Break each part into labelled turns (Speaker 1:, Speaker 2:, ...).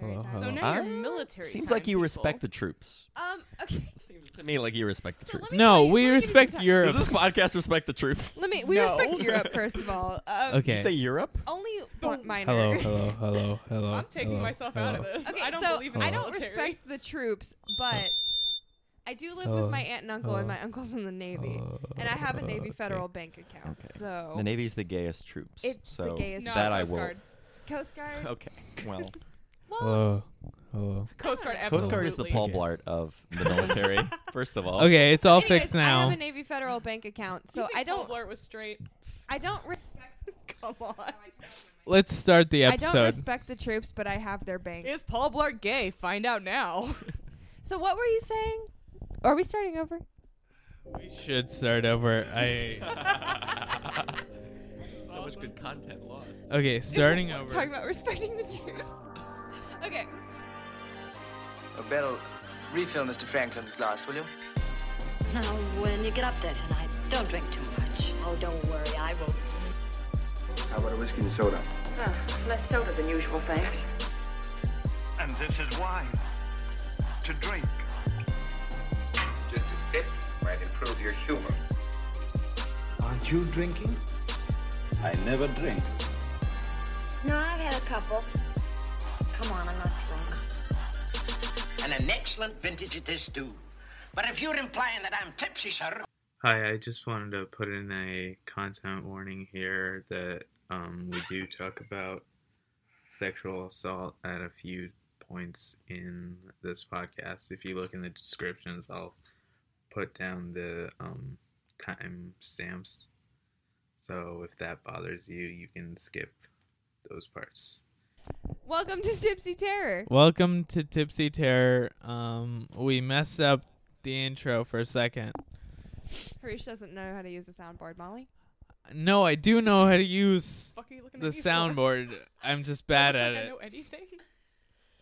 Speaker 1: military
Speaker 2: Hello,
Speaker 1: time.
Speaker 3: So
Speaker 2: hello.
Speaker 3: now you're
Speaker 2: Ah,
Speaker 3: military.
Speaker 2: Seems
Speaker 3: time
Speaker 2: like you
Speaker 3: people.
Speaker 2: respect the troops.
Speaker 1: Um. Okay.
Speaker 2: Seems to me like you respect the
Speaker 1: So
Speaker 2: troops.
Speaker 1: let me-
Speaker 2: No,
Speaker 1: tell
Speaker 2: Does
Speaker 1: you-
Speaker 2: this
Speaker 1: Wait, let me give
Speaker 4: no, we
Speaker 1: you
Speaker 4: respect
Speaker 1: some time.
Speaker 4: Europe.
Speaker 2: podcast respect the troops?
Speaker 1: Let me. We
Speaker 3: No.
Speaker 1: respect Europe first of all. Um,
Speaker 2: Did
Speaker 4: Okay.
Speaker 2: you say Europe?
Speaker 1: Only
Speaker 3: Don't-
Speaker 1: one minor.
Speaker 4: Hello, hello, hello,
Speaker 2: Uh,
Speaker 4: hello.
Speaker 3: I'm taking
Speaker 4: hello,
Speaker 3: myself
Speaker 4: hello.
Speaker 3: out of this.
Speaker 1: Okay,
Speaker 3: I don't
Speaker 1: so
Speaker 3: believe in
Speaker 1: I
Speaker 3: the
Speaker 1: don't
Speaker 3: military.
Speaker 1: respect the troops, but I do live
Speaker 4: Hello.
Speaker 1: with my aunt and uncle, and my uncle's in the Navy, and I have a Navy
Speaker 4: okay.
Speaker 1: federal bank account.
Speaker 2: Okay.
Speaker 1: So
Speaker 2: The Navy's the gayest troops.
Speaker 1: It's the
Speaker 2: so
Speaker 1: gayest
Speaker 3: No,
Speaker 2: that I
Speaker 3: Coast
Speaker 2: will.
Speaker 3: Guard.
Speaker 1: Coast Guard.
Speaker 2: Okay. Well,
Speaker 1: Well,
Speaker 4: Hello, hello.
Speaker 3: Coast Guard.
Speaker 1: Coast
Speaker 2: Coast Guard is the
Speaker 3: absolutely.
Speaker 2: Paul
Speaker 4: Okay.
Speaker 2: Blart of the military. first of all.
Speaker 4: Okay, it's all
Speaker 1: anyways,
Speaker 4: fixed
Speaker 1: I
Speaker 4: now.
Speaker 1: have a Navy federal bank account,
Speaker 3: You
Speaker 1: so
Speaker 3: think
Speaker 1: I don't.
Speaker 3: Paul Blart was straight.
Speaker 1: I don't respect.
Speaker 3: Come on.
Speaker 4: Let's start the
Speaker 1: I don't
Speaker 4: episode.
Speaker 1: respect the troops, but I have their bank.
Speaker 3: Is Paul Blart gay? Find out now.
Speaker 1: so what were you saying? Are we starting over?
Speaker 4: we should start over. I
Speaker 2: so much good content lost.
Speaker 4: okay, starting
Speaker 1: We're
Speaker 4: over.
Speaker 1: Talking about respecting the troops. okay.
Speaker 5: Oh, Beryl, refill Mr. Franklin's glass, will you?
Speaker 6: Now, when you get up there tonight, don't drink too much. Oh, don't worry, I won't.
Speaker 5: How about a whiskey and soda?
Speaker 7: less soda than usual, thanks.
Speaker 8: And this is wine to drink.
Speaker 9: Just a sip might improve your humor.
Speaker 8: Aren't you drinking? I never drink.
Speaker 6: No, I've had a couple. Come on, I'm not drunk.
Speaker 9: And an excellent vintage it is, too. But if you're implying that I'm tipsy, sir,
Speaker 10: Hi, I just wanted to put in a content warning here that um, we do talk about sexual assault at a few points in this podcast. If you look in the descriptions, I'll put down the um, time stamps. So if that bothers you, you can skip those parts.
Speaker 1: Welcome to Tipsy Terror.
Speaker 4: Welcome to Tipsy Terror. Um, we messed up the intro for a second.
Speaker 1: Harish doesn't know how to use a soundboard, Molly.
Speaker 4: No, I do know how to use
Speaker 3: Fuck are you looking
Speaker 4: the
Speaker 3: at me for?
Speaker 4: soundboard. I'm just
Speaker 3: I
Speaker 4: bad
Speaker 3: don't
Speaker 4: at
Speaker 3: think I
Speaker 4: it.
Speaker 3: know anything.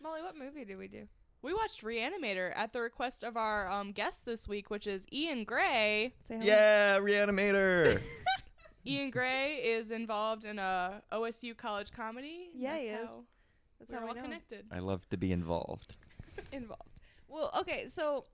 Speaker 1: Molly, what movie did we do?
Speaker 3: We watched Reanimator at the request of our um, guest this week, which is Ian Gray.
Speaker 1: Say hello.
Speaker 2: Yeah, reanimator.
Speaker 3: Ian Gray is involved in a OSU college comedy.
Speaker 1: Yeah,
Speaker 3: That's
Speaker 1: he is.
Speaker 3: how
Speaker 1: That's
Speaker 3: we're
Speaker 1: how we
Speaker 3: all
Speaker 1: know.
Speaker 3: connected.
Speaker 2: I love to be involved.
Speaker 1: Involved. Well, okay, so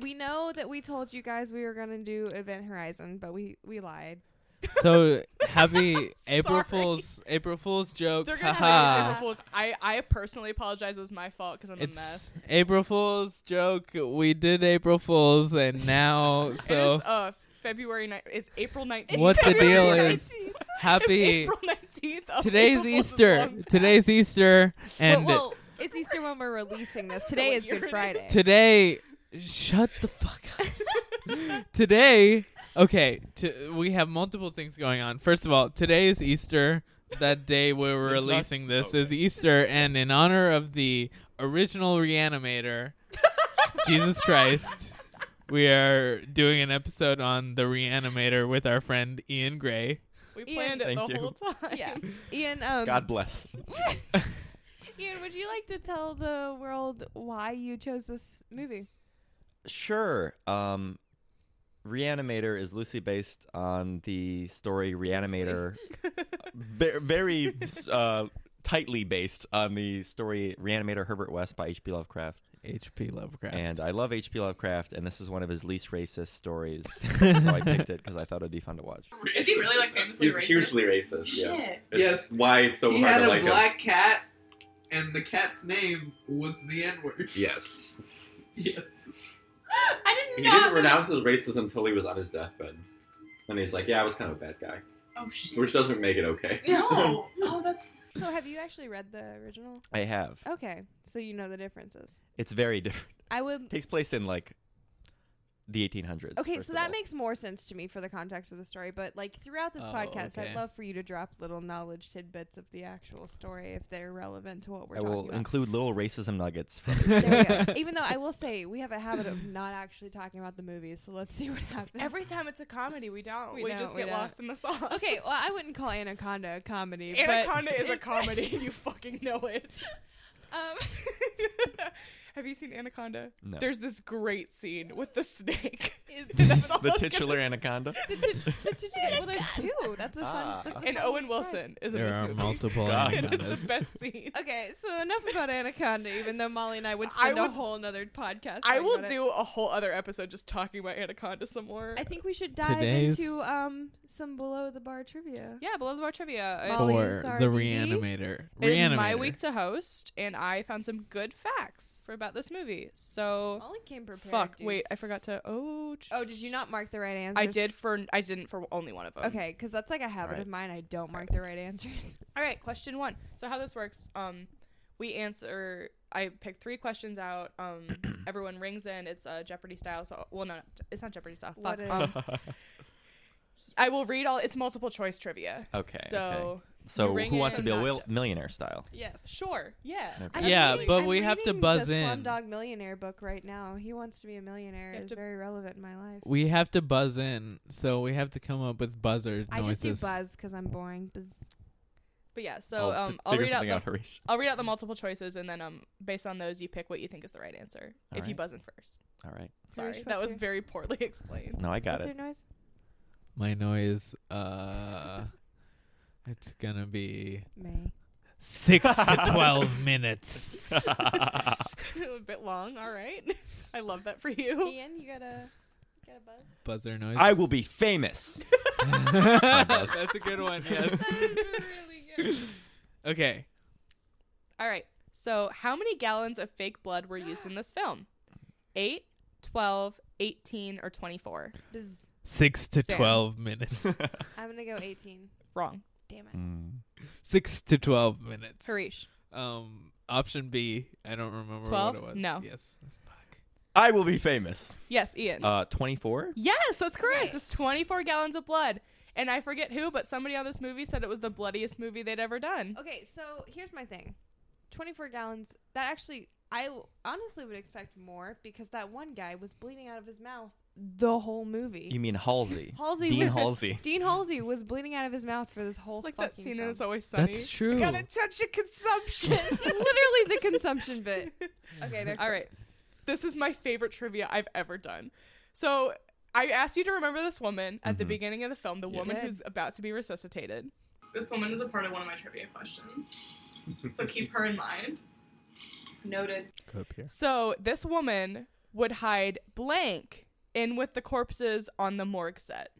Speaker 1: we know that we told you guys we were gonna do Event Horizon, but we we lied.
Speaker 4: So happy April
Speaker 3: Sorry.
Speaker 4: Fool's April Fool's joke.
Speaker 3: They're gonna have
Speaker 4: haha.
Speaker 3: April Fools. I I personally apologize. It was my fault because I'm
Speaker 4: It's
Speaker 3: a mess.
Speaker 4: April Fool's joke. We did April Fool's, and now
Speaker 3: it
Speaker 4: so
Speaker 3: is uh February ni- It's April nineteenth.
Speaker 4: What the deal is-
Speaker 3: It's
Speaker 4: happy.
Speaker 3: April nineteenth. Oh,
Speaker 4: Today's Easter. Today's Easter, and
Speaker 1: well, well, it's Easter when we're releasing this. Today
Speaker 3: what
Speaker 1: is
Speaker 3: year it
Speaker 1: Good
Speaker 3: is.
Speaker 1: Friday.
Speaker 4: today. Shut the fuck up. today, okay. T- we have multiple things going on. First of all, today is Easter. That day where we're
Speaker 2: It's not-
Speaker 4: releasing this
Speaker 2: okay.
Speaker 4: is Easter, and in honor of the original reanimator, Jesus Christ. We are doing an episode on the reanimator with our friend Ian Gray.
Speaker 3: we
Speaker 1: Ian-
Speaker 3: planned it
Speaker 2: Thank
Speaker 3: the
Speaker 2: you.
Speaker 3: whole time.
Speaker 1: yeah, Ian. Um,
Speaker 2: God bless.
Speaker 1: Ian, would you like to tell the world why you chose this movie?
Speaker 2: Sure. Um, Reanimator is loosely based on the story Reanimator, Ve- very uh, tightly based on the story Reanimator Herbert West by H.P. Lovecraft.
Speaker 4: H.P. Lovecraft.
Speaker 2: And I love H.P. Lovecraft, and this is one of his least racist stories, so I picked it because I thought it'd be fun to watch.
Speaker 3: Is he really like famously racist?
Speaker 10: racist.
Speaker 7: Shit.
Speaker 10: Yes. Why it's so hard to like
Speaker 4: cat, and the cat's name was the N word.
Speaker 10: Yes.
Speaker 7: I didn't
Speaker 10: his racism until he was on his deathbed. And he's like, yeah, I was kind of a bad guy.
Speaker 7: Oh shit.
Speaker 10: Which doesn't make it okay.
Speaker 7: No. Oh, that's
Speaker 1: So, have you actually read the original?
Speaker 2: I have.
Speaker 1: Okay, so you know the differences.
Speaker 2: It's very different.
Speaker 1: I would.
Speaker 2: takes place in like the 1800s.
Speaker 1: Okay,
Speaker 2: first
Speaker 1: so
Speaker 2: of
Speaker 1: that
Speaker 2: all.
Speaker 1: makes more sense to me for the context of the story. But like throughout this
Speaker 4: Oh,
Speaker 1: podcast,
Speaker 4: okay.
Speaker 1: I'd love for you to drop little knowledge tidbits of the actual story if they're relevant to what we're
Speaker 2: I
Speaker 1: talking
Speaker 2: will
Speaker 1: about.
Speaker 2: include little racism nuggets. From
Speaker 1: There we go. Even though I will say we have a habit of not actually talking about the movies, so let's see what happens.
Speaker 3: Every time it's a comedy, we don't.
Speaker 1: We
Speaker 3: We,
Speaker 1: don't,
Speaker 3: just
Speaker 1: we
Speaker 3: get
Speaker 1: don't.
Speaker 3: lost in the sauce.
Speaker 1: okay, well, I wouldn't call Anaconda a comedy. but-
Speaker 3: Anaconda is a comedy, and you fucking know it. Um, have you seen Anaconda?
Speaker 2: No.
Speaker 3: There's this great scene with the snake.
Speaker 2: the titular anaconda.
Speaker 1: The t- the t- t- well, there's two. That's a fun.
Speaker 2: Ah.
Speaker 1: that's a
Speaker 3: and
Speaker 1: fun
Speaker 3: Owen
Speaker 1: surprise.
Speaker 3: Wilson is in
Speaker 4: There
Speaker 3: this
Speaker 4: are
Speaker 3: movie.
Speaker 4: multiple
Speaker 2: God.
Speaker 3: it is
Speaker 4: anacondas.
Speaker 3: the best scene.
Speaker 1: Okay, so enough about Anaconda, even though Molly and I would
Speaker 3: I
Speaker 1: spend
Speaker 3: would-
Speaker 1: a whole another podcast.
Speaker 3: I
Speaker 1: talking
Speaker 3: will
Speaker 1: about it.
Speaker 3: do a whole other episode just talking about Anaconda some more.
Speaker 1: I think we should dive
Speaker 4: Today's-
Speaker 1: into um some below the bar trivia.
Speaker 3: yeah, below the bar trivia. It's-
Speaker 1: Molly
Speaker 4: For
Speaker 1: is our
Speaker 4: the
Speaker 1: DD.
Speaker 4: reanimator.
Speaker 3: It is my
Speaker 4: Reanimator.
Speaker 3: week to host, and I found some good facts for about this movie. So,
Speaker 1: Molly came prepared.
Speaker 3: fuck.
Speaker 1: dude.
Speaker 3: Wait, I forgot to. Oh, ch-
Speaker 1: Oh, did you not mark the right answers?
Speaker 3: I did for. I didn't for only one of them.
Speaker 1: Okay, because that's like a habit
Speaker 2: Alright.
Speaker 1: of mine. I don't mark the right answers.
Speaker 3: All right, question one. So how this works? Um, we answer. I pick three questions out. Um, everyone rings in. It's uh, Jeopardy style. So well, no, it's not Jeopardy style.
Speaker 1: What
Speaker 3: Fuck.
Speaker 1: is-
Speaker 3: Um, I will read all. It's multiple choice trivia.
Speaker 2: okay.
Speaker 3: So
Speaker 2: okay. So
Speaker 3: ring
Speaker 2: who wants to
Speaker 3: in
Speaker 2: be a
Speaker 3: not
Speaker 2: will-
Speaker 3: to-
Speaker 2: millionaire style?
Speaker 1: Yes.
Speaker 3: sure, yeah.
Speaker 2: Okay.
Speaker 1: I'm
Speaker 4: Yeah,
Speaker 1: reading-
Speaker 4: but
Speaker 1: I'm
Speaker 4: we have to
Speaker 1: reading
Speaker 4: buzz
Speaker 1: the
Speaker 4: in.
Speaker 1: Slumdog Millionaire book right now. He wants to be a millionaire.
Speaker 3: You have
Speaker 1: is
Speaker 3: to-
Speaker 1: very relevant in my life.
Speaker 4: We have to buzz in, so we have to come up with buzzer
Speaker 1: I
Speaker 4: noises.
Speaker 1: just do buzz because I'm boring. Buzz.
Speaker 3: But yeah, so
Speaker 2: I'll
Speaker 3: um,
Speaker 2: fi-
Speaker 3: I'll
Speaker 2: figure
Speaker 3: read out.
Speaker 2: something
Speaker 3: The,
Speaker 2: out, Harish.
Speaker 3: I'll read out the multiple choices, and then um, based on those, you pick what you think is the right answer.
Speaker 2: All
Speaker 3: if you
Speaker 2: right.
Speaker 3: buzz in first.
Speaker 2: All right.
Speaker 3: Sorry,
Speaker 1: Harish,
Speaker 3: that
Speaker 1: what's
Speaker 3: was
Speaker 1: your-
Speaker 3: very poorly explained.
Speaker 2: No, I got
Speaker 1: What's
Speaker 2: it.
Speaker 1: your noise?
Speaker 4: My noise. Uh, it's gonna be
Speaker 1: May.
Speaker 4: six to twelve minutes.
Speaker 3: a bit long. All right. I love that for you.
Speaker 1: Ian, you gotta, you gotta buzz.
Speaker 4: Buzzer noise.
Speaker 2: I will be famous.
Speaker 4: That's a good one. Yes.
Speaker 1: really good.
Speaker 4: Okay.
Speaker 3: All right. So, how many gallons of fake blood were used in this film? 8, 12, 18, or 24?
Speaker 1: Buzz.
Speaker 4: Six to
Speaker 3: Sam.
Speaker 4: twelve minutes.
Speaker 1: I'm gonna go 18.
Speaker 3: Wrong.
Speaker 1: Damn it.
Speaker 2: Mm.
Speaker 4: Six to twelve minutes.
Speaker 3: Harish.
Speaker 4: Um, option B. I don't remember
Speaker 3: 12?
Speaker 4: what it was.
Speaker 3: No.
Speaker 4: Yes. Fuck.
Speaker 2: I will be famous.
Speaker 3: Yes, Ian.
Speaker 2: Uh, 24?
Speaker 3: yes, that's correct.
Speaker 1: Nice.
Speaker 3: It's 24 gallons of blood. And I forget who, but somebody on this movie said it was the bloodiest movie they'd ever done.
Speaker 1: Okay, so here's my thing. 24 gallons. That actually, I w- honestly would expect more because that one guy was bleeding out of his mouth the whole movie.
Speaker 2: You mean Halsey?
Speaker 1: Halsey
Speaker 2: Dean
Speaker 1: was
Speaker 2: Halsey.
Speaker 1: Dean Halsey was bleeding out of his mouth for this whole
Speaker 3: It's like
Speaker 1: fucking
Speaker 3: that scene in
Speaker 1: film.
Speaker 3: It's Always Sunny.
Speaker 4: That's true.
Speaker 3: touch of consumption.
Speaker 1: It's literally the consumption bit. Okay, next
Speaker 3: All right. This is my favorite trivia I've ever done. So I asked you to remember this woman at
Speaker 4: Mm-hmm.
Speaker 3: the
Speaker 2: Mhm.
Speaker 3: beginning of the film, the
Speaker 2: Yes.
Speaker 3: woman
Speaker 1: Good.
Speaker 3: who's about to be resuscitated.
Speaker 7: This woman is a part of one of my trivia questions. So keep her in mind. Noted.
Speaker 4: Go up here.
Speaker 3: So this woman would hide blank in with the corpses on the morgue set.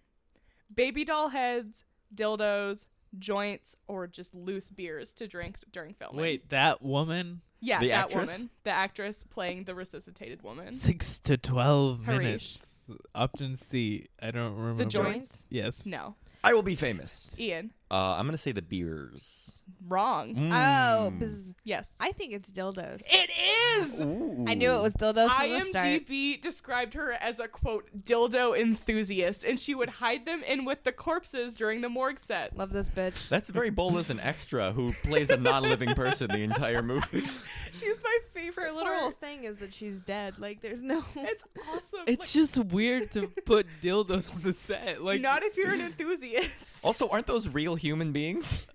Speaker 3: Baby doll heads, dildos, joints, or just loose beers to drink during filming.
Speaker 4: Wait, that woman.
Speaker 3: Yeah,
Speaker 2: The
Speaker 3: that
Speaker 2: actress?
Speaker 3: woman. The actress playing the resuscitated woman.
Speaker 4: Six to twelve
Speaker 3: Harish.
Speaker 4: minutes. Option C. I don't remember.
Speaker 3: The joints?
Speaker 1: Hmm.
Speaker 4: Yes.
Speaker 3: No.
Speaker 2: I will be famous.
Speaker 3: Ian.
Speaker 2: Uh, I'm going to say the beers.
Speaker 3: Wrong.
Speaker 1: Oh,
Speaker 2: Mm.
Speaker 1: bzz.
Speaker 3: Yes.
Speaker 1: I think it's dildos.
Speaker 3: it is!
Speaker 2: Ooh.
Speaker 1: I knew it was dildos from the start.
Speaker 3: IMDb described her as a quote dildo enthusiast, and she would hide them in with the corpses during the morgue sets.
Speaker 1: Love this bitch.
Speaker 2: That's very bold as an extra who plays a non-living person the entire movie.
Speaker 3: She's my favorite
Speaker 1: Her literal
Speaker 3: part.
Speaker 1: thing is that she's dead. Like, there's no.
Speaker 3: It's awesome. Like,
Speaker 4: It's just weird to put dildos on the set. Like
Speaker 3: not if you're an enthusiast.
Speaker 2: Also, aren't those real human beings?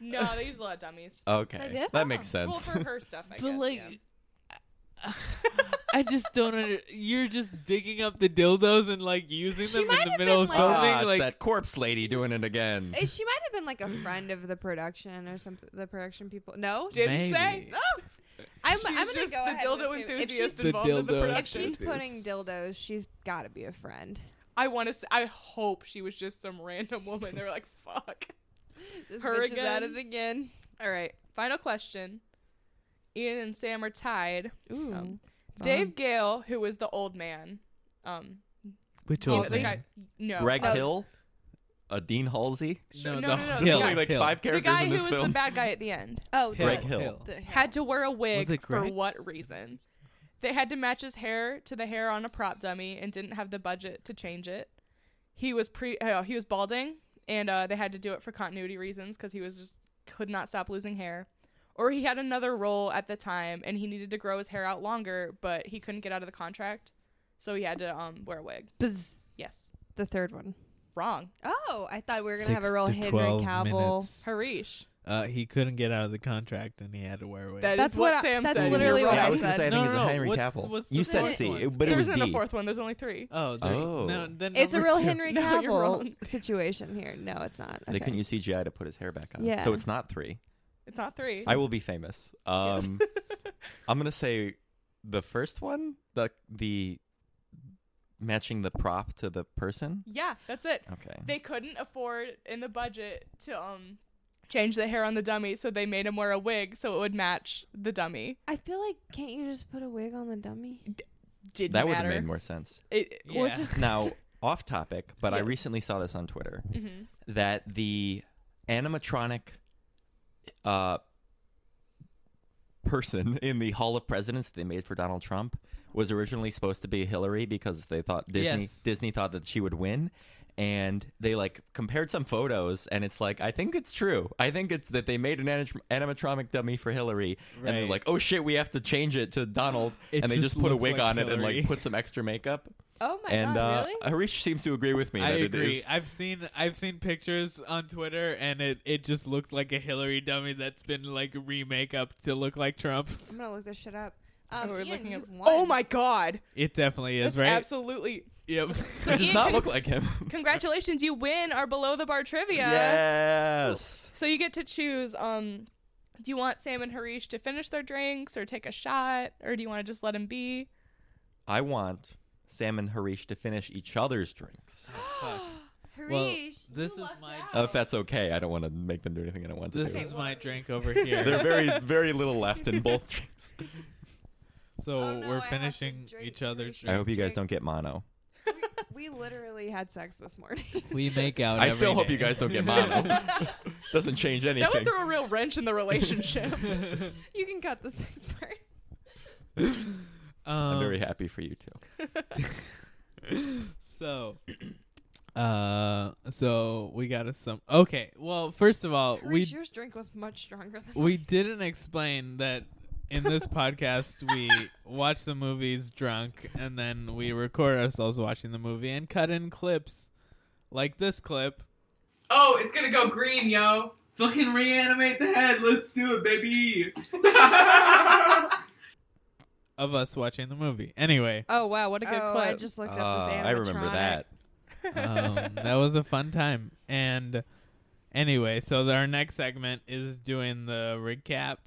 Speaker 3: no, they use a lot of dummies.
Speaker 1: They
Speaker 2: Okay,
Speaker 1: did?
Speaker 2: that makes
Speaker 3: Well,
Speaker 2: sense.
Speaker 3: for her stuff, I
Speaker 4: But
Speaker 3: guess.
Speaker 4: like,
Speaker 3: yeah.
Speaker 4: I just don't. Under- you're just digging up the dildos and like using
Speaker 1: She
Speaker 4: them
Speaker 1: might
Speaker 4: in the
Speaker 1: have
Speaker 4: middle of
Speaker 1: been, like-
Speaker 4: filming.
Speaker 2: ah, it's
Speaker 4: like
Speaker 2: that corpse lady doing it again.
Speaker 1: Eh, she might have been like a friend of the production or something. The production people. No,
Speaker 3: Didn't say.
Speaker 4: Maybe.
Speaker 1: I'm,
Speaker 3: She's
Speaker 1: I'm gonna
Speaker 3: just
Speaker 1: go
Speaker 3: the
Speaker 1: ahead
Speaker 3: dildo
Speaker 1: with assuming-
Speaker 3: enthusiast
Speaker 1: If she's,
Speaker 4: The
Speaker 3: involved in
Speaker 4: dildo
Speaker 3: the
Speaker 1: if
Speaker 3: production.
Speaker 1: she's
Speaker 4: enthusiast.
Speaker 1: putting dildos, she's got to be a friend.
Speaker 3: I want to. Say, I hope she was just some random woman. They were like, "Fuck."
Speaker 1: This
Speaker 3: Her
Speaker 1: bitch is at
Speaker 3: again.
Speaker 1: it again.
Speaker 3: All right. Final question. Ian and Sam are tied.
Speaker 1: Ooh,
Speaker 3: Um, Dave Gale, who was the old man, um,
Speaker 4: which
Speaker 1: Well,
Speaker 4: old
Speaker 1: old
Speaker 3: the
Speaker 1: they-
Speaker 4: man?
Speaker 3: guy, no,
Speaker 2: Greg
Speaker 1: Oh.
Speaker 2: Hill, uh, Dean Halsey.
Speaker 3: No,
Speaker 4: No,
Speaker 3: no,
Speaker 4: the
Speaker 3: no, no,
Speaker 4: Hill.
Speaker 3: the
Speaker 2: There's
Speaker 3: guy-
Speaker 2: only like
Speaker 4: Hill.
Speaker 2: five
Speaker 3: the
Speaker 2: characters
Speaker 3: guy
Speaker 2: in
Speaker 3: who
Speaker 2: this
Speaker 3: was the
Speaker 2: film.
Speaker 3: bad guy at the end,
Speaker 1: Oh,
Speaker 2: Greg
Speaker 1: the-
Speaker 2: Hill.
Speaker 1: the-
Speaker 3: had to wear a
Speaker 4: Was
Speaker 3: wig
Speaker 4: it
Speaker 3: for
Speaker 4: Greg?
Speaker 3: what reason? They had to match his hair to the hair on a prop dummy and didn't have the budget to change it. He was pre, oh, he was balding, and uh, they had to do it for continuity reasons because he was just could not stop losing hair. Or he had another role at the time and he needed to grow his hair out longer, but he couldn't get out of the contract, so he had to um, wear a wig.
Speaker 1: Bzz.
Speaker 3: Yes,
Speaker 1: the third one.
Speaker 3: wrong.
Speaker 1: Oh, I thought we were gonna
Speaker 4: Six
Speaker 1: have a real
Speaker 4: to
Speaker 1: Henry
Speaker 4: 12
Speaker 1: Cavill.
Speaker 4: minutes.
Speaker 3: Harish.
Speaker 4: Uh, he couldn't get out of the contract and he had to wear away.
Speaker 3: That is
Speaker 1: That's
Speaker 3: what,
Speaker 1: what I-
Speaker 3: Sam
Speaker 1: that's
Speaker 3: said.
Speaker 1: literally
Speaker 2: Yeah,
Speaker 1: what
Speaker 2: I
Speaker 1: I
Speaker 2: was gonna
Speaker 1: said.
Speaker 2: say I think
Speaker 4: No,
Speaker 2: it was
Speaker 4: no,
Speaker 2: a
Speaker 4: no,
Speaker 2: Henry
Speaker 4: what's-
Speaker 2: Cavill.
Speaker 4: what's the
Speaker 2: you said
Speaker 4: fourth
Speaker 2: C,
Speaker 4: one?
Speaker 2: it- but
Speaker 3: there
Speaker 2: it was
Speaker 3: isn't
Speaker 2: D.
Speaker 3: a fourth one. There's only three.
Speaker 4: Oh, there's-
Speaker 2: Oh.
Speaker 4: No, then
Speaker 1: It's a
Speaker 4: number
Speaker 1: real
Speaker 4: two.
Speaker 1: Henry
Speaker 3: No, you're
Speaker 1: Cavill
Speaker 3: wrong.
Speaker 1: situation here. No, it's not.
Speaker 2: They
Speaker 1: Okay.
Speaker 2: couldn't use CGI to put his hair back on.
Speaker 1: Yeah.
Speaker 2: So it's not three.
Speaker 3: It's not three.
Speaker 2: I will be famous. Um, I'm gonna say the first one, the the matching the prop to the person.
Speaker 3: yeah, that's it.
Speaker 2: Okay.
Speaker 3: They couldn't afford in the budget to um change the hair on the dummy, so they made him wear a wig so it would match the dummy.
Speaker 1: I feel like can't you just put a wig on the dummy?
Speaker 3: Didn't
Speaker 2: that would have
Speaker 3: matter.
Speaker 2: made more sense.
Speaker 3: It,
Speaker 4: Yeah.
Speaker 1: Or just
Speaker 2: Now, off topic, but I
Speaker 3: Yes.
Speaker 2: recently saw this on Twitter
Speaker 3: Mhm.
Speaker 2: that the animatronic uh, person in the Hall of Presidents that they made for Donald Trump was originally supposed to be Hillary because they thought Disney
Speaker 4: Yes.
Speaker 2: Disney thought that she would win. And they like compared some photos, and it's like I think it's true. I think it's that they made an anim- animatronic dummy for Hillary, and they're
Speaker 4: Right.
Speaker 2: like, "Oh shit, we have to change it to Donald,"
Speaker 4: It
Speaker 2: and they
Speaker 4: just
Speaker 2: just put a
Speaker 4: looks
Speaker 2: wig
Speaker 4: like
Speaker 2: on it and
Speaker 4: Hillary.
Speaker 2: like put some extra makeup
Speaker 1: oh my
Speaker 2: and
Speaker 1: god,
Speaker 2: uh,
Speaker 1: really?
Speaker 2: Harish seems to agree with me
Speaker 4: I
Speaker 2: that it
Speaker 4: agree.
Speaker 2: is.
Speaker 4: I've seen I've seen pictures on Twitter, and it, it just looks like a Hillary dummy that's been like remake up to look like Trump.
Speaker 1: I'm gonna look this shit up. Um,
Speaker 3: Oh, we're
Speaker 1: Ian,
Speaker 3: looking at-
Speaker 1: you've won.
Speaker 3: Oh my god!
Speaker 4: It definitely is,
Speaker 3: That's
Speaker 4: right?
Speaker 3: absolutely.
Speaker 4: yep.
Speaker 3: So
Speaker 2: it does
Speaker 3: Ian,
Speaker 2: not
Speaker 3: con-
Speaker 2: look like him.
Speaker 3: congratulations, you win our below the bar trivia.
Speaker 2: Yes.
Speaker 3: So you get to choose. Um, do you want Sam and Harish to finish their drinks or take a shot, or do you want to just let him be?
Speaker 2: I want Sam and Harish to finish each other's drinks.
Speaker 1: Harish,
Speaker 4: Well,
Speaker 1: you
Speaker 4: this is
Speaker 1: lucked
Speaker 4: my-
Speaker 1: out.
Speaker 2: Uh, if that's okay, I don't want to make them do anything I don't want to
Speaker 4: this
Speaker 2: do.
Speaker 4: is my drink over here.
Speaker 2: There are very, very little left in both drinks.
Speaker 4: so
Speaker 1: Oh, no, I
Speaker 4: we're
Speaker 1: have to
Speaker 4: finishing
Speaker 1: drink
Speaker 4: each other's
Speaker 1: Harish.
Speaker 2: I
Speaker 4: drinks.
Speaker 2: hope you guys don't get mono.
Speaker 1: we literally had sex this morning.
Speaker 4: We make out.
Speaker 2: I
Speaker 4: every
Speaker 2: still hope
Speaker 4: day.
Speaker 2: you guys don't get mono. Doesn't change
Speaker 3: That would
Speaker 2: anything.
Speaker 3: throw a real wrench in the relationship.
Speaker 1: you can cut the sex part.
Speaker 4: Um,
Speaker 2: I'm very happy for you too.
Speaker 4: So, uh, so we got to some. Okay, well, first of all,
Speaker 1: Harish,
Speaker 4: we
Speaker 1: yours drink was much stronger than
Speaker 4: we didn't explain that in this podcast we watch the movies drunk and then we record ourselves watching the movie and cut in clips like this clip.
Speaker 7: Oh, it's gonna go green, yo.
Speaker 10: Fucking reanimate the head. Let's do it, baby.
Speaker 4: Of us watching the movie. Anyway,
Speaker 3: oh wow, what a good
Speaker 1: Oh,
Speaker 3: clip!
Speaker 1: I just looked up
Speaker 2: Ah,
Speaker 1: this animatronic.
Speaker 2: I remember that.
Speaker 4: um, that was a fun time. And anyway, so our next segment is doing the recap.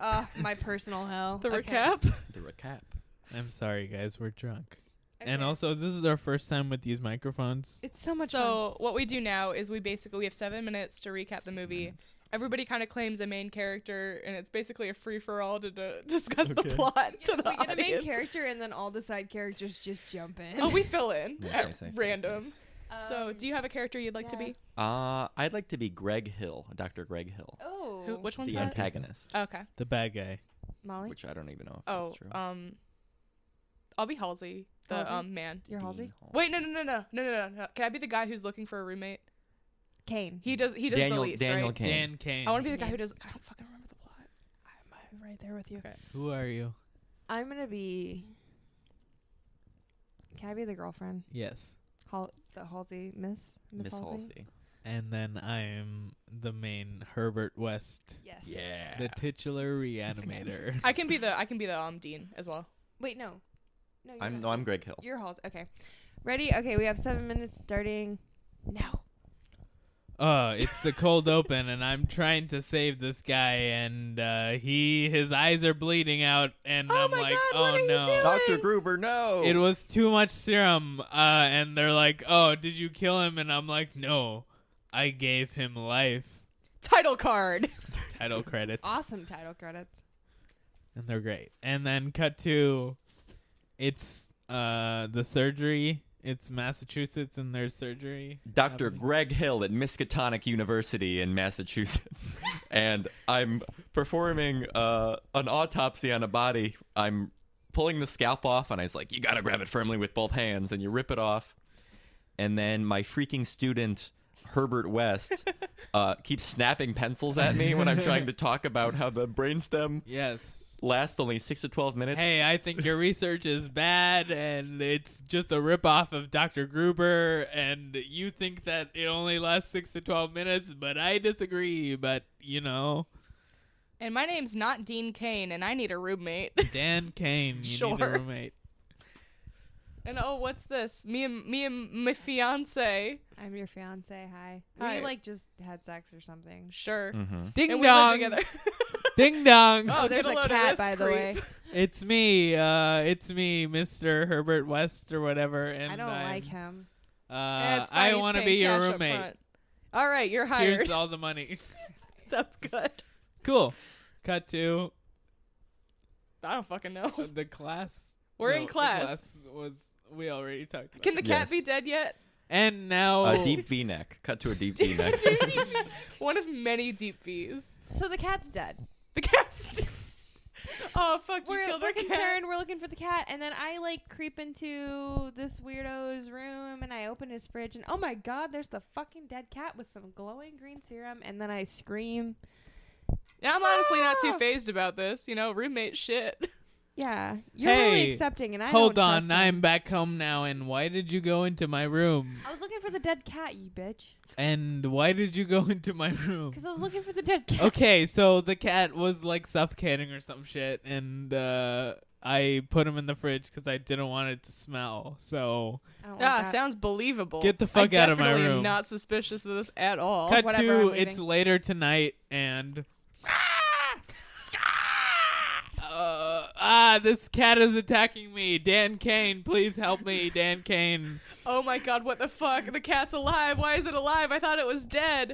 Speaker 1: Oh, my personal hell.
Speaker 3: the
Speaker 1: Okay.
Speaker 3: recap.
Speaker 2: The recap. I'm
Speaker 4: I'm sorry, guys, we're drunk.
Speaker 1: Okay.
Speaker 4: And also, this is our first time with these microphones.
Speaker 1: it's so much fun.
Speaker 3: So what we do now is we basically we have seven minutes to recap the movie. Everybody kind of claims a main character, and it's basically a free for all to d- discuss the plot to the
Speaker 1: we get a main
Speaker 3: audience.
Speaker 1: character, and then all the side characters just jump in. Um,
Speaker 3: Oh, we fill in
Speaker 2: Nice,
Speaker 3: at
Speaker 2: nice, nice, nice,
Speaker 3: random.
Speaker 2: nice.
Speaker 3: So, do you have a character you'd like to
Speaker 1: yeah.
Speaker 3: be?
Speaker 2: Uh, I'd like to be Greg Hill, Dr. Greg Hill,
Speaker 1: Oh,
Speaker 3: Who, which one's
Speaker 2: the
Speaker 3: that?
Speaker 2: antagonist,
Speaker 3: Okay.
Speaker 4: The bad guy.
Speaker 1: Molly,
Speaker 2: which I don't even know if
Speaker 3: Oh,
Speaker 2: that's true.
Speaker 3: um, I'll be Halsey, the
Speaker 1: Halsey?
Speaker 3: um man.
Speaker 1: you're Halsey,
Speaker 3: Wait, no, no, no, no, no, no, no. Can I be the guy who's looking for a roommate?
Speaker 1: Kane.
Speaker 3: He does. He does
Speaker 2: Daniel,
Speaker 3: the least,
Speaker 2: Daniel
Speaker 3: right?
Speaker 2: Kane.
Speaker 4: Dan Kane.
Speaker 3: I want to be the guy who does. I don't fucking remember the plot.
Speaker 1: I'm right there with you.
Speaker 4: Who are you?
Speaker 1: I'm gonna be. Can I be the girlfriend?
Speaker 4: Yes.
Speaker 1: Hal- the Halsey Miss Miss,
Speaker 2: Miss
Speaker 1: Halsey?
Speaker 2: Halsey.
Speaker 4: And then I am the main Herbert West,
Speaker 1: Yes.
Speaker 2: Yeah.
Speaker 3: Ah.
Speaker 4: the titular reanimator.
Speaker 3: I can be the. I can be the um dean as well.
Speaker 1: Wait, no, no. You're
Speaker 2: I'm
Speaker 1: not.
Speaker 2: no, I'm Greg Hill.
Speaker 1: You're Halsey. Okay, ready? Okay, we have seven minutes starting now.
Speaker 4: Uh, it's the cold open, and I'm trying to save this guy, and uh, he his eyes are bleeding out, and
Speaker 3: Oh
Speaker 4: I'm
Speaker 3: my
Speaker 4: like,
Speaker 3: God,
Speaker 4: oh
Speaker 3: what are you
Speaker 4: no.
Speaker 3: doing?
Speaker 2: Doctor Gruber, no.
Speaker 4: It was too much serum, uh, and they're like, "Oh, did you kill him?" And I'm like, "No, I gave him life."
Speaker 3: Title card.
Speaker 4: Title credits,
Speaker 1: Awesome title credits.
Speaker 4: and they're great. And then cut to, it's uh the surgery. It's Massachusetts, and there's surgery.
Speaker 2: Dr.
Speaker 4: happening.
Speaker 2: Greg Hill at Miskatonic University in Massachusetts. and I'm performing uh, an autopsy on a body. I'm pulling the scalp off, and I was like, you gotta grab it firmly with both hands, and you rip it off. And then my freaking student, Herbert West, uh, keeps snapping pencils at me when I'm trying to talk about how the brainstem
Speaker 4: Yes.
Speaker 2: lasts only six to twelve minutes.
Speaker 4: Hey, I think your research is bad and it's just a ripoff of Dr. Gruber, and you think that it only lasts six to 12 minutes, but I disagree. But, you know,
Speaker 3: And my name's not Dean Kane, and I need a roommate.
Speaker 4: Dan Kane, you need a
Speaker 3: Sure.
Speaker 4: roommate.
Speaker 3: and oh, what's this? Me and me and my fiance.
Speaker 1: I'm your fiance. Hi.
Speaker 3: Hi.
Speaker 1: We like just had sex or something.
Speaker 4: Mm.
Speaker 3: Sure.
Speaker 2: Mhm.
Speaker 4: Ding
Speaker 3: And we live
Speaker 4: dong.
Speaker 3: together.
Speaker 4: Ding dong.
Speaker 3: Oh,
Speaker 1: Oh, there's
Speaker 3: get a
Speaker 1: a
Speaker 3: load of
Speaker 1: cat,
Speaker 3: this
Speaker 1: by the
Speaker 3: creep.
Speaker 1: way.
Speaker 4: It's me. Uh, it's me, Mr. Herbert West or whatever. And
Speaker 1: I don't
Speaker 4: I'm-
Speaker 1: like him.
Speaker 4: Uh,
Speaker 3: Yeah, it's fine,
Speaker 4: I
Speaker 3: he's
Speaker 4: want to
Speaker 3: paying
Speaker 4: be your
Speaker 3: cash up
Speaker 4: roommate.
Speaker 3: front. All right, you're hired.
Speaker 4: Here's all the money.
Speaker 3: Sounds good.
Speaker 4: cool. Cut to
Speaker 3: I don't fucking know.
Speaker 4: the class.
Speaker 3: We're
Speaker 4: No,
Speaker 3: in
Speaker 4: the
Speaker 3: class.
Speaker 4: was we already talked about?
Speaker 3: Can the cat
Speaker 2: Yes.
Speaker 3: be dead yet?
Speaker 4: and now
Speaker 2: A deep V neck. Cut to a deep V neck.
Speaker 3: One of many deep V's.
Speaker 1: So the cat's dead.
Speaker 3: The cat's. oh fuck! you
Speaker 1: We're,
Speaker 3: killed
Speaker 1: we're
Speaker 3: our cat.
Speaker 1: concerned. We're looking for the cat, and then I like creep into this weirdo's room, and I open his fridge, and oh my god, there's the fucking dead cat with some glowing green serum, and then I scream.
Speaker 3: Yeah, I'm honestly not too
Speaker 1: Ah!
Speaker 3: phased about this. You know, roommate shit.
Speaker 1: Yeah, you're
Speaker 4: Hey,
Speaker 1: really accepting, and I
Speaker 4: Hold
Speaker 1: don't
Speaker 4: on,
Speaker 1: trust him.
Speaker 4: I'm back home now. And why did you go into my room?
Speaker 1: I was looking for the dead cat, you bitch.
Speaker 4: And why did you go into my room?
Speaker 1: Because I was looking for the dead
Speaker 2: Oh.
Speaker 1: cat.
Speaker 4: Okay, so the cat was like suffocating or some shit, and uh, I put him in the fridge because I didn't want it to smell. So
Speaker 1: I don't like
Speaker 3: Ah,
Speaker 1: that.
Speaker 3: sounds believable.
Speaker 4: Get the fuck
Speaker 3: I
Speaker 4: out of my
Speaker 3: definitely am
Speaker 4: room.
Speaker 3: Not suspicious of this at all.
Speaker 4: cut
Speaker 1: whatever,
Speaker 4: to
Speaker 1: I'm
Speaker 4: it's
Speaker 1: leaving.
Speaker 4: later tonight, and uh, ah, this cat is attacking me. Dan Kane, please help me, Dan Kane.
Speaker 3: Oh my god, what the fuck? The cat's alive. Why is it alive? I thought it was dead.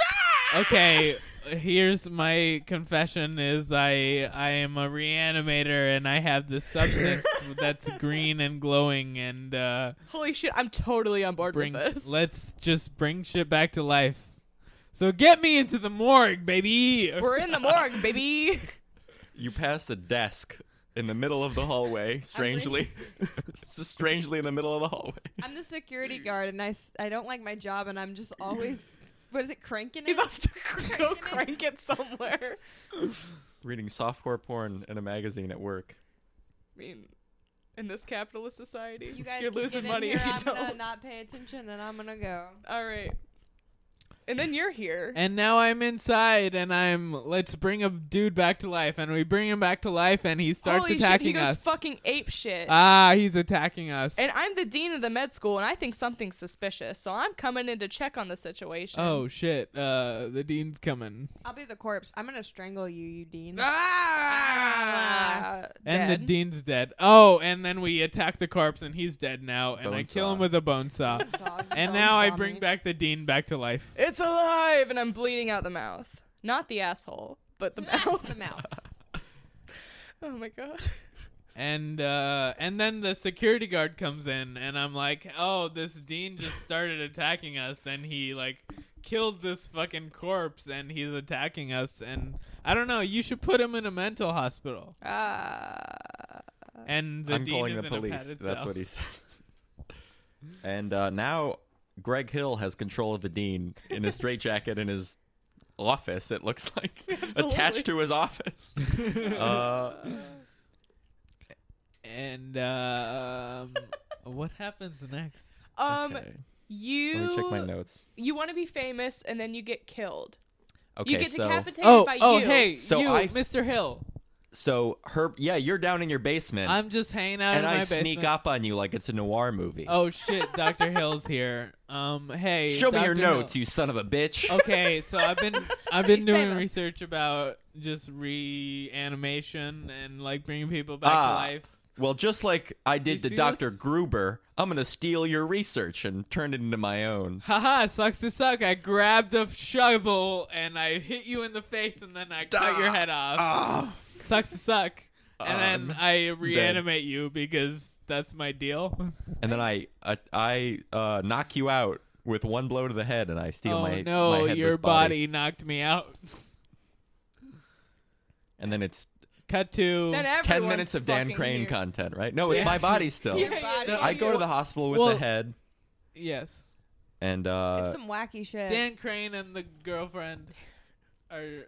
Speaker 4: okay here's my confession is i i am a reanimator and i have this substance that's green and glowing and uh
Speaker 3: Holy shit, I'm totally on board
Speaker 4: bring
Speaker 3: with this.
Speaker 4: let's just bring shit back to life so get me into the morgue baby
Speaker 3: We're in the morgue, baby.
Speaker 2: you pass the desk in the middle of the hallway. Strangely, It's just strangely in the middle of the hallway.
Speaker 1: I'm the security guard, and I, s- I don't like my job, and I'm just always, what is it, cranking
Speaker 3: He's
Speaker 1: it?
Speaker 3: off to go
Speaker 1: Cranking it.
Speaker 3: crank it somewhere.
Speaker 2: Reading softcore porn in a magazine at work.
Speaker 3: I mean, in this capitalist society,
Speaker 1: You guys
Speaker 3: are
Speaker 1: can
Speaker 3: losing
Speaker 1: get in
Speaker 3: money
Speaker 1: here,
Speaker 3: if you
Speaker 1: I'm
Speaker 3: don't.
Speaker 1: gonna not pay attention, and I'm gonna go.
Speaker 3: All right. And then you're here.
Speaker 4: and now i'm inside and i'm let's bring a dude back to life and we bring him back to life and he starts
Speaker 3: Holy shit,
Speaker 4: attacking
Speaker 3: he goes
Speaker 4: us
Speaker 3: fucking ape shit.
Speaker 4: ah he's attacking us
Speaker 3: and I'm the dean of the med school, and I think something's suspicious, so I'm coming in to check on the situation.
Speaker 4: oh shit uh the dean's coming
Speaker 1: I'll be the corpse. I'm gonna strangle you, you Dean.
Speaker 3: Ah!
Speaker 4: And the
Speaker 3: Dead.
Speaker 4: dean's dead. Oh, and then we attack the corpse, and he's dead now. And I
Speaker 2: Bone
Speaker 4: kill
Speaker 2: saw.
Speaker 4: him with a bone saw. and now I bring back the dean back to life.
Speaker 3: It's alive, and I'm bleeding out the mouth. Not the asshole, but the mouth.
Speaker 1: the mouth.
Speaker 3: oh my god.
Speaker 4: And uh, and then the security guard comes in, and I'm like, oh, this dean just started attacking us, and he like killed this fucking corpse, and he's attacking us. And I don't know. You should put him in a mental hospital. And the
Speaker 2: I'm
Speaker 4: dean
Speaker 2: calling
Speaker 4: is
Speaker 2: the
Speaker 4: in a
Speaker 2: police.
Speaker 4: padded
Speaker 2: That's
Speaker 4: cell.
Speaker 2: what he says. And uh, now Greg Hill has control of the dean in his straitjacket in his office. It looks like
Speaker 3: Absolutely.
Speaker 2: attached to his office. uh,
Speaker 4: And um, what happens next?
Speaker 3: Um,
Speaker 2: okay.
Speaker 3: you
Speaker 2: Let me check my notes.
Speaker 3: you want to be famous, and then you get killed.
Speaker 2: Okay,
Speaker 3: you get
Speaker 2: so
Speaker 3: decapitated
Speaker 4: Oh,
Speaker 3: by
Speaker 4: oh,
Speaker 3: you.
Speaker 4: hey,
Speaker 2: So
Speaker 4: you,
Speaker 2: I-
Speaker 4: Mr. Hill.
Speaker 2: so Herb, yeah, you're down in your basement,
Speaker 4: I'm just hanging out
Speaker 2: and
Speaker 4: in
Speaker 2: I
Speaker 4: my
Speaker 2: sneak
Speaker 4: basement.
Speaker 2: up on you like it's a noir movie.
Speaker 4: Oh shit, Dr. Hill's here. Um, hey,
Speaker 2: show me your
Speaker 4: Dr. Hill.
Speaker 2: notes, you son of a bitch.
Speaker 4: okay, so I've been I've been
Speaker 1: He's
Speaker 4: doing
Speaker 1: famous.
Speaker 4: research about just reanimation and like bringing people back to
Speaker 2: Ah.
Speaker 4: life.
Speaker 2: Well, just like I did
Speaker 4: You
Speaker 2: to
Speaker 4: see
Speaker 2: Doctor
Speaker 4: this?
Speaker 2: Gruber, I'm gonna steal your research and turn it into my own.
Speaker 4: Haha, sucks to suck. I grabbed a shovel and I hit you in the face and then I cut your head off.
Speaker 2: Ah. Um,
Speaker 4: Sucks to suck.
Speaker 2: I'm
Speaker 4: And then I reanimate you because that's my deal.
Speaker 2: and then I I, I uh, knock you out with one blow to the head, and I steal
Speaker 4: oh
Speaker 2: my
Speaker 4: no,
Speaker 2: my headless
Speaker 4: your body knocked me out.
Speaker 2: and then it's
Speaker 4: Cut to
Speaker 3: Then everyone's
Speaker 2: ten minutes of Dan
Speaker 3: fucking
Speaker 2: Crane
Speaker 3: here.
Speaker 2: content, right? No, it's
Speaker 4: Yeah.
Speaker 2: my body still.
Speaker 3: Yeah, yeah, yeah,
Speaker 2: I go to the hospital with
Speaker 4: Well-
Speaker 2: the head,
Speaker 4: yes.
Speaker 2: and uh,
Speaker 1: it's some wacky shit.
Speaker 4: Dan Crane and the girlfriend are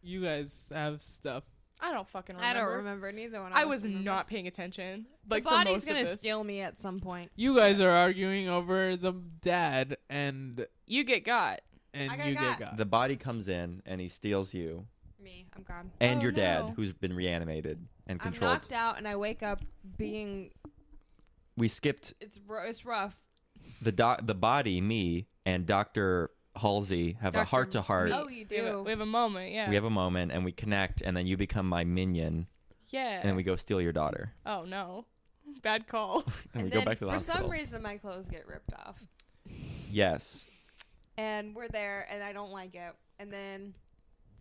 Speaker 4: you guys have stuff.
Speaker 3: I don't fucking
Speaker 1: I
Speaker 3: remember.
Speaker 1: don't remember neither one. Of
Speaker 3: I
Speaker 1: us
Speaker 3: was
Speaker 1: remember.
Speaker 3: not paying attention. Like
Speaker 1: the
Speaker 3: for
Speaker 1: body's
Speaker 3: most
Speaker 1: gonna
Speaker 3: of this.
Speaker 1: steal me at some point.
Speaker 4: You guys are arguing over the dad, and
Speaker 3: you get got.
Speaker 4: and
Speaker 1: I got
Speaker 4: you
Speaker 1: got.
Speaker 4: get got.
Speaker 2: The body comes in and he steals you
Speaker 1: Me, I'm gone.
Speaker 2: and
Speaker 3: Oh,
Speaker 2: your
Speaker 3: no.
Speaker 2: dad, who's been reanimated and
Speaker 1: I'm
Speaker 2: controlled.
Speaker 1: knocked out and I wake up being
Speaker 2: We skipped
Speaker 1: it's ro- it's rough.
Speaker 2: the doc, the body, me, and Doctor Halsey have a
Speaker 3: Dr.
Speaker 2: heart to heart.
Speaker 1: Oh, you
Speaker 3: We have, a,
Speaker 1: do.
Speaker 3: we have a moment. Yeah.
Speaker 2: We have a moment and we connect, and then you become my minion,
Speaker 3: yeah.
Speaker 2: and then we go steal your daughter,
Speaker 3: oh no. Bad call.
Speaker 2: and, we
Speaker 1: then
Speaker 2: go back to the
Speaker 1: for
Speaker 2: hospital.
Speaker 1: some reason my clothes get ripped off,
Speaker 2: yes,
Speaker 1: and we're there, and I don't like it. And then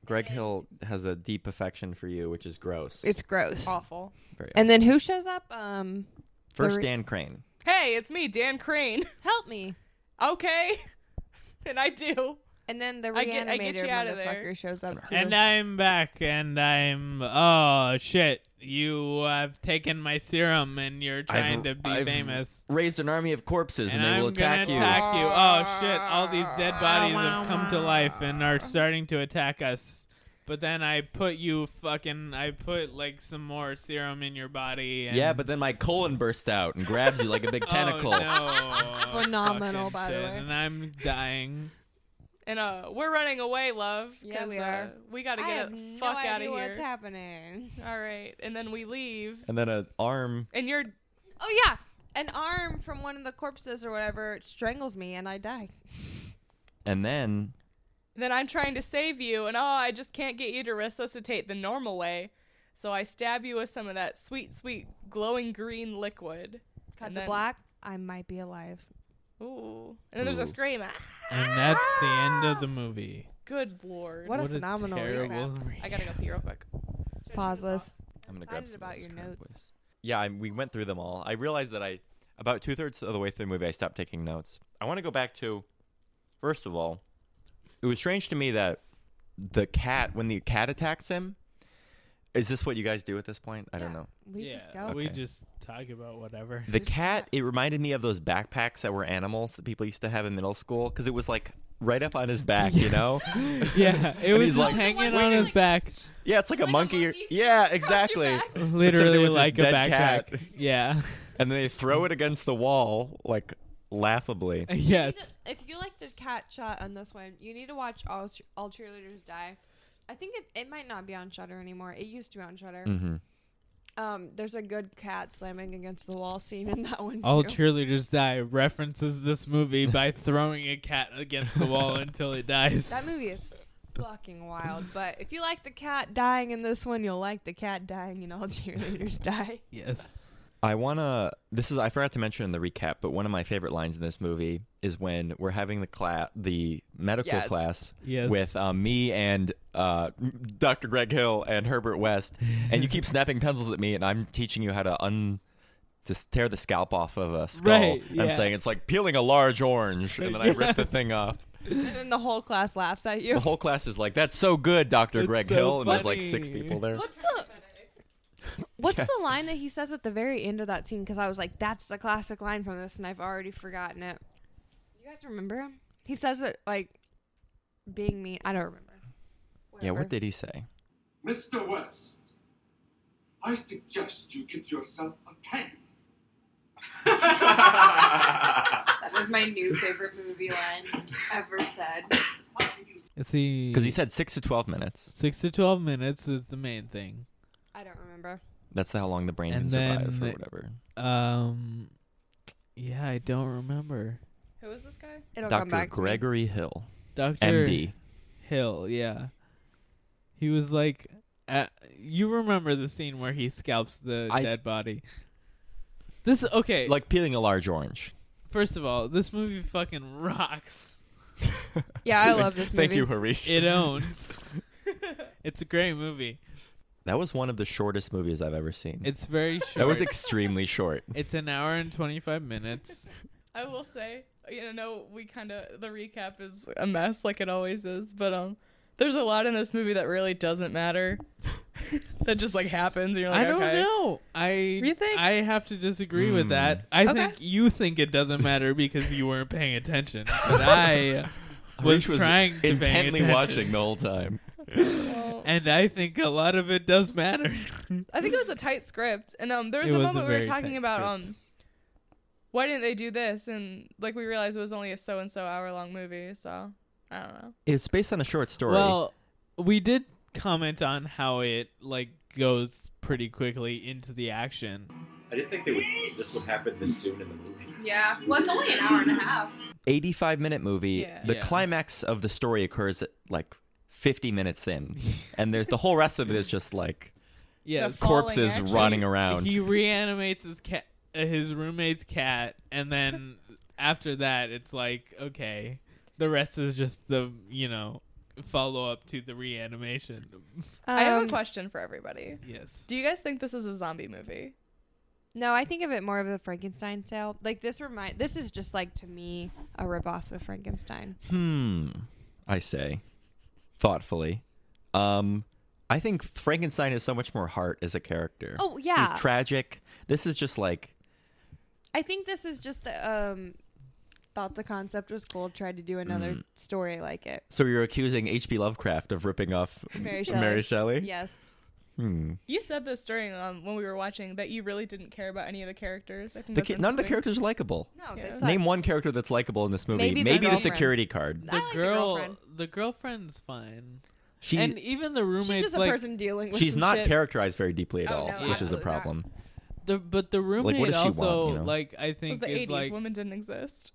Speaker 2: Greg Hill has a deep affection for you, which is gross.
Speaker 1: it's gross.
Speaker 3: Awful.
Speaker 2: Very
Speaker 1: And then who shows up? Um,
Speaker 2: First,
Speaker 1: re-
Speaker 2: Dan Crane.
Speaker 3: Hey, it's me, Dan Crane.
Speaker 1: help me.
Speaker 3: okay. and I do.
Speaker 1: And then the
Speaker 3: I get- I get
Speaker 1: reanimator
Speaker 3: you outta there.
Speaker 1: motherfucker shows up. Too.
Speaker 4: And I'm back, and I'm oh shit! You have taken my serum, and you're trying to be
Speaker 2: I've
Speaker 4: famous.
Speaker 2: Raised an army of corpses,
Speaker 4: And
Speaker 2: and, they
Speaker 4: I'm
Speaker 2: will attack
Speaker 4: gonna
Speaker 2: you.
Speaker 4: attack you. Oh shit! All these
Speaker 1: Ah,
Speaker 4: dead bodies have come to life and are starting to attack us. But then I put you fucking. I put like some more serum in your body. And,
Speaker 2: Yeah, but then my colon bursts out and grabs you like a big
Speaker 4: Oh,
Speaker 2: tentacle.
Speaker 4: no.
Speaker 1: Phenomenal,
Speaker 4: Fucking
Speaker 1: by the
Speaker 4: shit.
Speaker 1: way.
Speaker 4: And I'm dying.
Speaker 3: And uh, we're running away, love.
Speaker 1: Yeah,
Speaker 3: 'cause,
Speaker 1: we
Speaker 3: uh,
Speaker 1: are.
Speaker 3: we gotta
Speaker 1: I
Speaker 3: get
Speaker 1: have
Speaker 3: the
Speaker 1: no
Speaker 3: fuck out
Speaker 1: idea
Speaker 3: of
Speaker 1: what's
Speaker 3: here.
Speaker 1: happening.
Speaker 3: All right, and then we leave.
Speaker 2: And then an arm.
Speaker 3: And you're
Speaker 1: Oh yeah, an arm from one of the corpses or whatever strangles me, and I die.
Speaker 2: And then
Speaker 3: then I'm trying to save you, and oh, I just can't get you to resuscitate the normal way. So I stab you with some of that sweet, sweet glowing green liquid.
Speaker 1: Cut
Speaker 3: And
Speaker 1: to
Speaker 3: then-
Speaker 1: black. I might be alive.
Speaker 3: Ooh. And then there's a
Speaker 2: Ooh.
Speaker 3: scream. Ah,
Speaker 4: And that's the end of the movie.
Speaker 3: good lord.
Speaker 1: What a phenomenal
Speaker 4: terrible
Speaker 1: recap.
Speaker 4: re-
Speaker 3: I gotta go pee real quick.
Speaker 1: Pause this.
Speaker 2: I'm gonna
Speaker 1: Excited
Speaker 2: grab some of
Speaker 1: about
Speaker 2: those
Speaker 1: your
Speaker 2: current
Speaker 1: notes.
Speaker 2: boys. Yeah, I, we went through them all. I realized that I about two thirds of the way through the movie I stopped taking notes. I want to go back to first of all, it was strange to me that the cat when the cat attacks him. Is this what you guys do at this point? I don't know.
Speaker 1: We just go.
Speaker 4: Yeah, We
Speaker 2: Okay.
Speaker 4: just talk about whatever.
Speaker 2: The cat, it reminded me of those backpacks that were animals that people used to have in middle school because it was like right up on his back, you know?
Speaker 4: Yeah, it
Speaker 2: And
Speaker 4: was
Speaker 2: he's
Speaker 4: just
Speaker 2: like-
Speaker 4: hanging
Speaker 1: Wait,
Speaker 4: on
Speaker 1: wait,
Speaker 4: his
Speaker 1: wait.
Speaker 4: back,
Speaker 2: Yeah, it's like,
Speaker 1: Like
Speaker 2: a
Speaker 1: a
Speaker 2: monkey.
Speaker 1: monkey
Speaker 2: yeah,
Speaker 1: across your
Speaker 2: exactly.
Speaker 1: back.
Speaker 4: literally
Speaker 2: was this
Speaker 4: like a
Speaker 2: dead cat.
Speaker 4: backpack. Yeah,
Speaker 2: And then they throw it against the wall, like laughably.
Speaker 4: yes.
Speaker 1: If you like the cat shot on this one, you need to watch all Ch- all cheerleaders die. I think it, it might not be on Shutter anymore. It used to be on Shutter.
Speaker 2: Mm-hmm.
Speaker 1: Um, there's a good cat slamming against the wall scene in that one
Speaker 4: All
Speaker 1: too.
Speaker 4: cheerleaders die references this movie by throwing a cat against the wall until it dies.
Speaker 1: that movie is fucking wild. But if you like the cat dying in this one, you'll like the cat dying in all cheerleaders die.
Speaker 4: Yes.
Speaker 2: I want to. This is. I forgot to mention in the recap, but one of my favorite lines in this movie is when we're having the class, the medical
Speaker 3: Yes.
Speaker 2: class,
Speaker 4: Yes.
Speaker 2: with um, me and uh, Dr. Greg Hill and Herbert West, and you keep snapping pencils at me, and I'm teaching you how to un. To s- tear the scalp off of a skull.
Speaker 4: Right,
Speaker 2: and I'm
Speaker 4: yeah.
Speaker 2: saying it's like peeling a large orange, and then I rip the thing off.
Speaker 1: and then the whole class laughs at you.
Speaker 2: The whole class is like, "That's so good, Doctor
Speaker 4: It's
Speaker 2: Greg
Speaker 4: so
Speaker 2: Hill," and there's like
Speaker 4: funny.
Speaker 2: six people there.
Speaker 1: What's the What's
Speaker 2: Yes.
Speaker 1: the line that he says at the very end of that scene? Because I was like, that's the classic line from this, and I've already forgotten it. You guys remember him? He says it like being mean. I don't remember.
Speaker 2: Yeah,
Speaker 1: Whatever.
Speaker 2: what did he say?
Speaker 8: Mr. West, I suggest you get yourself a pen.
Speaker 11: That was my new favorite movie line ever said.
Speaker 4: See,
Speaker 2: Because he said six to twelve minutes.
Speaker 4: six to twelve minutes is the main thing.
Speaker 1: I don't remember.
Speaker 2: That's how long the brain
Speaker 4: And
Speaker 2: can survive,
Speaker 4: then
Speaker 2: or
Speaker 4: the-
Speaker 2: whatever.
Speaker 4: Um, yeah, I don't remember.
Speaker 3: Who is this guy?
Speaker 1: It'll come
Speaker 2: Dr.
Speaker 1: back. to me.
Speaker 2: Gregory Hill,
Speaker 4: Doctor
Speaker 2: MD.
Speaker 4: Hill, yeah. He was like, at, you remember the scene where he scalps the
Speaker 2: I-
Speaker 4: dead body? This okay.
Speaker 2: Like peeling a large orange.
Speaker 4: first of all, this movie fucking rocks.
Speaker 1: Yeah, I love this
Speaker 2: Thank
Speaker 1: movie.
Speaker 2: you, Harish.
Speaker 4: It owns. it's a great movie.
Speaker 2: that was one of the shortest movies I've ever seen.
Speaker 4: It's very short.
Speaker 2: that was extremely short.
Speaker 4: it's an hour and twenty five minutes.
Speaker 3: I will say, you know, we kind of the recap is a mess, like it always is. But um, there's a lot in this movie that really doesn't matter. that just like happens. And you're like,
Speaker 4: I don't
Speaker 3: okay.
Speaker 4: know. I
Speaker 3: You think?
Speaker 4: I have to disagree with
Speaker 2: Hmm.
Speaker 4: that. I
Speaker 3: Okay.
Speaker 4: think you think it doesn't matter because you weren't paying attention, but I was,
Speaker 2: Harish was
Speaker 4: trying to pay
Speaker 2: intently
Speaker 4: attention.
Speaker 2: watching the whole time.
Speaker 4: and I think a lot of it does matter.
Speaker 3: I think it was a tight script, and um, there was
Speaker 4: It
Speaker 3: a
Speaker 4: was
Speaker 3: moment
Speaker 4: a
Speaker 3: we were
Speaker 4: very
Speaker 3: talking
Speaker 4: tight
Speaker 3: about
Speaker 4: script.
Speaker 3: um, why didn't they do this? And like we realized it was only a so and so hour long movie, so I don't know.
Speaker 2: It's based on a short story.
Speaker 4: Well, we did comment on how it like goes pretty quickly into the action.
Speaker 12: I didn't think they would, this would happen this soon in the movie.
Speaker 11: Yeah. Well, it's only an hour and a half.
Speaker 2: 85 minute movie.
Speaker 11: Yeah.
Speaker 2: The
Speaker 11: Yeah.
Speaker 2: climax of the story occurs at, like 50 minutes in, and there's the whole rest of it is just like
Speaker 4: Yeah,
Speaker 2: corpses running around.
Speaker 4: He reanimates his cat, uh, his roommate's cat, and then after that, it's like okay, the rest is just the you know follow up to the reanimation.
Speaker 3: I have
Speaker 1: Um,
Speaker 3: a question for everybody.
Speaker 4: Yes.
Speaker 3: Do you guys think this is a zombie movie?
Speaker 1: No, I think of it more of the Frankenstein tale. Like this remind this is just like to me a ripoff of Frankenstein.
Speaker 2: Hmm. I say, thoughtfully. Um, I think Frankenstein has so much more heart as a character.
Speaker 1: Oh, yeah.
Speaker 2: He's tragic. This is just like
Speaker 1: I think this is just the, um thought the concept was cool, tried to do another
Speaker 2: Mm.
Speaker 1: story like it.
Speaker 2: so you're accusing H.P. Lovecraft of ripping off
Speaker 1: Mary Shelley.
Speaker 2: Mary Shelley?
Speaker 1: Yes.
Speaker 2: Hmm.
Speaker 3: You said this during um, when we were watching that you really didn't care about any of the characters. I think
Speaker 2: The
Speaker 3: that's
Speaker 2: ki- none of the
Speaker 3: interesting.
Speaker 2: characters are likable.
Speaker 3: No, they suck.
Speaker 2: Name one character that's likable in this movie.
Speaker 4: Maybe
Speaker 2: Maybe,
Speaker 4: the
Speaker 2: the,
Speaker 4: girlfriend.
Speaker 2: security card.
Speaker 4: The girl, the girlfriend's fine.
Speaker 2: She-
Speaker 4: and even the roommate's
Speaker 1: just a
Speaker 4: like-
Speaker 1: person dealing with
Speaker 2: She's
Speaker 1: some
Speaker 2: not
Speaker 1: shit.
Speaker 2: characterized very deeply at
Speaker 1: Oh,
Speaker 2: all,
Speaker 1: no,
Speaker 2: which is
Speaker 1: absolutely
Speaker 2: a
Speaker 1: not.
Speaker 2: problem.
Speaker 4: The but the
Speaker 2: Like, what
Speaker 4: roommate
Speaker 2: does she want,
Speaker 4: also
Speaker 2: you know?
Speaker 4: like I
Speaker 3: It was
Speaker 4: think
Speaker 3: the
Speaker 4: is
Speaker 3: 80s.
Speaker 4: like
Speaker 3: Women didn't exist.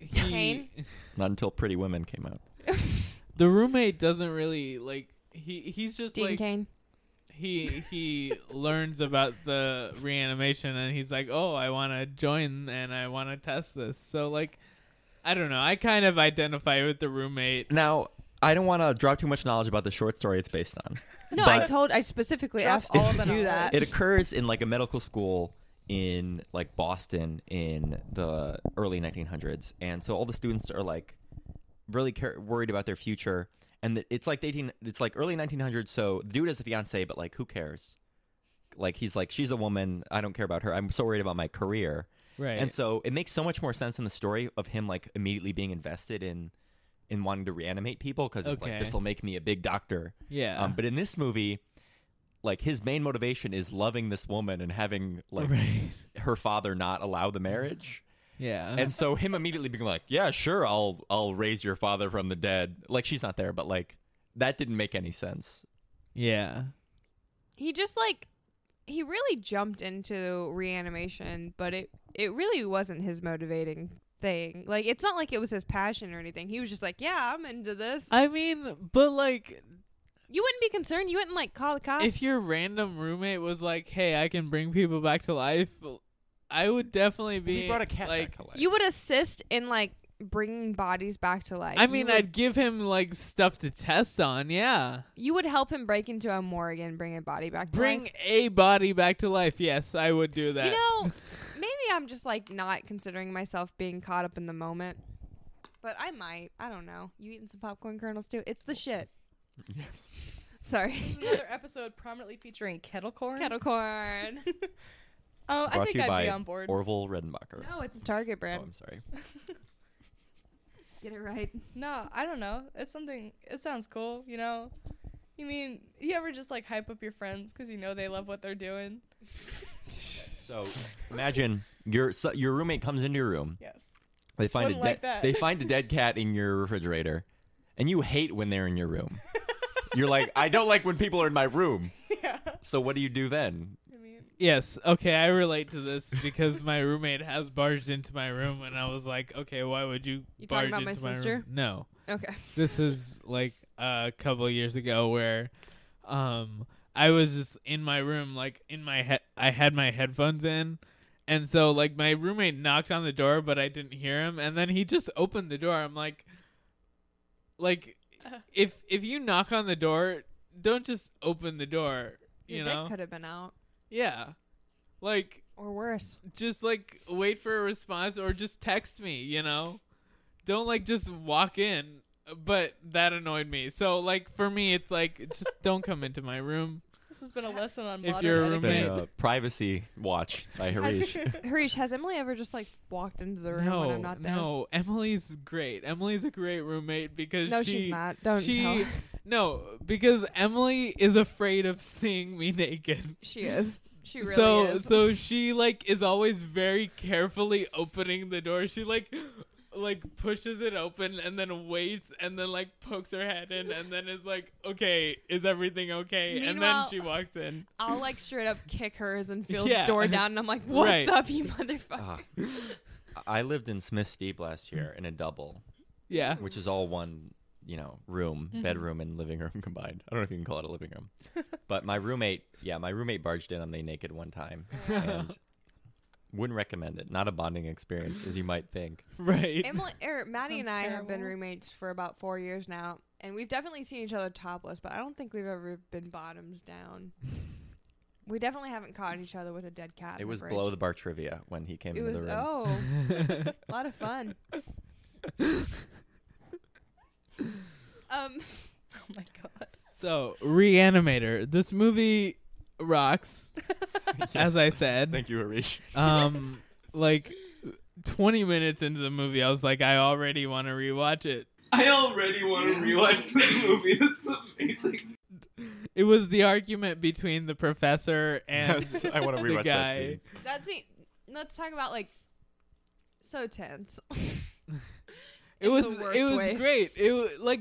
Speaker 4: he,
Speaker 2: Not until Pretty Women came out.
Speaker 4: the roommate doesn't really like he he's just
Speaker 1: Dean
Speaker 4: like
Speaker 1: Cain.
Speaker 4: he he learns about the reanimation and he's like oh I want to join and I want to test this so like I don't know I kind of identify with the roommate
Speaker 2: Now, I don't want to drop too much knowledge about the short story it's based on.
Speaker 1: No, I
Speaker 2: but-
Speaker 1: told I specifically asked
Speaker 3: all
Speaker 1: you to
Speaker 3: the
Speaker 1: do
Speaker 3: knowledge.
Speaker 1: that.
Speaker 2: It occurs in like a medical school in like Boston in the early 1900s, and so all the students are like really care- worried about their future. And th- it's like the 18, it's like early 1900s. So the dude has a fiance, but like who cares? Like he's like she's a woman. I don't care about her. I'm so worried about my career.
Speaker 4: Right.
Speaker 2: And so it makes so much more sense in the story of him like immediately being invested in in wanting to reanimate people because it's like
Speaker 4: Okay.
Speaker 2: this will make me a big doctor.
Speaker 4: Yeah.
Speaker 2: Um, but in this movie, like his main motivation is loving this woman and having like her father not allow the marriage.
Speaker 4: Yeah.
Speaker 2: And so him immediately being like, "Yeah, sure, I'll I'll raise your father from the dead." Like she's not there, but like that didn't make any sense.
Speaker 4: yeah
Speaker 1: he just like he really jumped into reanimation, but it it really wasn't his motivating thing. Like it's not like it was his passion or anything. He was just like, yeah, I'm into this.
Speaker 4: I mean but like
Speaker 1: you wouldn't be concerned. You wouldn't like call the cops.
Speaker 4: if your random roommate was like, "Hey, I can bring people back to life," I would definitely be.
Speaker 1: brought a
Speaker 4: cat like, back to life.
Speaker 1: you would assist in like bringing bodies back to life.
Speaker 4: I
Speaker 1: You
Speaker 4: mean,
Speaker 1: would-
Speaker 4: I'd give him like stuff to test on. Yeah,
Speaker 1: you would help him break into a morgue and bring a body back to
Speaker 4: bring
Speaker 1: life.
Speaker 4: a body back to life. Yes, I would do that.
Speaker 1: You know, maybe I'm just like not considering myself being caught up in the moment. But I might. I don't know. You eating some popcorn kernels too? It's the shit.
Speaker 2: Yes.
Speaker 1: Sorry.
Speaker 3: This is another episode prominently featuring kettle corn.
Speaker 1: Kettle corn.
Speaker 3: oh, I
Speaker 2: Brought
Speaker 3: think
Speaker 2: to you
Speaker 3: I'd
Speaker 2: by
Speaker 3: be on board.
Speaker 2: Orville Redenbacher. Oh,
Speaker 1: no, it's Target brand.
Speaker 2: I'm sorry.
Speaker 1: Get it right.
Speaker 3: No, I don't know. It's something. It sounds cool, you know. You mean you ever just like hype up your friends because you know they love what they're doing?
Speaker 2: So imagine your so your roommate comes into your room.
Speaker 3: Yes.
Speaker 2: They find
Speaker 3: Wouldn't
Speaker 2: a dead
Speaker 3: like that.
Speaker 2: they find a dead cat in your refrigerator, and you hate when they're in your room. You're like, I don't like when people are in my room.
Speaker 3: Yeah.
Speaker 2: So what do you do then?
Speaker 4: Yes. Okay, I relate to this because my roommate has barged into my room, and I was like, "Okay, why would you?"
Speaker 1: You talking about
Speaker 4: barge
Speaker 1: my
Speaker 4: into
Speaker 1: sister?
Speaker 4: room? No.
Speaker 1: Okay.
Speaker 4: This is like a couple years ago where, um, I was just in my room, like in my head, I had my headphones in. And so, like, my roommate knocked on the door, but I didn't hear him. And then he just opened the door. I'm like, like,
Speaker 1: Uh.
Speaker 4: if if you knock on the door, don't just open the door. You
Speaker 1: Your
Speaker 4: know,
Speaker 1: dick could have been out.
Speaker 4: yeah. Like
Speaker 1: or worse.
Speaker 4: Just like wait for a response or just text me, you know? Don't like just walk in. But that annoyed me. So like for me it's like just don't come into my room.
Speaker 3: This has been a lesson on
Speaker 4: If
Speaker 3: modern
Speaker 4: your
Speaker 3: etiquette.
Speaker 4: roommate-
Speaker 2: uh, privacy watch by Harish.
Speaker 1: Harish, has Emily ever just like walked into the room when
Speaker 4: No,
Speaker 1: I'm not there?
Speaker 4: no. Emily's great. Emily's a great roommate because
Speaker 1: No,
Speaker 4: she,
Speaker 1: she's not. Don't
Speaker 4: she,
Speaker 1: tell her.
Speaker 4: No, because Emily is afraid of seeing me naked.
Speaker 1: She is. She really
Speaker 4: so,
Speaker 1: is.
Speaker 4: So she like is always very carefully opening the door. She like like pushes it open and then waits and then like pokes her head in and then is like, okay, is everything okay? and then
Speaker 1: Meanwhile-
Speaker 4: she walks in.
Speaker 1: I'll like straight up kick hers and Phil's
Speaker 4: Yeah.
Speaker 1: door down, and I'm like, "What's
Speaker 4: Right.
Speaker 1: up, you motherfucker?"
Speaker 2: Ah. I lived in Smith Steep last year in a double.
Speaker 4: Yeah.
Speaker 2: Which is all one, you know, room,
Speaker 3: Mm-hmm.
Speaker 4: Mhm.
Speaker 2: bedroom and living room combined. I don't know if you can call it a living room. but my roommate, yeah, my roommate barged in on me naked one time. And wouldn't recommend it. Not a bonding experience as you might think.
Speaker 4: Right.
Speaker 1: Emily or Maddie and
Speaker 3: Sounds
Speaker 1: I have been roommates for about four years now, and we've definitely seen each other topless, but I don't think we've ever been bottoms down. we definitely haven't caught each other with a dead cat.
Speaker 2: It
Speaker 1: in
Speaker 2: was
Speaker 1: the
Speaker 2: below
Speaker 1: fridge.
Speaker 2: the bar trivia when he came
Speaker 1: It
Speaker 2: into
Speaker 1: was
Speaker 2: the room.
Speaker 1: oh, a lot of fun. um,
Speaker 3: oh my god.
Speaker 4: So, Reanimator. This movie rocks, as I said.
Speaker 2: Thank you, Harish.
Speaker 4: Um, like 20 minutes into the movie, I was like, I already want to rewatch it.
Speaker 7: I already want to rewatch this movie. That's amazing.
Speaker 4: It was the argument between the professor and
Speaker 2: Yes, I wanna
Speaker 4: the
Speaker 2: rewatch that
Speaker 4: guy.
Speaker 2: scene.
Speaker 1: that's it. Let's talk about like so tense.
Speaker 4: It
Speaker 1: In
Speaker 4: was
Speaker 1: the worst
Speaker 4: it was
Speaker 1: way.
Speaker 4: great. It wa- like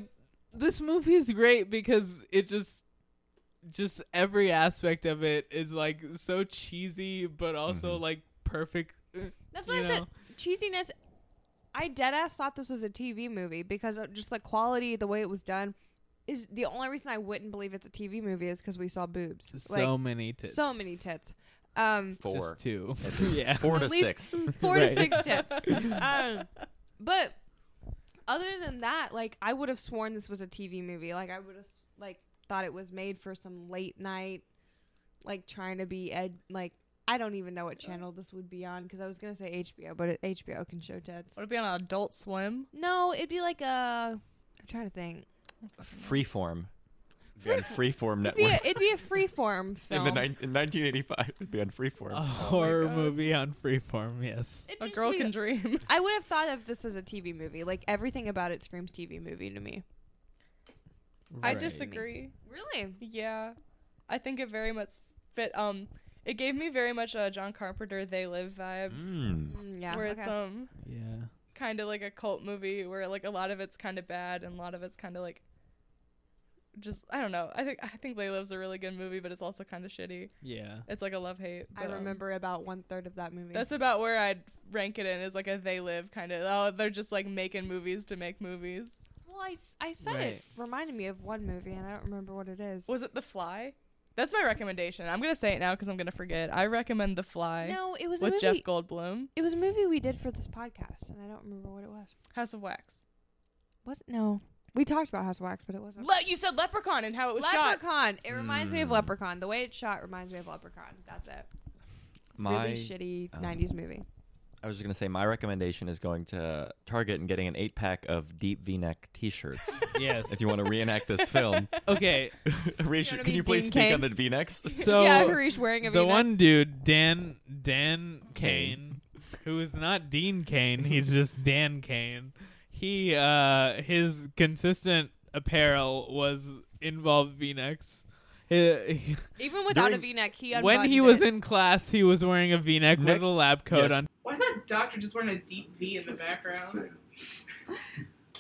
Speaker 4: this movie is great because it just just every aspect of it is like so cheesy but also
Speaker 2: Mm-hmm.
Speaker 4: like perfect.
Speaker 1: That's
Speaker 4: you
Speaker 1: why I said
Speaker 4: know?
Speaker 1: cheesiness. I dead ass thought this was a TV movie because of just the quality, the way it was done, is the only reason I wouldn't believe it's a TV movie is because we saw boobs.
Speaker 4: So many tits.
Speaker 1: So many tits. Um,
Speaker 2: Four.
Speaker 4: Just two.
Speaker 2: At least.
Speaker 4: yeah.
Speaker 2: Four to
Speaker 1: at least
Speaker 2: six.
Speaker 1: Four to
Speaker 4: Right.
Speaker 1: six tits. Um, but other than that, like I would have sworn this was a TV movie. Like I would have like thought it was made for some late night, like trying to be ed. Like I don't even know what
Speaker 4: Uh.
Speaker 1: channel this would be on because I was gonna say HBO, but it, HBO can show tits.
Speaker 3: Would it be on Adult Swim?
Speaker 1: No, it'd be like a. I'm trying to think.
Speaker 2: Freeform. Be on Freeform
Speaker 1: It'd be a,
Speaker 2: Network.
Speaker 1: it'd be a freeform
Speaker 2: In
Speaker 1: film.
Speaker 2: the nine in 1985, it'd be on Freeform.
Speaker 4: A horror movie on Freeform, yes.
Speaker 1: It'd
Speaker 3: A
Speaker 1: just
Speaker 3: girl
Speaker 1: be-
Speaker 3: can dream.
Speaker 1: I would have thought of this as a TV movie. Like everything about it screams TV movie to me.
Speaker 3: I disagree.
Speaker 1: Really?
Speaker 3: Yeah, I think it very much fit. Um, it gave me very much uh, John Carpenter They Live vibes,
Speaker 2: Mm.
Speaker 1: Mm, yeah.
Speaker 3: where
Speaker 1: okay.
Speaker 3: it's um
Speaker 4: Yeah.
Speaker 3: kind of like a cult movie where like a lot of it's kind of bad and a lot of it's kind of like just I don't know. I think I think They Live's a really good movie, but it's also kind of shitty.
Speaker 4: Yeah.
Speaker 3: It's like a love hate.
Speaker 1: I
Speaker 3: but, um,
Speaker 1: remember about one third of that movie.
Speaker 3: That's about where I'd rank it in is like a They Live kind of. Oh, they're just like making movies to make movies.
Speaker 1: well, I, s- I said it
Speaker 4: Right.
Speaker 1: reminded me of one movie, and I don't remember what it is.
Speaker 3: Was it The Fly? That's my recommendation. I'm gonna say it now because I'm gonna forget. I recommend The Fly.
Speaker 1: no, it was a
Speaker 3: with
Speaker 1: movie.
Speaker 3: Jeff Goldblum.
Speaker 1: it was a movie we did for this podcast, and I don't remember what it was.
Speaker 3: House of Wax.
Speaker 1: Was it? no, we talked about House of Wax, but it wasn't.
Speaker 3: Le- you said Leprechaun and how it was shot.
Speaker 1: Leprechaun. It reminds me of
Speaker 2: Mm.
Speaker 1: Leprechaun. The way it's shot reminds me of Leprechaun. That's it.
Speaker 2: My,
Speaker 1: really shitty
Speaker 2: um,
Speaker 1: '90s movie.
Speaker 2: I was just gonna say my recommendation is going to Target and getting an eight pack of deep V neck T shirts.
Speaker 4: Yes.
Speaker 2: if you want to reenact this film,
Speaker 4: Okay.
Speaker 2: Harish,
Speaker 1: You wanna
Speaker 2: can
Speaker 1: be
Speaker 2: you please
Speaker 1: Dean
Speaker 2: speak
Speaker 1: Cain?
Speaker 2: on the V necks?
Speaker 4: So
Speaker 1: yeah, Harish wearing a
Speaker 4: the
Speaker 1: V-neck.
Speaker 4: one dude, Dan Dan
Speaker 2: Kane.
Speaker 4: Kane, who is not Dean Kane, he's just Dan Kane. He uh his consistent apparel was involved V-necks. He-
Speaker 1: Even without a
Speaker 2: during-
Speaker 1: V-neck, he
Speaker 4: when he
Speaker 1: unbuttoned
Speaker 4: was
Speaker 1: it.
Speaker 4: in class, he was wearing a V-neck
Speaker 2: Neck-
Speaker 4: with a lab coat
Speaker 2: Yes.
Speaker 4: on.
Speaker 7: Why is that doctor just wearing a deep V in the background?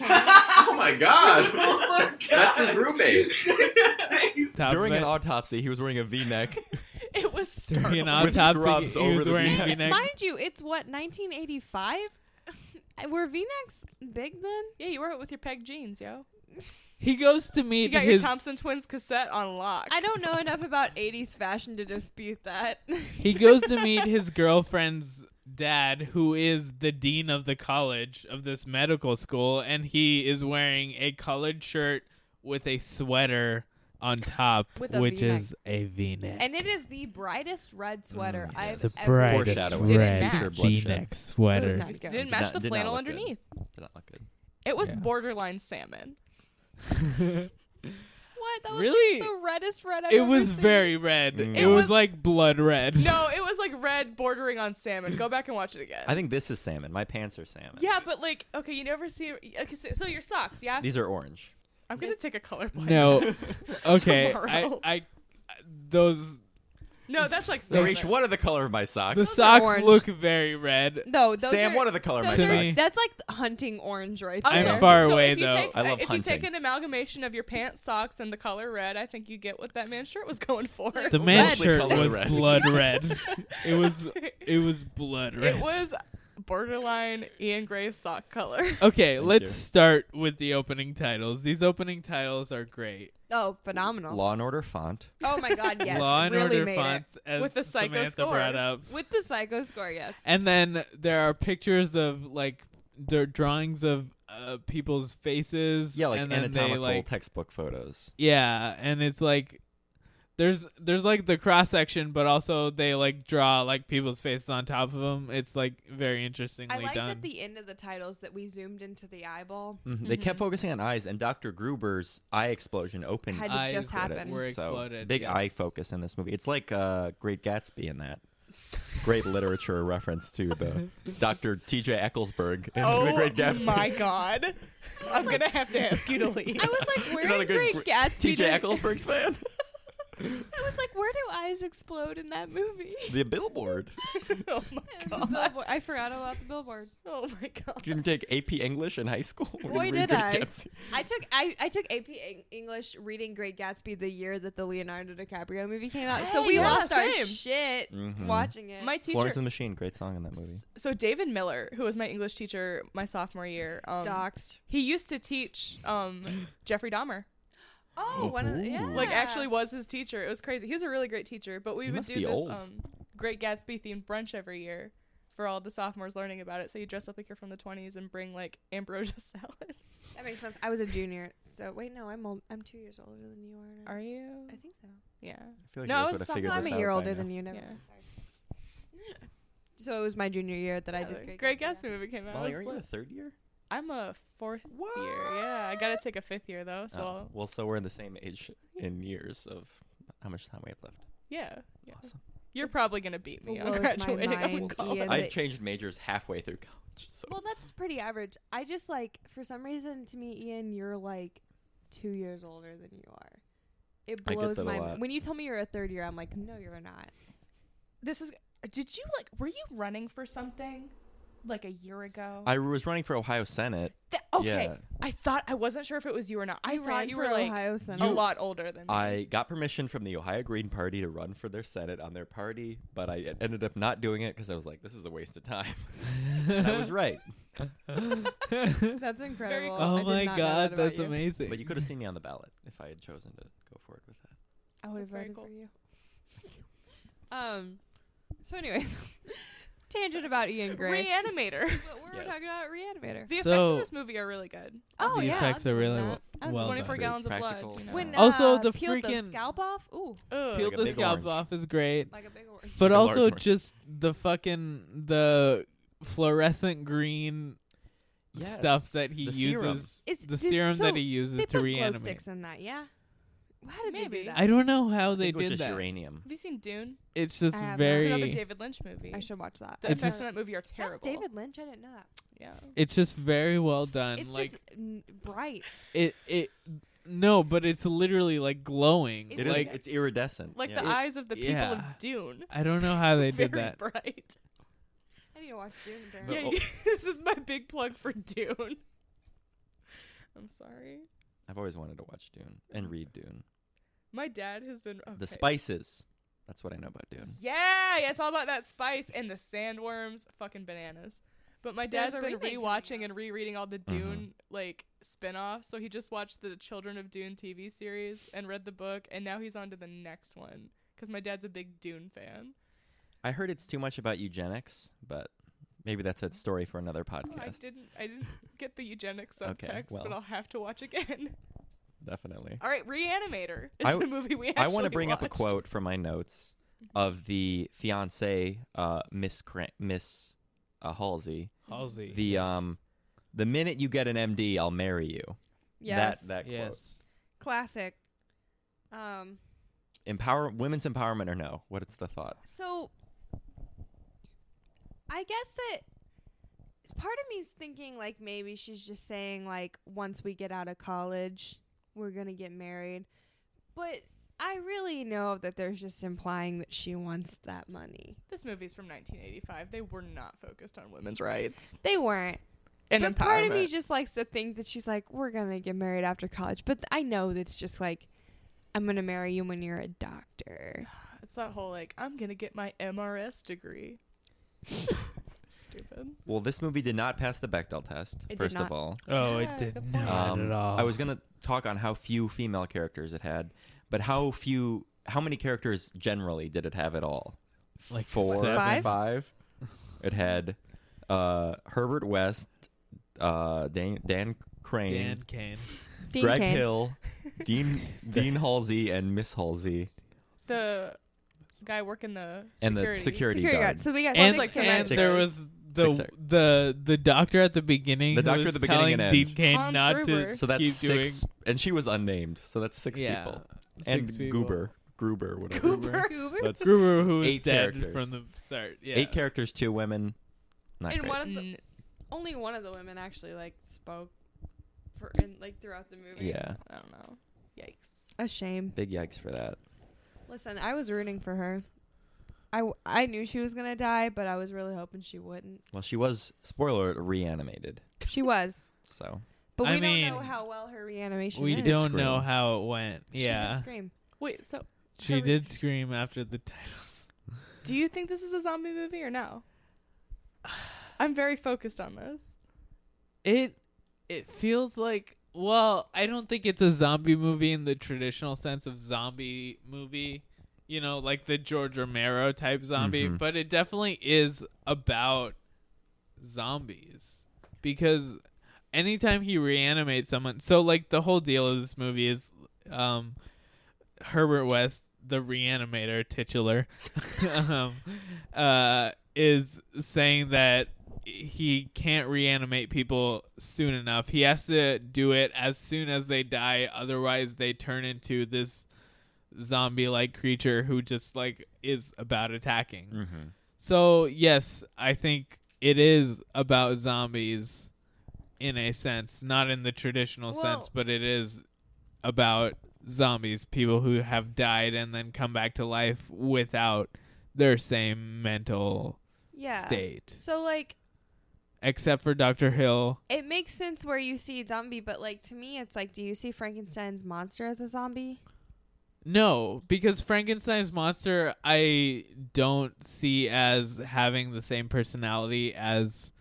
Speaker 12: Oh my god! That's his roommate.
Speaker 4: Top
Speaker 2: During
Speaker 4: of
Speaker 2: an
Speaker 4: it.
Speaker 2: autopsy, he was wearing a V neck.
Speaker 3: It was
Speaker 4: during an
Speaker 3: startling.
Speaker 2: With
Speaker 4: autopsy,
Speaker 2: scrubs
Speaker 4: he
Speaker 2: over
Speaker 4: was
Speaker 2: the
Speaker 4: wearing
Speaker 2: V-neck.
Speaker 1: And
Speaker 4: V-neck.
Speaker 1: mind you, it's what 1985. Were V-necks big then?
Speaker 3: Yeah, you wore it with your peg jeans, yo.
Speaker 4: He goes to
Speaker 3: You
Speaker 4: meet
Speaker 3: got your
Speaker 4: his
Speaker 3: Thompson Twins cassette on lock.
Speaker 1: I don't know enough about 80s fashion to dispute that.
Speaker 4: he goes to meet his girlfriend's dad who is the dean of the college of this medical school and he is wearing a collared shirt with a sweater on top
Speaker 1: With a
Speaker 4: which
Speaker 1: V-neck.
Speaker 4: is a v-neck
Speaker 1: and it is the brightest red sweater
Speaker 2: Mm,
Speaker 1: I've
Speaker 4: the
Speaker 1: ever
Speaker 2: brightest
Speaker 1: seen.
Speaker 2: Foreshadowing.
Speaker 1: Didn't
Speaker 4: red
Speaker 1: match.
Speaker 2: Future blood
Speaker 4: v-neck
Speaker 1: Did
Speaker 4: sweater
Speaker 1: not go.
Speaker 3: Didn't
Speaker 2: Did
Speaker 3: match
Speaker 2: not-
Speaker 3: the
Speaker 2: did not
Speaker 3: flannel
Speaker 2: look good.
Speaker 3: underneath.
Speaker 2: Did not look good.
Speaker 3: It was
Speaker 4: Yeah.
Speaker 3: borderline salmon.
Speaker 1: what? That was
Speaker 4: Really?
Speaker 1: the reddest red I've
Speaker 4: it
Speaker 1: ever
Speaker 4: was
Speaker 1: seen.
Speaker 4: very red.
Speaker 2: Mm.
Speaker 4: It,
Speaker 2: It
Speaker 4: was,
Speaker 2: was-
Speaker 4: like blood red.
Speaker 3: No, it was like red bordering on salmon. Go back and watch it again.
Speaker 2: I think this is salmon. My pants are salmon.
Speaker 3: Yeah, but like, okay, you never see. Okay, so, so your socks, yeah.
Speaker 2: These are orange.
Speaker 3: I'm gonna take a color blind
Speaker 4: No.
Speaker 3: test
Speaker 4: okay. I,
Speaker 3: tomorrow.
Speaker 4: I those
Speaker 3: no, that's like
Speaker 2: So
Speaker 3: salmon.
Speaker 2: each one of the color of my socks.
Speaker 4: the socks look very red.
Speaker 1: No, those
Speaker 2: Sam,
Speaker 1: are-
Speaker 2: what are the color of
Speaker 1: those
Speaker 2: my
Speaker 1: are-
Speaker 2: socks?
Speaker 1: That's like hunting orange right there.
Speaker 4: I'm far
Speaker 3: so
Speaker 4: away
Speaker 3: if you
Speaker 4: though.
Speaker 3: Take,
Speaker 2: I love
Speaker 3: if you take
Speaker 2: hunting.
Speaker 3: an amalgamation of your pants, socks, and the color red, I think you get what that man's shirt was going for.
Speaker 4: the man's
Speaker 1: red.
Speaker 4: shirt
Speaker 2: Color
Speaker 4: was
Speaker 2: red.
Speaker 4: blood red. it was it was blood red.
Speaker 3: It was borderline Ian Gray's sock color.
Speaker 4: Okay, let's
Speaker 2: you.
Speaker 4: start with the opening titles. These opening titles are great.
Speaker 1: Oh, phenomenal.
Speaker 2: Law and Order font.
Speaker 1: Oh my god, yes.
Speaker 4: Law and
Speaker 1: really
Speaker 4: Order
Speaker 1: made
Speaker 4: fonts, as
Speaker 3: With the psycho
Speaker 4: Samantha
Speaker 3: score.
Speaker 4: brought up.
Speaker 1: it. With the psycho score, yes.
Speaker 4: And then there are pictures of like their drawings of uh, people's faces.
Speaker 2: Yeah, like
Speaker 4: and then
Speaker 2: anatomical
Speaker 4: they, like,
Speaker 2: textbook photos.
Speaker 4: Yeah, and it's like there's there's like the cross section, but also they like draw like people's faces on top of them. It's like very interestingly
Speaker 1: I liked
Speaker 4: done.
Speaker 1: at the end of the titles that we zoomed into the eyeball.
Speaker 4: Mm-hmm.
Speaker 2: Mhm. They kept focusing on eyes, and Dr. Gruber's eye explosion opened.
Speaker 1: Had
Speaker 4: Eyes
Speaker 1: just
Speaker 2: credits.
Speaker 1: happened.
Speaker 4: Were
Speaker 2: So,
Speaker 4: exploded.
Speaker 2: big
Speaker 4: yes.
Speaker 2: eye focus in this movie. It's like uh, Great Gatsby in that. Great literature reference to the Dr. T.J. Ecclesburg in
Speaker 3: Oh
Speaker 2: the Great Gatsby.
Speaker 3: my god! I'm gonna have to ask you to leave.
Speaker 1: I was like, where
Speaker 2: You're not a
Speaker 1: did Great
Speaker 2: good Gr-
Speaker 1: Gatsby
Speaker 2: T.J.
Speaker 1: do-
Speaker 2: Ecclesburg's fan.
Speaker 1: I was like, where do eyes explode in that movie?
Speaker 2: the billboard.
Speaker 3: oh
Speaker 1: And
Speaker 3: my
Speaker 1: the
Speaker 3: god!
Speaker 1: billboard- I forgot about the billboard.
Speaker 3: Oh my god!
Speaker 2: You didn't take AP English in high school. We're gonna
Speaker 1: Boy, did
Speaker 2: read Great
Speaker 1: I.
Speaker 2: Gatsby.
Speaker 1: I took I, I took AP Eng- English reading Great Gatsby the year that the Leonardo DiCaprio movie came out, so
Speaker 3: Hey,
Speaker 1: we
Speaker 3: yeah,
Speaker 1: lost our
Speaker 3: same.
Speaker 1: shit
Speaker 2: Mhm.
Speaker 1: watching it.
Speaker 3: My teacher.
Speaker 2: Florence and the Machine, great song in that movie.
Speaker 3: so David Miller, who was my English teacher my sophomore year, um,
Speaker 1: doxed.
Speaker 3: he used to teach um, Jeffrey Dahmer.
Speaker 1: Oh, one of the, yeah.
Speaker 3: Like actually was his teacher. It was crazy. He was a really great teacher, but we
Speaker 2: He
Speaker 3: would
Speaker 2: must
Speaker 3: do
Speaker 2: be
Speaker 3: this
Speaker 2: old.
Speaker 3: um Great Gatsby themed brunch every year for all the sophomores learning about it. So you dress up like you're from the 20s and bring like ambrosia salad.
Speaker 1: that makes sense. I was a junior, so wait, no, I'm old. I'm two years older than you are.
Speaker 3: Are you?
Speaker 1: I think so.
Speaker 3: Yeah.
Speaker 2: I feel like
Speaker 3: No,
Speaker 2: you
Speaker 3: I
Speaker 2: guys
Speaker 3: was
Speaker 2: would've
Speaker 3: sophomore.
Speaker 2: figured
Speaker 1: Well, I'm
Speaker 2: this
Speaker 1: a year
Speaker 2: out by
Speaker 1: older
Speaker 2: now.
Speaker 1: than you. Never.
Speaker 3: Yeah.
Speaker 1: mind, sorry. so it was my junior year that I did
Speaker 3: Great,
Speaker 1: Great,
Speaker 3: Gatsby
Speaker 1: yeah.
Speaker 3: movie came out.
Speaker 2: Molly,
Speaker 3: I
Speaker 2: are
Speaker 3: was
Speaker 2: you in a
Speaker 3: like-
Speaker 2: third year?
Speaker 3: I'm a fourth year. Yeah, I gotta take a fifth year though. So
Speaker 2: Oh, well, so we're in the same age in years of how much time we have left.
Speaker 3: yeah, yeah.
Speaker 2: Awesome.
Speaker 3: You're probably gonna beat me.
Speaker 1: Well, what
Speaker 3: I'm
Speaker 1: was my
Speaker 3: graduating. I'm
Speaker 1: mind,
Speaker 3: college.
Speaker 1: Ian? And
Speaker 2: I
Speaker 1: they-
Speaker 2: changed majors halfway through college. So
Speaker 1: Well, that's pretty average. I just like for some reason to me, Ian, you're like two years older than you are. It
Speaker 2: I get
Speaker 1: blows
Speaker 2: that a
Speaker 1: my
Speaker 2: lot.
Speaker 1: mind. When you tell me you're a third year, I'm like, no, you're not.
Speaker 3: This is. Did you like? Were you running for something, like a year ago?
Speaker 2: I was running for Ohio Senate.
Speaker 3: Th- okay.
Speaker 2: Yeah.
Speaker 3: I thought I wasn't sure if it was you or not. I
Speaker 1: You
Speaker 3: thought
Speaker 1: ran
Speaker 3: you
Speaker 1: for
Speaker 3: were like
Speaker 1: Ohio
Speaker 3: a
Speaker 1: Senate. You-
Speaker 3: lot older
Speaker 1: Mm-hmm.
Speaker 3: than me.
Speaker 2: I got permission from the Ohio Green Party to run for their Senate on their party, but I ended up not doing it because I was like, this is a waste of time. And I was right.
Speaker 1: Oh That's incredible. I
Speaker 4: oh
Speaker 1: did
Speaker 4: my
Speaker 1: not know that
Speaker 4: god,
Speaker 1: about
Speaker 4: that's
Speaker 1: you.
Speaker 4: amazing.
Speaker 2: But you could have seen me on the ballot if I had chosen to go forward with that.
Speaker 1: I would have
Speaker 3: That's very
Speaker 1: voted
Speaker 3: cool.
Speaker 1: for you. Um. So, anyways, tangent about Ian Gray.
Speaker 3: Reanimator.
Speaker 1: but we were
Speaker 2: Yes.
Speaker 1: talking about uh, Reanimator.
Speaker 3: the effects
Speaker 4: So-
Speaker 3: in this movie are really good.
Speaker 1: oh
Speaker 4: the
Speaker 1: yeah,
Speaker 4: effects
Speaker 1: I'll
Speaker 4: are
Speaker 1: give
Speaker 4: really
Speaker 1: him
Speaker 4: well,
Speaker 1: that. I was
Speaker 4: well
Speaker 3: 24
Speaker 4: done.
Speaker 2: Very
Speaker 3: gallons of blood.
Speaker 2: practical.
Speaker 3: You know.
Speaker 1: When,
Speaker 4: uh, Also,
Speaker 1: uh,
Speaker 4: the
Speaker 1: peeled
Speaker 4: freaking-
Speaker 1: the scalp off. Ooh,
Speaker 3: Ugh.
Speaker 4: Peeled
Speaker 2: Like a
Speaker 4: the
Speaker 2: big
Speaker 4: scalp
Speaker 2: orange.
Speaker 4: off is great.
Speaker 1: like a big orange.
Speaker 4: But
Speaker 2: A large
Speaker 4: also
Speaker 2: orange.
Speaker 4: just the fucking the fluorescent green stuff
Speaker 2: Yes,
Speaker 4: that he
Speaker 2: the serum.
Speaker 4: uses
Speaker 1: Is-
Speaker 4: the
Speaker 1: did-
Speaker 4: serum
Speaker 1: so
Speaker 4: that he uses
Speaker 1: they
Speaker 4: to
Speaker 1: put
Speaker 4: reanimate.
Speaker 1: glow sticks in that, yeah. How did they
Speaker 3: Maybe.
Speaker 1: do that?
Speaker 4: I don't know how
Speaker 2: I
Speaker 4: they
Speaker 2: think it was
Speaker 4: did
Speaker 2: just
Speaker 4: that.
Speaker 2: uranium.
Speaker 3: Have you seen Dune?
Speaker 4: It's just
Speaker 1: I have not.
Speaker 3: It's another
Speaker 4: very
Speaker 3: David Lynch movie.
Speaker 1: I should watch that.
Speaker 3: the
Speaker 4: It's
Speaker 3: effects
Speaker 4: just-
Speaker 3: in that movie are terrible.
Speaker 1: That's David Lynch. I didn't know that.
Speaker 3: Yeah.
Speaker 4: it's just very well done.
Speaker 1: It's
Speaker 4: like
Speaker 1: just n- bright.
Speaker 4: it it no, but it's literally like glowing.
Speaker 1: It
Speaker 2: It is.
Speaker 4: like
Speaker 2: it's iridescent.
Speaker 3: Like
Speaker 2: yeah.
Speaker 3: the eyes of the people of
Speaker 4: yeah.
Speaker 3: Dune.
Speaker 4: I don't know how they
Speaker 3: Very
Speaker 4: did that.
Speaker 3: bright.
Speaker 1: I need to watch Dune.
Speaker 2: The-
Speaker 1: Apparently.
Speaker 3: Yeah,
Speaker 2: oh.
Speaker 3: you- this is my big plug for Dune. I'm sorry.
Speaker 2: I've always wanted to watch Dune and read Dune.
Speaker 3: My dad has been okay.
Speaker 2: The spices. That's what I know about Dune.
Speaker 3: Yeah, yeah, it's all about that spice and the sandworms, fucking bananas. But my
Speaker 1: There's
Speaker 3: dad's
Speaker 1: a
Speaker 3: been
Speaker 1: remake coming
Speaker 3: rewatching
Speaker 1: out.
Speaker 3: and rereading all the Dune like spin-offs, so he just watched the Children of Dune TV series and read the book, and now he's on to the next one because my dad's a big Dune fan.
Speaker 2: I heard it's too much about eugenics, but maybe that's a story for another
Speaker 3: Oh, I
Speaker 2: podcast.
Speaker 3: didn't, I didn't get the eugenics subtext,
Speaker 2: Okay,
Speaker 3: but
Speaker 2: well.
Speaker 3: I'll have to watch again.
Speaker 2: Definitely.
Speaker 3: All right, Reanimator is
Speaker 2: I w-
Speaker 3: the movie we.
Speaker 2: I want
Speaker 3: want
Speaker 2: to bring up a quote from my notes
Speaker 3: Mm-hmm.
Speaker 2: of the fiance, uh, Miss Cran- Miss uh, Halsey.
Speaker 4: Halsey.
Speaker 2: The um, the minute you get an MD, I'll marry you.
Speaker 1: Yes.
Speaker 2: That that quote.
Speaker 4: yes.
Speaker 1: Classic. Um.
Speaker 2: Empower women's empowerment or no? What's the thought?
Speaker 1: So I guess that part of me is thinking like maybe she's just saying like once we get out of college, we're going to get married. But I really know that there's just implying that she wants that money.
Speaker 3: This movie's from 1985. They were not focused on women's rights.
Speaker 1: They weren't.
Speaker 3: And
Speaker 1: but part of me
Speaker 3: empowerment.
Speaker 1: just likes to think that she's like, we're going to get married after college. But I know that's just like, I'm going to marry you when you're a doctor.
Speaker 3: It's that whole like, I'm gonna get my MRS degree. Stupid.
Speaker 2: Well, this movie did not pass the Bechdel test.
Speaker 3: It did
Speaker 2: first
Speaker 3: not.
Speaker 2: of all,
Speaker 4: Oh, it Yeah, did good point. not at all.
Speaker 2: Um, I was gonna talk on how few female characters it had, but how few, how many characters generally did it have at all?
Speaker 4: Like
Speaker 2: four,
Speaker 4: seven? Five?
Speaker 2: It had uh, Herbert West, uh, Dan, Dan Crane,
Speaker 4: Dan Cain.
Speaker 1: Dean
Speaker 2: Greg
Speaker 1: Cain.
Speaker 2: Hill, Dean Dean Halsey, and Miss Halsey.
Speaker 3: The guy working the
Speaker 2: And the
Speaker 3: security.
Speaker 2: security Security guard. guard. So we got
Speaker 4: and,
Speaker 2: six
Speaker 4: and
Speaker 2: characters.
Speaker 4: there was
Speaker 2: Six
Speaker 4: the
Speaker 2: characters.
Speaker 4: the the doctor at the beginning.
Speaker 2: The
Speaker 4: who
Speaker 2: doctor
Speaker 4: was
Speaker 2: at the beginning
Speaker 4: telling
Speaker 2: and end.
Speaker 4: Dean Cain not to
Speaker 2: So that's
Speaker 4: keep
Speaker 2: six,
Speaker 4: doing.
Speaker 2: and she was unnamed. So that's six
Speaker 4: Yeah,
Speaker 2: people.
Speaker 4: six
Speaker 2: and
Speaker 4: people.
Speaker 2: Goober, Gruber, whatever.
Speaker 4: Goober? Goober?
Speaker 2: That's
Speaker 4: Goober, who was
Speaker 2: eight
Speaker 4: dead
Speaker 2: characters.
Speaker 4: from the start, yeah.
Speaker 2: Eight characters, two women. Not
Speaker 1: and
Speaker 2: great.
Speaker 1: one of the only one of the women actually like spoke for and like throughout the movie.
Speaker 2: Yeah.
Speaker 3: I don't know. Yikes.
Speaker 1: A shame.
Speaker 2: Big yikes for that.
Speaker 1: Listen, I was rooting for her. I, w- I knew she was gonna die, but I was really hoping she wouldn't.
Speaker 2: Well, she was spoiler alert, reanimated.
Speaker 1: She was,
Speaker 2: So
Speaker 1: but we
Speaker 4: I
Speaker 1: don't know
Speaker 4: mean,
Speaker 1: how well her reanimation.
Speaker 4: We
Speaker 1: is.
Speaker 4: don't
Speaker 2: Scream.
Speaker 4: know how it went.
Speaker 1: She did
Speaker 4: Yeah,
Speaker 1: scream.
Speaker 3: Wait, so
Speaker 4: she
Speaker 3: Her-
Speaker 4: did scream after the titles.
Speaker 3: do you think this is a zombie movie or no? I'm very focused on this.
Speaker 4: It it feels like well, I don't think it's a zombie movie in the traditional sense of zombie movie, you know, like the George Romero type zombie,
Speaker 2: Mhm.
Speaker 4: but it definitely is about zombies because anytime he reanimates someone, so like the whole deal of this movie is um Herbert West, the reanimator titular, um, uh, is saying that he can't reanimate people soon enough. He has to do it as soon as they die, otherwise they turn into this zombie-like creature who just like is about attacking.
Speaker 2: Mhm.
Speaker 4: So yes, I think it is about zombies in a sense, not in the traditional sense,
Speaker 1: Well-
Speaker 4: but it is about zombies, people who have died and then come back to life without their same mental
Speaker 1: Yeah.
Speaker 4: state.
Speaker 1: So like,
Speaker 4: Except for Dr. Hill.
Speaker 1: it makes sense where you see a zombie, but like to me, it's like, do you see Frankenstein's monster as a zombie?
Speaker 4: No, because Frankenstein's monster I don't see as having the same personality as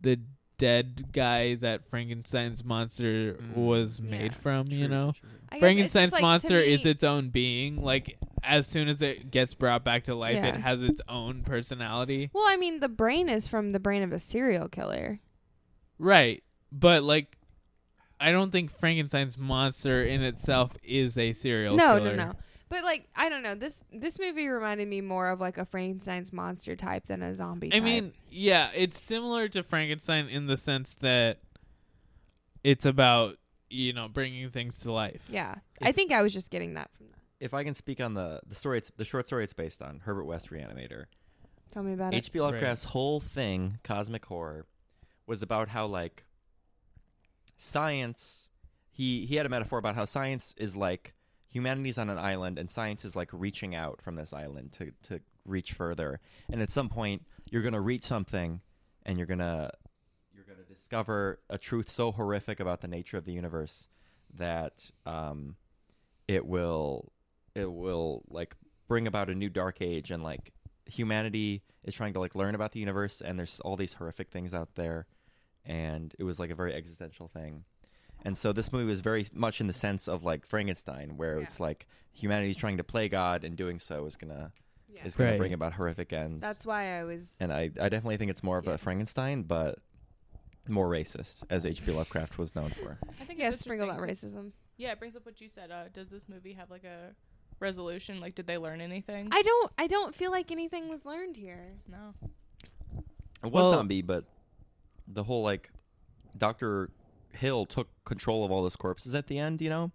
Speaker 4: the dead guy that Frankenstein's monster was made from, you know?
Speaker 1: I guess it's just
Speaker 4: Frankenstein's
Speaker 1: like, to
Speaker 4: monster is
Speaker 1: me-
Speaker 4: its own being. Like as soon as it gets brought back to life,
Speaker 1: Yeah.
Speaker 4: it has its own personality.
Speaker 1: Well, I mean, the brain is from the brain of a serial killer.
Speaker 4: Right. But like I don't think Frankenstein's monster in itself is a serial
Speaker 1: no,
Speaker 4: killer.
Speaker 1: no, no. But like, I don't know. This this movie reminded me more of like a Frankenstein's monster type than a zombie.
Speaker 4: I
Speaker 1: type.
Speaker 4: mean, yeah, it's similar to Frankenstein in the sense that it's about, you know, bringing things to life.
Speaker 1: yeah. I think I was just getting that from that.
Speaker 2: if I can speak on the the story, it's the short story it's based on, Herbert West Reanimator.
Speaker 1: Tell me about it.
Speaker 2: H.P. Lovecraft's whole thing, cosmic horror, was about how like science. He he had a metaphor about how science is like humanity's on an island, and science is like reaching out from this island to to reach further. And at some point, you're gonna reach something, and you're gonna you're gonna discover a truth so horrific about the nature of the universe that um, it will it will like bring about a new dark age and like humanity is trying to like learn about the universe and there's all these horrific things out there and it was like a very existential thing and so this movie was very much in the sense of like Frankenstein where it's like humanity's trying to play god and doing so is going to is going
Speaker 4: Right.
Speaker 2: to bring about horrific ends
Speaker 1: That's why I was.
Speaker 2: and I, I definitely think it's more of a Frankenstein but more racist as H.P. Lovecraft was known for
Speaker 3: I think
Speaker 1: Yeah,
Speaker 3: it's
Speaker 1: sprinkle
Speaker 3: interesting
Speaker 1: that
Speaker 3: 'cause-
Speaker 1: racism.
Speaker 3: Yeah, it brings up what you said. Uh, does this movie have like a resolution? Like, did they learn anything?
Speaker 1: I don't. I don't feel like anything was learned here.
Speaker 3: No.
Speaker 2: It was
Speaker 4: Well-
Speaker 2: zombie, but the whole like Doctor Hill took control of all those corpses at the end, you know,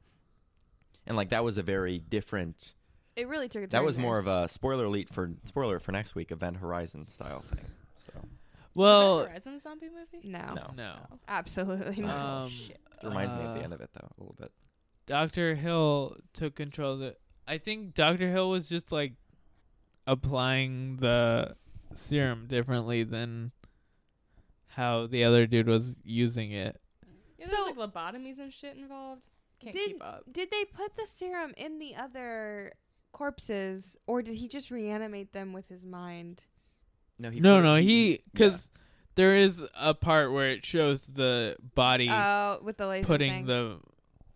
Speaker 2: and like that was a very different.
Speaker 1: It really took a turn
Speaker 2: That was
Speaker 1: there.
Speaker 2: more of a spoiler elite for spoiler for next week Event Horizon style thing. So
Speaker 4: Well,
Speaker 3: Horizon zombie movie?
Speaker 1: No.
Speaker 2: No.
Speaker 4: Oh, No.
Speaker 1: Absolutely not.
Speaker 4: Um,
Speaker 2: it reminds me of the
Speaker 4: uh,
Speaker 2: end of it though a little bit.
Speaker 4: Dr. Hill took control of the I think Dr. Hill was just like applying the serum differently than how the other dude was using it.
Speaker 3: Yeah, there's like lobotomies and shit involved. Can't
Speaker 1: did,
Speaker 3: keep up.
Speaker 1: did they put the serum in the other corpses or did he just reanimate them with his mind?
Speaker 2: No, he
Speaker 4: No,
Speaker 2: put it-
Speaker 4: no, he cuz there is a part where it shows the body
Speaker 1: Oh, with the laser thing.
Speaker 4: putting the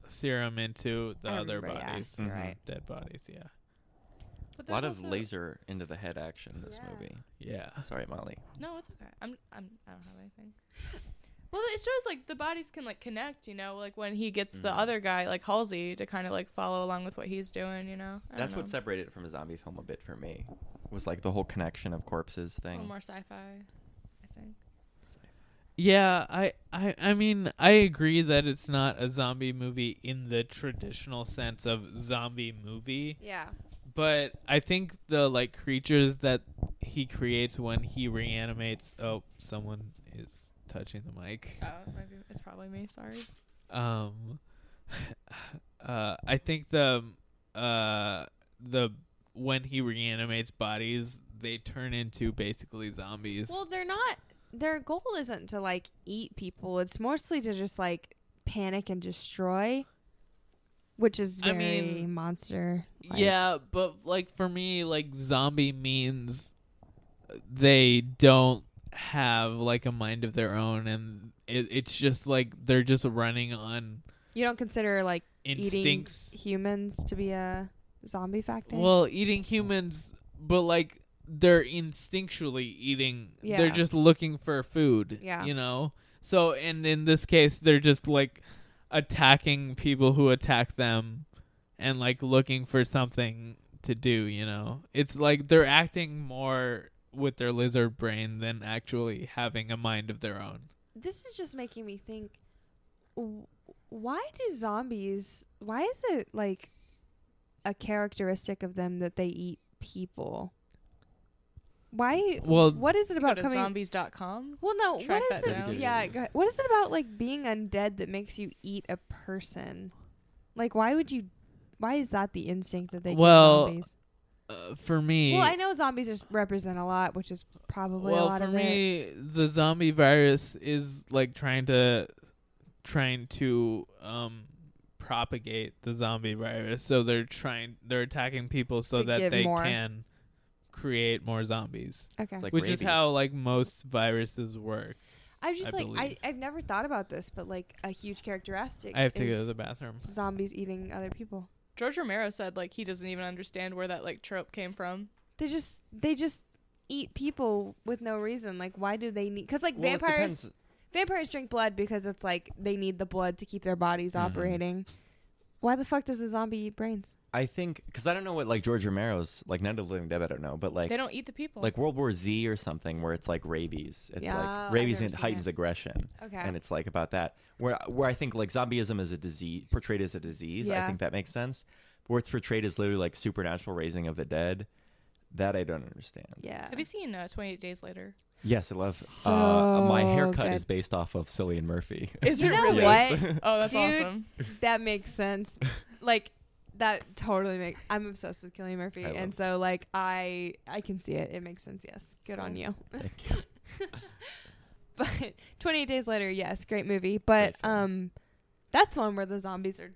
Speaker 4: serum into the
Speaker 1: I
Speaker 4: other
Speaker 1: remember, yeah,
Speaker 4: bodies,
Speaker 2: you're Mhm. right.
Speaker 4: dead bodies, yeah.
Speaker 3: But
Speaker 2: a lot
Speaker 3: there's
Speaker 2: of
Speaker 3: also-
Speaker 2: laser into the head action in this movie.
Speaker 4: Yeah.
Speaker 2: Sorry, Molly.
Speaker 3: No, it's okay. I'm I'm I don't have anything. Well, it shows like the bodies can like connect, you know, like when he gets the
Speaker 2: Mhm.
Speaker 3: other guy, like Halsey, to kind of like follow along with what he's doing, you know. I don't
Speaker 2: That's
Speaker 3: know.
Speaker 2: what separated it from a zombie film a bit for me. Was like the whole connection of corpses
Speaker 3: A
Speaker 2: thing.
Speaker 3: little more sci-fi, I think.
Speaker 4: Yeah, I, I I mean I agree that it's not a zombie movie in the traditional sense of zombie movie.
Speaker 1: Yeah.
Speaker 4: But I think the like creatures that he creates when he reanimates oh, someone is touching the mic.
Speaker 3: Oh, it might be, it's probably me. Sorry.
Speaker 4: Um uh I think the uh the when he reanimates bodies, they turn into basically zombies.
Speaker 1: Well, they're not. Their goal isn't to like eat people. It's mostly to just like panic and destroy, which is
Speaker 4: I
Speaker 1: very
Speaker 4: mean,
Speaker 1: monster.
Speaker 4: Yeah, but like for me, like zombie means they don't have like a mind of their own, and it, it's just like they're just running on.
Speaker 1: You don't consider like
Speaker 4: Instincts.
Speaker 1: eating humans to be a zombie factor.
Speaker 4: Well, eating humans, but like they're instinctually eating.
Speaker 1: Yeah.
Speaker 4: They're just looking for food.
Speaker 1: Yeah.
Speaker 4: you know. So, and in this case, they're just like attacking people who attack them, and like looking for something to do. You know, it's like they're acting more with their lizard brain than actually having a mind of their own.
Speaker 1: this is just making me think. w- Why do zombies? Why is it like a characteristic of them that they eat people? Why?
Speaker 4: Well-
Speaker 1: what is it about
Speaker 3: Go to
Speaker 1: coming?
Speaker 3: zombies.com.
Speaker 1: Well, no.
Speaker 3: Track
Speaker 1: what is
Speaker 3: that
Speaker 1: it?
Speaker 3: down.
Speaker 1: Yeah. Go ahead. What is it about like being undead that makes you eat a person? Like, why would you? Why is that the instinct that they give
Speaker 4: well,
Speaker 1: zombies?
Speaker 4: uh, for me,
Speaker 1: Well, I know zombies just represent a lot, which is probably a
Speaker 4: well
Speaker 1: lot
Speaker 4: for
Speaker 1: of it.
Speaker 4: me the zombie virus is like trying to trying to um propagate the zombie virus so they're trying they're attacking people so
Speaker 1: To
Speaker 4: that
Speaker 1: give
Speaker 4: they
Speaker 1: more.
Speaker 4: can create more zombies
Speaker 1: Okay. It's like
Speaker 4: which is
Speaker 1: rabies.
Speaker 4: how like most viruses work
Speaker 1: I was just like,
Speaker 4: believe.
Speaker 1: I, I've never thought about this, but like a huge characteristic.
Speaker 4: I have to go to
Speaker 1: is
Speaker 4: the bathroom.
Speaker 1: Zombies eating other people.
Speaker 3: George Romero said like he doesn't even understand where that like trope came from.
Speaker 1: They just they just eat people with no reason. Like, why do they need? Because like
Speaker 3: Well, it
Speaker 1: vampires,
Speaker 3: depends.
Speaker 1: vampires drink blood because it's like they need the blood to keep their bodies
Speaker 2: Mm-hmm.
Speaker 1: operating. Why the fuck does a zombie eat brains?
Speaker 2: I think because I don't know what like George Romero's like Night of the Living Dead. I don't know, but like
Speaker 1: They don't eat the people.
Speaker 2: Like World War Z or something, where it's like rabies. It's
Speaker 1: Yeah, I've
Speaker 2: like rabies
Speaker 1: never
Speaker 2: and
Speaker 1: seen
Speaker 2: heightens
Speaker 1: it.
Speaker 2: aggression.
Speaker 1: Okay.
Speaker 2: and it's like about that. Where where I think like zombieism is a disease portrayed as a disease.
Speaker 1: Yeah.
Speaker 2: I think that makes sense. Where it's portrayed as literally like supernatural raising of the dead. That I don't understand.
Speaker 1: Yeah.
Speaker 3: Have you seen uh, Twenty Eight Days Later?
Speaker 2: Yes, I love. uh, my haircut
Speaker 1: good.
Speaker 2: is based off of Cillian Murphy.
Speaker 3: Is
Speaker 1: You
Speaker 3: it
Speaker 1: know
Speaker 3: really?
Speaker 1: what?
Speaker 3: Oh, that's
Speaker 1: Dude,
Speaker 3: awesome.
Speaker 1: That makes sense. Like that totally makes. I'm obsessed with Killian Murphy,
Speaker 2: I love
Speaker 1: and so like I I can see it. It makes sense. Yes, good on you.
Speaker 2: Thank you.
Speaker 1: but 28 Days Later, yes, great movie. But um, that's one where the zombies are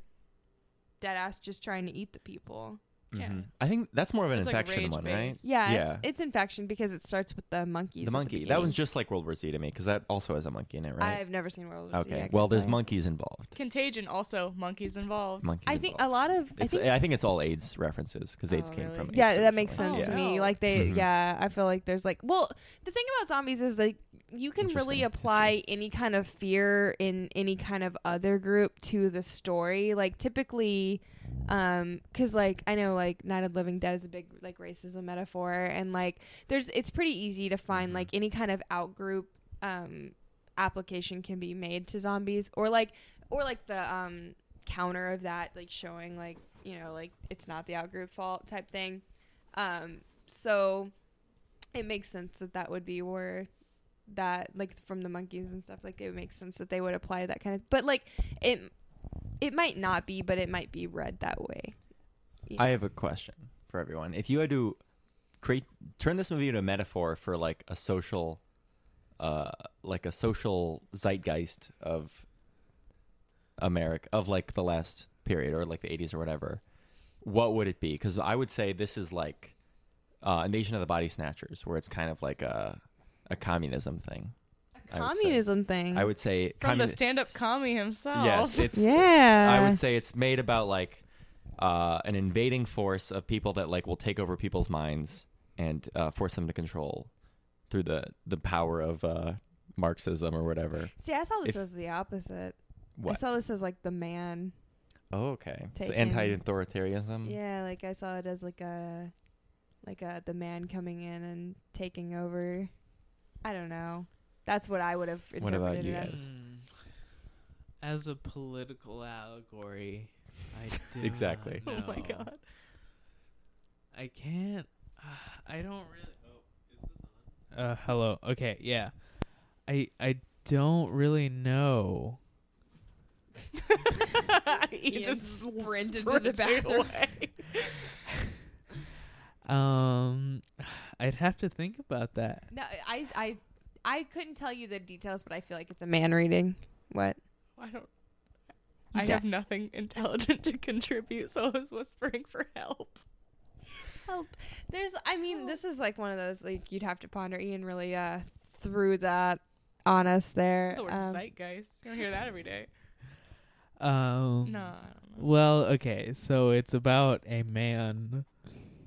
Speaker 1: dead ass just trying to eat the people.
Speaker 2: Mhm. I think that's more of an
Speaker 3: It's, like,
Speaker 2: infection one, right?
Speaker 3: rage-based.
Speaker 1: Yeah, It's, it's infection because it starts with the monkeys.
Speaker 2: the
Speaker 1: at
Speaker 2: monkey. that
Speaker 1: beginning.
Speaker 2: one's just like World War Z to me because that also has a monkey in it, right?
Speaker 1: I've never seen World War Z.
Speaker 2: Okay.
Speaker 1: I can't
Speaker 2: well, there's
Speaker 1: tell you.
Speaker 2: monkeys involved.
Speaker 3: Contagion also monkeys involved.
Speaker 2: Monkeys
Speaker 1: I think a lot of I
Speaker 2: It's,
Speaker 1: think, Oh,
Speaker 2: it's all AIDS references because AIDS came from. AIDS
Speaker 1: yeah, that makes
Speaker 2: originally.
Speaker 1: sense to
Speaker 2: Yeah.
Speaker 1: me. Like they,
Speaker 2: Mhm.
Speaker 1: yeah, I feel like there's like, well, the thing about zombies is like you can really apply any kind of fear in any kind of other group to the story. Like typically, um, because like I know like Night of the Living Dead is a big like racism metaphor, and like there's it's pretty easy to find like any kind of outgroup um application can be made to zombies or like or like the um counter of that like showing like you know, like it's not the outgroup fault type thing. Um, so it makes sense that that would be where that like from the monkeys and stuff like it makes sense that they would apply that kind of but like it it might not be but it might be read that way
Speaker 2: I have a question for everyone. If you had to create, turn this movie into a metaphor for like a social, uh, like a social zeitgeist of America, of like the last period or like the 80s or whatever, what would it be? Because I would say this is like uh, a Nation of the Body Snatchers, where it's kind of like a, a communism thing. I would say.
Speaker 1: communism thing
Speaker 2: I would say
Speaker 3: From the
Speaker 2: communi-
Speaker 3: stand-up commie himself.
Speaker 2: Yes, it's
Speaker 1: Yeah.
Speaker 2: I would say it's made about like uh, an invading force of people that like will take over people's minds and uh, force them to control through the the power of uh, Marxism or whatever.
Speaker 1: see I saw this
Speaker 2: If-
Speaker 1: as the opposite I
Speaker 2: What?
Speaker 1: saw this as like the man
Speaker 2: oh, okay. So
Speaker 1: Taken.
Speaker 2: anti-authoritarianism.
Speaker 1: yeah like I saw it as like a like a the man coming in and taking over I don't know that's what I would have
Speaker 2: What
Speaker 1: interpreted it
Speaker 2: about you
Speaker 1: as
Speaker 2: guys?
Speaker 4: Hmm. As a political allegory, I do
Speaker 2: Exactly.
Speaker 4: not
Speaker 3: Oh my
Speaker 4: know.
Speaker 3: God.
Speaker 4: I can't. uh, I don't oh, really. Uh, hello. Okay, yeah. I I don't really know.
Speaker 3: he
Speaker 1: Ian
Speaker 3: just
Speaker 1: sprinted to the
Speaker 3: sprinted
Speaker 1: bathroom.
Speaker 3: away.
Speaker 4: Um, I'd have to think about that.
Speaker 1: No, I, I, I couldn't tell you the details, but I feel like it's a man reading. What?
Speaker 3: I don't. I
Speaker 1: Yeah.
Speaker 3: have nothing intelligent to contribute, so I was whispering for help.
Speaker 1: Help. There's, I mean, this is like one of those like you'd have to ponder. Ian really uh threw that on us there.
Speaker 3: The word
Speaker 1: Um,
Speaker 3: zeitgeist. You don't hear that every day.
Speaker 4: Um,
Speaker 3: No, I don't know.
Speaker 4: Well, okay, so it's about a man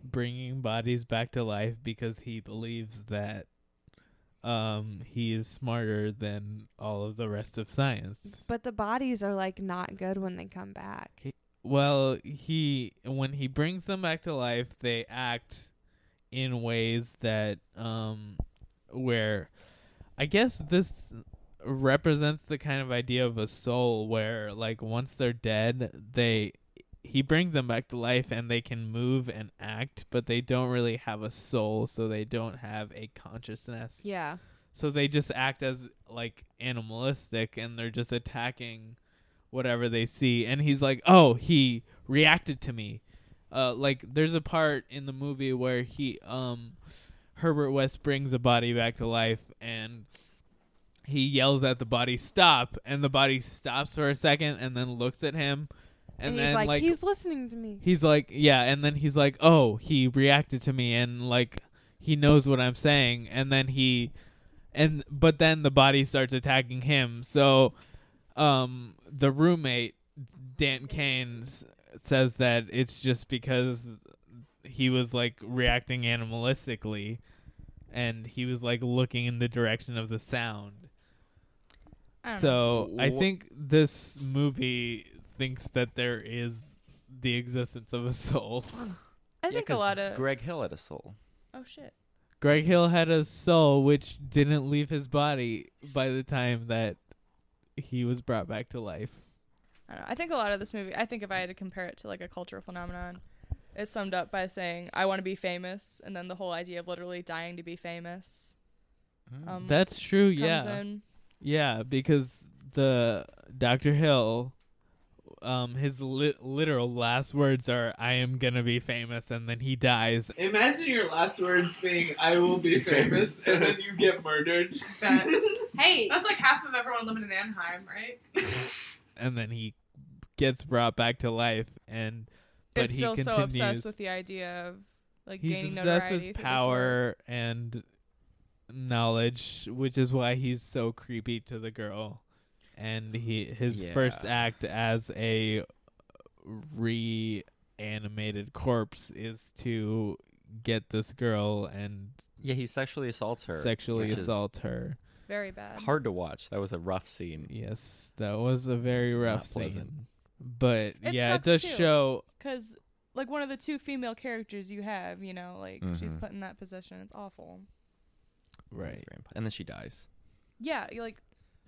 Speaker 4: bringing bodies back to life because he believes that um he is smarter than all of the rest of science.
Speaker 1: but the bodies are like not good when they come back.
Speaker 4: Well, he when he brings them back to life, they act in ways that um where I guess this represents the kind of idea of a soul where like once they're dead, they he brings them back to life and they can move and act, but they don't really have a soul, so they don't have a consciousness.
Speaker 1: Yeah.
Speaker 4: So they just act as like animalistic and they're just attacking whatever they see. And he's like, oh, he reacted to me. Uh, like there's a part in the movie where he, um, Herbert West brings a body back to life and he yells at the body, stop. And the body stops for a second and then looks at him. And,
Speaker 1: And,
Speaker 4: then
Speaker 1: he's like,
Speaker 4: like
Speaker 1: he's listening to me.
Speaker 4: He's like, yeah, and then he's like, oh, he reacted to me, and like, he knows what I'm saying, and then he, and but then the body starts attacking him. So, um, the roommate Dan Kane s- says that it's just because he was like reacting animalistically, and he was like looking in the direction of the sound.
Speaker 3: I don't
Speaker 4: So I
Speaker 2: Wha-
Speaker 4: think this movie thinks that there is the existence of a soul.
Speaker 3: I think a lot of.
Speaker 2: Greg Hill had a soul.
Speaker 3: oh shit.
Speaker 4: Greg Hill had a soul which didn't leave his body by the time that he was brought back to life.
Speaker 3: I don't know. I think a lot of this movie. I think if I had to compare it to like a cultural phenomenon, it's summed up by saying, "I want to be famous," and then the whole idea of literally dying to be famous.
Speaker 2: Hmm.
Speaker 3: Um,
Speaker 4: That's true,
Speaker 3: comes
Speaker 4: yeah.
Speaker 3: in.
Speaker 4: Yeah, because the Dr. Hill um his li- literal last words are I am going to be famous and then he dies.
Speaker 12: Imagine your last words being, I will be famous, and then you get murdered.
Speaker 7: That-
Speaker 11: Hey,
Speaker 7: That's like half of everyone living in Anaheim, right?
Speaker 4: and then he gets brought back to life and but
Speaker 3: it's
Speaker 4: he
Speaker 3: still
Speaker 4: continues
Speaker 3: so obsessed with the idea of like
Speaker 4: he's
Speaker 3: gaining
Speaker 4: obsessed
Speaker 3: notoriety
Speaker 4: with
Speaker 3: through this work.
Speaker 4: power and knowledge which is why he's so creepy to the girl and he his first
Speaker 2: Yeah.
Speaker 4: act as a reanimated corpse is to get this girl and
Speaker 2: Yeah, he sexually assaults her.
Speaker 4: sexually
Speaker 2: which is
Speaker 4: assault her
Speaker 3: Very bad.
Speaker 2: Hard to watch. That was a rough scene.
Speaker 4: yes that was a very
Speaker 2: It's
Speaker 4: rough
Speaker 2: not pleasant.
Speaker 4: scene but
Speaker 3: It
Speaker 4: yeah it
Speaker 3: sucks
Speaker 4: does
Speaker 3: too.
Speaker 4: show
Speaker 3: Because like one of the two female characters you have, you know, like she's
Speaker 2: Mhm.
Speaker 3: put in that position. It's awful.
Speaker 4: right
Speaker 2: And then she dies.
Speaker 3: Yeah, you like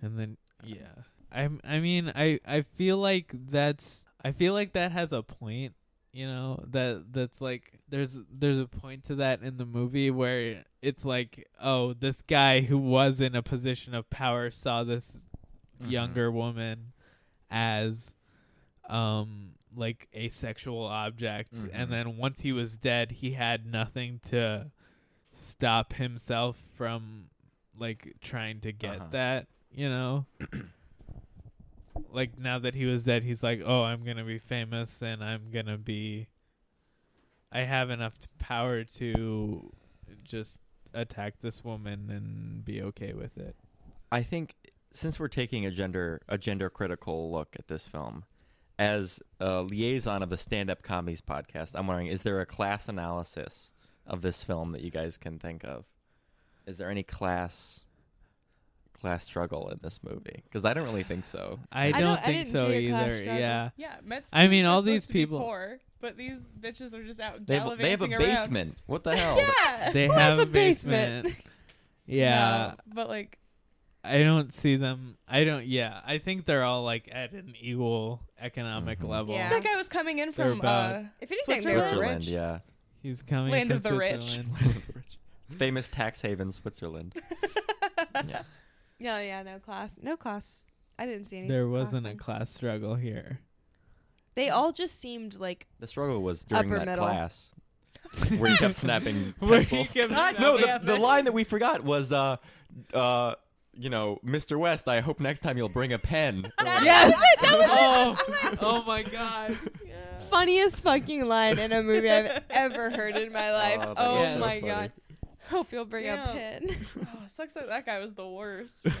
Speaker 4: And then yeah. I I mean I I feel like that's I feel like that has a point you know that that's like there's there's a point to that in the movie where it's like oh this guy who was in a position of power saw this younger woman as um like a sexual object
Speaker 2: Mhm.
Speaker 4: and then once he was dead he had nothing to stop himself from like trying to get
Speaker 2: Uh-huh.
Speaker 4: that you know like now that he was dead he's like oh i'm gonna be famous and i'm gonna be i have enough t- power to just attack this woman and be okay with it
Speaker 2: I think since we're taking a gender a gender critical look at this film, as a liaison of the stand up comedies podcast, I'm wondering is there a class analysis of this film that you guys can think of? Is there any class class struggle in this movie? Because I don't really think so.
Speaker 4: I I don't- don't I think didn't so see a class either, struggle. yeah.
Speaker 3: Yeah, Mets.
Speaker 4: Uh, I mean,
Speaker 3: students are
Speaker 4: all these
Speaker 3: supposed to be
Speaker 4: people-
Speaker 3: poor, but these bitches are just out
Speaker 2: They have, they have a
Speaker 3: gallivanting around.
Speaker 2: basement. What the hell?
Speaker 3: yeah,
Speaker 4: they
Speaker 3: What is
Speaker 4: have a basement, yeah
Speaker 3: No, but like,
Speaker 4: I don't see them. I don't. Yeah, I think they're all like at an equal economic level.
Speaker 3: that guy was coming in
Speaker 4: They're
Speaker 3: from. Uh,
Speaker 4: about-
Speaker 1: If anything, they were
Speaker 3: Switzerland.
Speaker 2: Switzerland, yeah.
Speaker 4: He's coming
Speaker 3: Land
Speaker 4: from
Speaker 3: of the rich.
Speaker 4: Switzerland.
Speaker 2: It's famous tax haven, Switzerland. yes.
Speaker 1: No, yeah, no class, no class. I didn't see any.
Speaker 4: There
Speaker 1: class
Speaker 4: wasn't a
Speaker 1: thing.
Speaker 4: class struggle here.
Speaker 1: They all just seemed like
Speaker 2: The struggle was during
Speaker 1: Upper
Speaker 2: that
Speaker 1: middle.
Speaker 2: class where you kept snapping
Speaker 4: Where you
Speaker 2: pencils.
Speaker 4: kept
Speaker 2: no, the,
Speaker 4: snapping.
Speaker 2: the line that we forgot was, uh, uh, you know, Mr. West, I hope next time you'll bring a pen.
Speaker 4: Yes!
Speaker 1: That was
Speaker 4: oh, oh my god.
Speaker 1: funniest fucking line in a movie I've ever heard in my life.
Speaker 2: Oh,
Speaker 1: Oh,
Speaker 2: that is so
Speaker 1: my
Speaker 2: funny.
Speaker 1: god. Hope you'll bring a
Speaker 3: Damn.
Speaker 1: pin.
Speaker 3: oh, sucks that that guy was the worst. Man.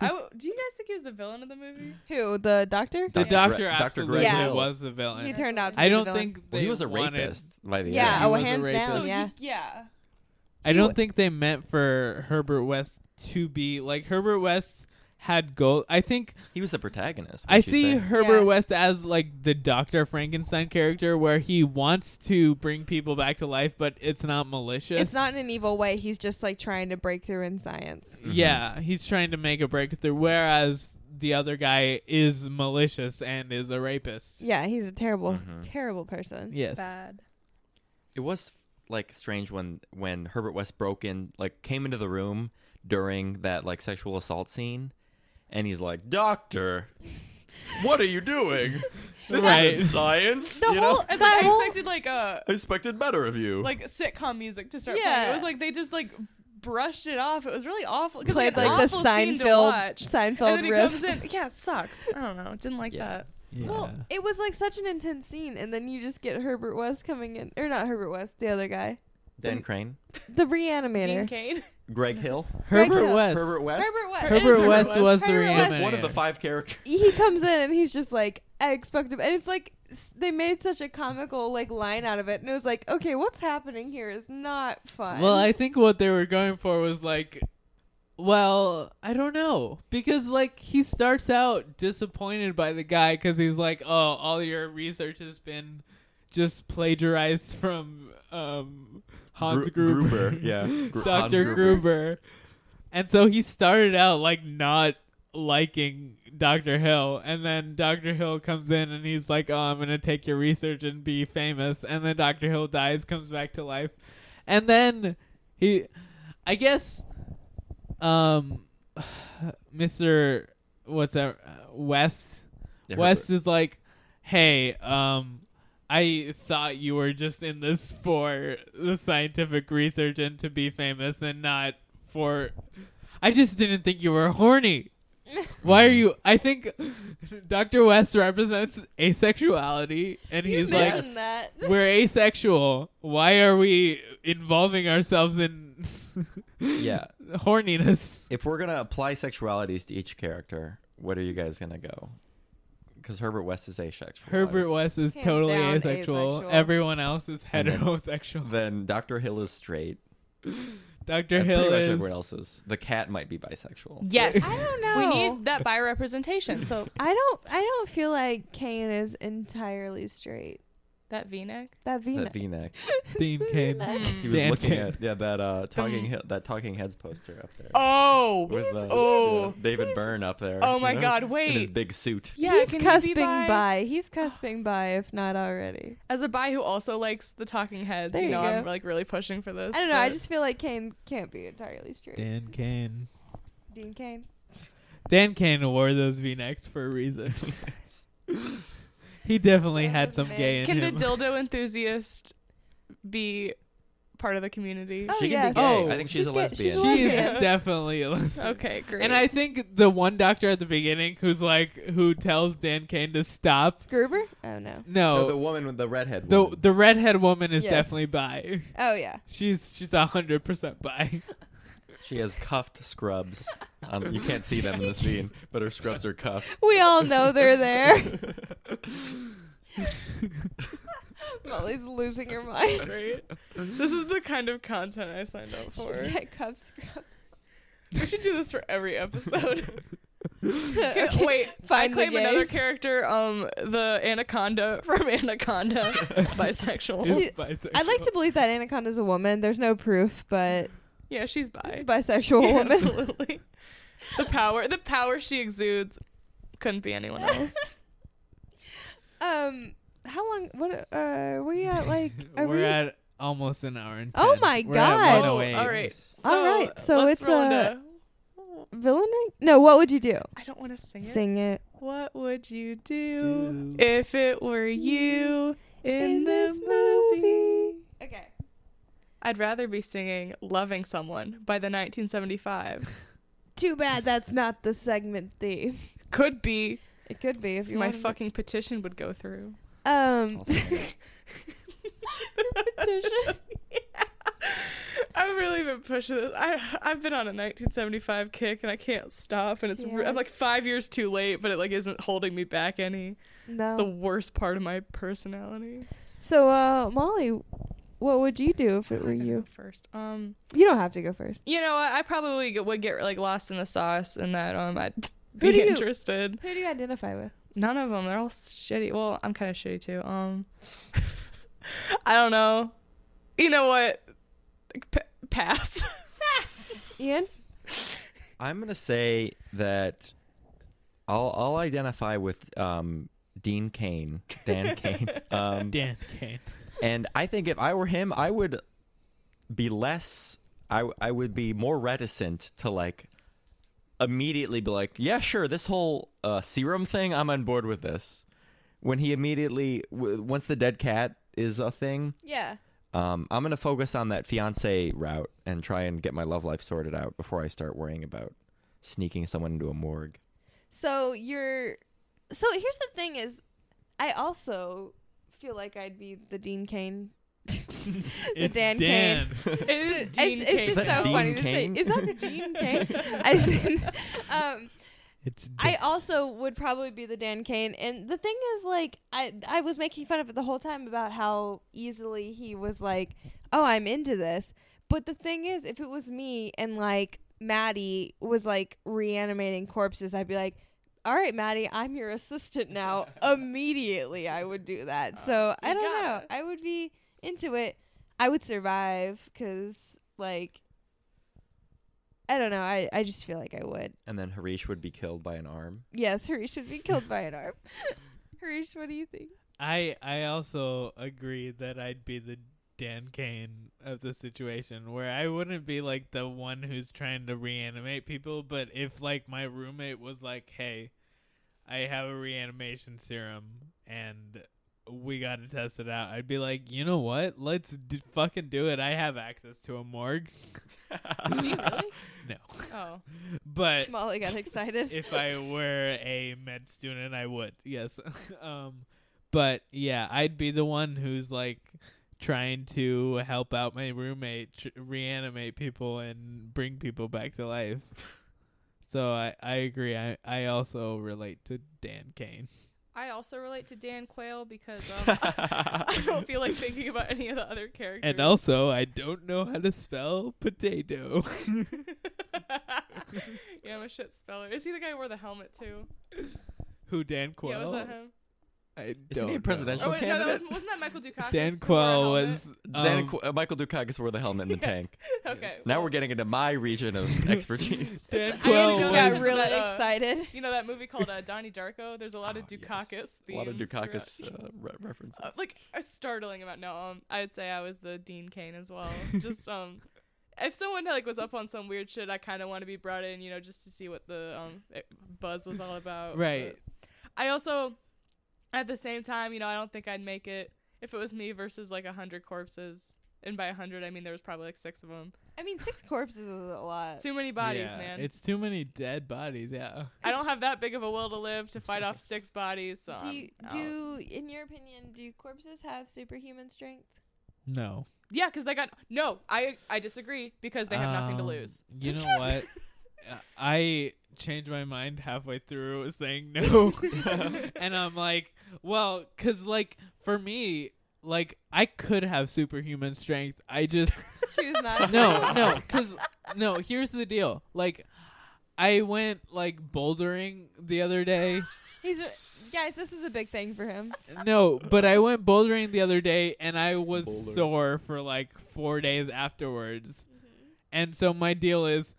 Speaker 3: I w- do you guys think he was the villain of the movie?
Speaker 1: Who? The doctor?
Speaker 4: The
Speaker 2: Dr.
Speaker 4: doctor
Speaker 2: Dr.
Speaker 4: absolutely
Speaker 2: Greg Hill.
Speaker 4: was the villain.
Speaker 1: He turned out to be
Speaker 4: I
Speaker 1: the
Speaker 4: don't
Speaker 1: villain.
Speaker 4: think
Speaker 2: Well, he
Speaker 4: they
Speaker 2: was a
Speaker 4: wanted-
Speaker 2: rapist by the
Speaker 1: Yeah,
Speaker 2: end.
Speaker 1: oh,
Speaker 4: was a
Speaker 1: hands
Speaker 4: rapist.
Speaker 1: down.
Speaker 3: So
Speaker 1: yeah.
Speaker 3: he- yeah.
Speaker 4: I don't think they meant for Herbert West to be like Herbert West had gold. I think
Speaker 2: He was the protagonist.
Speaker 4: I
Speaker 2: wouldn't you
Speaker 4: see
Speaker 2: say?
Speaker 4: Herbert
Speaker 1: Yeah.
Speaker 4: West as like the Doctor Frankenstein character, where he wants to bring people back to life, but it's not malicious.
Speaker 1: It's not in an evil way. He's just like trying to break through in science.
Speaker 2: Mm-hmm.
Speaker 4: Yeah, he's trying to make a breakthrough, whereas the other guy is malicious and is a rapist.
Speaker 1: Yeah, he's a terrible,
Speaker 4: Mm-hmm.
Speaker 2: Mhm.
Speaker 1: terrible person.
Speaker 4: Yes.
Speaker 3: Bad.
Speaker 2: It was like strange when when Herbert West broke in, like came into the room during that like sexual assault scene, and he's like, "Doctor, what are you doing? This
Speaker 4: Right.
Speaker 2: isn't science."
Speaker 1: The
Speaker 2: you
Speaker 1: whole-
Speaker 2: know,
Speaker 3: I, think
Speaker 1: That
Speaker 3: I
Speaker 1: whole-
Speaker 3: expected like uh
Speaker 2: I expected better of you.
Speaker 3: like sitcom music to start playing.
Speaker 1: Yeah.
Speaker 3: It was like they just like brushed it off. It was really awful. 'cause,
Speaker 1: Played
Speaker 3: an
Speaker 1: like the
Speaker 3: awful scene to
Speaker 1: Seinfeld
Speaker 3: watch.
Speaker 1: Seinfeld
Speaker 3: and then he
Speaker 1: riff.
Speaker 3: comes in. Yeah, it sucks. I don't know. Didn't like
Speaker 2: Yeah.
Speaker 3: that.
Speaker 4: Yeah.
Speaker 1: Well, it was like such an intense scene, and then you just get Herbert West coming in, or not Herbert West, the other guy,
Speaker 2: Dan Crane,
Speaker 1: the
Speaker 3: Dean
Speaker 1: reanimator.
Speaker 3: Cain.
Speaker 2: Greg Hill,
Speaker 4: Herbert
Speaker 1: Hill.
Speaker 4: West.
Speaker 2: Herbert West,
Speaker 1: Herbert West.
Speaker 4: Herbert
Speaker 3: It is Herbert
Speaker 4: West
Speaker 3: West.
Speaker 4: was the
Speaker 1: Herbert West.
Speaker 4: reanimator.
Speaker 2: one of the five characters.
Speaker 1: He comes in and he's just like, I expect him, and it's like s- they made such a comical like line out of it, and it was like, okay, what's happening here is not fun.
Speaker 4: Well, I think what they were going for was like, well, I don't know, because like he starts out disappointed by the guy because he's like, oh, all your research has been just plagiarized from um, Hans
Speaker 2: Gru-
Speaker 4: Gruber,
Speaker 2: Gruber, yeah. Gru- Hans
Speaker 4: Doctor
Speaker 2: Gruber.
Speaker 4: Gruber, and so he started out like not liking Dr. Hill and then Dr. Hill comes in and he's like, "Oh, I'm going to take your research and be famous." And then Dr. Hill dies, comes back to life. And then he I guess um Mr. what's that uh, West
Speaker 2: Yeah,
Speaker 4: West is like, "Hey, um I thought you were just in this for the scientific research and to be famous and not for I just didn't think you were horny." Why are you? I think Dr. West represents asexuality, and
Speaker 1: you
Speaker 4: he's like,
Speaker 1: mentioned that.
Speaker 4: "We're asexual. Why are we involving ourselves in
Speaker 2: Yeah.
Speaker 4: horniness?"
Speaker 2: If we're gonna apply sexualities to each character, what are you guys gonna go? Because Herbert West is asexual. I
Speaker 4: Herbert
Speaker 2: would say.
Speaker 4: West is
Speaker 1: Hands
Speaker 4: totally
Speaker 1: down,
Speaker 4: asexual.
Speaker 1: asexual.
Speaker 4: Everyone else is
Speaker 2: And then-
Speaker 4: heterosexual.
Speaker 2: Then Doctor Hill is straight.
Speaker 4: Dr.
Speaker 2: And
Speaker 4: Hill
Speaker 2: pretty much
Speaker 4: is.
Speaker 2: everyone else is. The cat might be bisexual.
Speaker 3: Yes.
Speaker 1: I don't know.
Speaker 3: We need that by representation. So
Speaker 1: I don't. I don't feel like Kane is entirely straight.
Speaker 3: That V-neck.
Speaker 1: That
Speaker 2: That V-neck.
Speaker 4: Dean came.
Speaker 2: He was
Speaker 4: Dan
Speaker 2: looking
Speaker 4: came.
Speaker 2: at yeah that uh talking he- that talking heads poster up there.
Speaker 3: Oh.
Speaker 2: with
Speaker 3: He's-
Speaker 2: uh,
Speaker 3: oh.
Speaker 2: yeah, David Byrne up there.
Speaker 3: Oh my God,
Speaker 2: In his
Speaker 3: wait.
Speaker 2: big suit.
Speaker 3: Yeah,
Speaker 1: he's
Speaker 3: can he be
Speaker 1: cusping
Speaker 3: bi?
Speaker 1: by. He's cusping by, if not already.
Speaker 3: As a bi who also likes the Talking Heads,
Speaker 1: There
Speaker 3: you
Speaker 1: you
Speaker 3: know, I'm
Speaker 1: go.
Speaker 3: like really pushing for this.
Speaker 1: I don't know. I
Speaker 3: but-
Speaker 1: just feel like Kane can't be entirely straight.
Speaker 4: Dan Kane.
Speaker 1: Dean Kane.
Speaker 4: Dan Kane wore those V-necks for a reason. he definitely had some
Speaker 1: man.
Speaker 4: gay in
Speaker 3: Can
Speaker 4: him.
Speaker 3: the dildo enthusiast be part of the community?
Speaker 1: She can be
Speaker 4: Oh,
Speaker 2: I think she's, a lesbian.
Speaker 4: She is definitely a lesbian.
Speaker 3: Okay, great.
Speaker 4: And I think the one doctor at the beginning who's like, who tells Dan Kane to stop.
Speaker 1: Gruber? Oh no.
Speaker 2: No,
Speaker 4: No,
Speaker 2: the woman with the redhead.
Speaker 4: the
Speaker 2: woman.
Speaker 4: the redhead woman is
Speaker 1: Yes.
Speaker 4: definitely bi.
Speaker 1: Oh yeah.
Speaker 4: She's she's hundred percent bi.
Speaker 2: She has cuffed scrubs. Um, you can't see them in the scene, but her scrubs are cuffed.
Speaker 1: We all know they're there. Molly's losing her mind.
Speaker 3: Great. This is the kind of content I signed up
Speaker 1: She's
Speaker 3: for.
Speaker 1: got cup scrubs.
Speaker 3: We should do this for every episode. Can-
Speaker 1: Okay,
Speaker 3: Wait,
Speaker 1: find
Speaker 3: I
Speaker 1: the
Speaker 3: claim another
Speaker 1: gays.
Speaker 3: character, um, the anaconda from Anaconda, bisexual.
Speaker 1: She- I'd like to believe that Anaconda's a woman. There's no proof, but
Speaker 3: yeah, she's bi.
Speaker 1: it's a bisexual
Speaker 3: Yeah,
Speaker 1: woman.
Speaker 3: Absolutely. The power, the power she exudes, couldn't be anyone else.
Speaker 1: Um, how long? What uh, are we at? Like, are
Speaker 4: We're
Speaker 1: we?
Speaker 4: at almost an hour and. 10.
Speaker 1: Oh my
Speaker 4: We're
Speaker 1: God.
Speaker 4: At
Speaker 3: Oh,
Speaker 4: 108.
Speaker 3: all right. So,
Speaker 1: All right, so
Speaker 3: let's
Speaker 1: it's uh,
Speaker 3: roll
Speaker 1: a-
Speaker 3: into-
Speaker 1: Villain ring? No. What would you do?
Speaker 3: I don't want to sing it.
Speaker 1: Sing it.
Speaker 3: What would you do, if it were you in
Speaker 1: In
Speaker 3: this
Speaker 1: this
Speaker 3: movie?
Speaker 1: Okay.
Speaker 3: I'd rather be singing "Loving Someone" by the 1975.
Speaker 1: Too bad that's not the segment theme.
Speaker 3: Could be
Speaker 1: It could be if you
Speaker 3: my
Speaker 1: wanted to-
Speaker 3: fucking petition would go through.
Speaker 1: Um.
Speaker 3: petition. I've really been pushing this. I I've been on a 1975 kick and I can't stop. And it's re- I'm
Speaker 1: Yes.
Speaker 3: like five years too late, but it like isn't holding me back any. It's the
Speaker 1: no.
Speaker 3: worst part of my personality.
Speaker 1: So, uh, Molly, what would you do if it were you?
Speaker 3: First, um,
Speaker 1: You don't have to go first.
Speaker 3: you know, what? I probably get, would get like lost in the sauce, and that um, I'd
Speaker 1: Who do
Speaker 3: be
Speaker 1: you-
Speaker 3: interested.
Speaker 1: Who do you identify with?
Speaker 3: None of them. They're all shitty. Well, I'm kind of shitty too. Um, I don't know. You know what? P- pass.
Speaker 1: Ian?
Speaker 2: I'm gonna say that I'll I'll identify with um, Dean Kane, Dan Kane, um,
Speaker 4: Dan Kane.
Speaker 2: and I think if I were him, I would be less. I I would be more reticent to like immediately be like, yeah, sure, this whole uh, serum thing, I'm on board with this. When he immediately, w- once the dead cat is a thing,
Speaker 1: Yeah.
Speaker 2: um, I'm gonna focus on that fiance route and try and get my love life sorted out before I start worrying about sneaking someone into a morgue.
Speaker 1: So you're. So here's the thing: is I also feel like I'd be the Dean Kane, the
Speaker 4: It's
Speaker 1: Dan,
Speaker 4: Dan.
Speaker 1: Kane.
Speaker 3: It is
Speaker 1: It's,
Speaker 3: Dean
Speaker 1: it's just
Speaker 2: Kane.
Speaker 1: so
Speaker 2: Is that
Speaker 1: funny
Speaker 2: Dean Kane?
Speaker 1: to say. Is that Dean Kane? I, um,
Speaker 4: It's
Speaker 1: I also would probably be the Dan Kane. And the thing is, like, I I was making fun of it the whole time about how easily he was like, "Oh, I'm into this." But the thing is, if it was me and like Maddie was like reanimating corpses, I'd be like, "All right, Maddie, I'm your assistant now." Immediately, I would do that. So I
Speaker 3: Uh, you
Speaker 1: don't know.
Speaker 3: gotta.
Speaker 1: I would be into it. I would survive because like. I don't know. I, I just feel like I would.
Speaker 2: And then Harish would be killed by an arm.
Speaker 1: Yes, Harish should be killed by an arm. Harish, what do you think?
Speaker 4: I I also agree that I'd be the Dan Kane of the situation where I wouldn't be like the one who's trying to reanimate people, but if like my roommate was like, "Hey, I have a reanimation serum and we got to test it out." I'd be like, "You know what? Let's d- fucking do it. I have access to a morgue." no.
Speaker 3: Oh.
Speaker 4: But
Speaker 1: Molly got excited.
Speaker 4: if I were a med student, I would. Yes. um, but yeah, I'd be the one who's like trying to help out my roommate, tr- reanimate people, and bring people back to life. So I, I agree. I, I also relate to Dan Kane.
Speaker 3: I also relate to Dan Quayle because um, I don't feel like thinking about any of the other characters.
Speaker 4: And also, I don't know how to spell potato.
Speaker 3: yeah, I'm a shit speller. Is he the guy who wore the helmet too?
Speaker 4: Who Dan Quayle?
Speaker 3: Yeah, was that him?
Speaker 4: I
Speaker 2: Isn't he a presidential
Speaker 3: Oh, wait, no, that was,
Speaker 2: candidate?
Speaker 3: wasn't that Michael Dukakis?
Speaker 4: Dan
Speaker 3: who wore a
Speaker 4: Quayle
Speaker 3: helmet?
Speaker 4: was
Speaker 2: Dan
Speaker 4: um,
Speaker 2: Qu- uh, Michael Dukakis wore the helmet in the tank.
Speaker 3: Okay.
Speaker 2: Now we're getting into my region of expertise.
Speaker 4: Dan
Speaker 3: I
Speaker 4: Quayle was
Speaker 3: just got
Speaker 1: really
Speaker 3: that, uh,
Speaker 1: excited.
Speaker 3: You know that movie called uh, Donnie Darko? There's a lot of Dukakis
Speaker 2: Ah, Oh, a lot of
Speaker 3: themes
Speaker 2: Dukakis
Speaker 3: throughout-
Speaker 2: uh, re- references.
Speaker 3: Uh, like a startling amount. No, um, I'd say I was the Dean Kane as well. just um, if someone like was up on some weird shit, I kind of want to be brought in, you know, just to see what the um eh, buzz was all about.
Speaker 4: Right.
Speaker 3: But I also, at the same time, you know, I don't think I'd make it if it was me versus like a hundred corpses. And by a hundred, I mean there was probably like six of them.
Speaker 1: I mean, six corpses is a lot.
Speaker 3: Too many bodies,
Speaker 4: yeah,
Speaker 3: man.
Speaker 4: It's too many dead bodies. Yeah.
Speaker 3: I don't have that big of a will to live to fight off six bodies. So
Speaker 11: Do
Speaker 3: I'm
Speaker 11: you,
Speaker 3: out.
Speaker 11: do in your opinion do corpses have superhuman strength?
Speaker 4: No.
Speaker 3: Yeah, because they got no. I I disagree because they have nothing to
Speaker 4: Um,
Speaker 3: lose.
Speaker 4: You know what? Uh, I changed my mind halfway through saying no. and I'm like, well, cuz like for me, like I could have superhuman strength. I just
Speaker 1: Choose not.
Speaker 4: No, no, cuz no, here's the deal. Like I went like bouldering the other day.
Speaker 1: He's a- guys. This is a big thing for him.
Speaker 4: No, but I went bouldering the other day and I was
Speaker 2: Boulder.
Speaker 4: sore for like four days afterwards. And so my deal is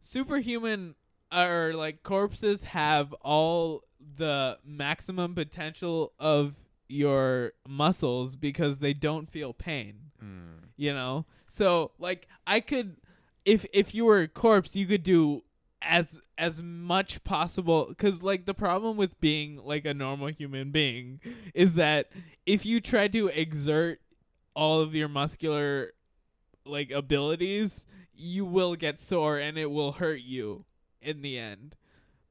Speaker 4: superhuman or like corpses have all the maximum potential of your muscles because they don't feel pain.
Speaker 2: Hmm.
Speaker 4: You know? So like I could if if you were a corpse, you could do as as much possible cuz like the problem with being like a normal human being is that if you try to exert all of your muscular like abilities, you will get sore and it will hurt you in the end.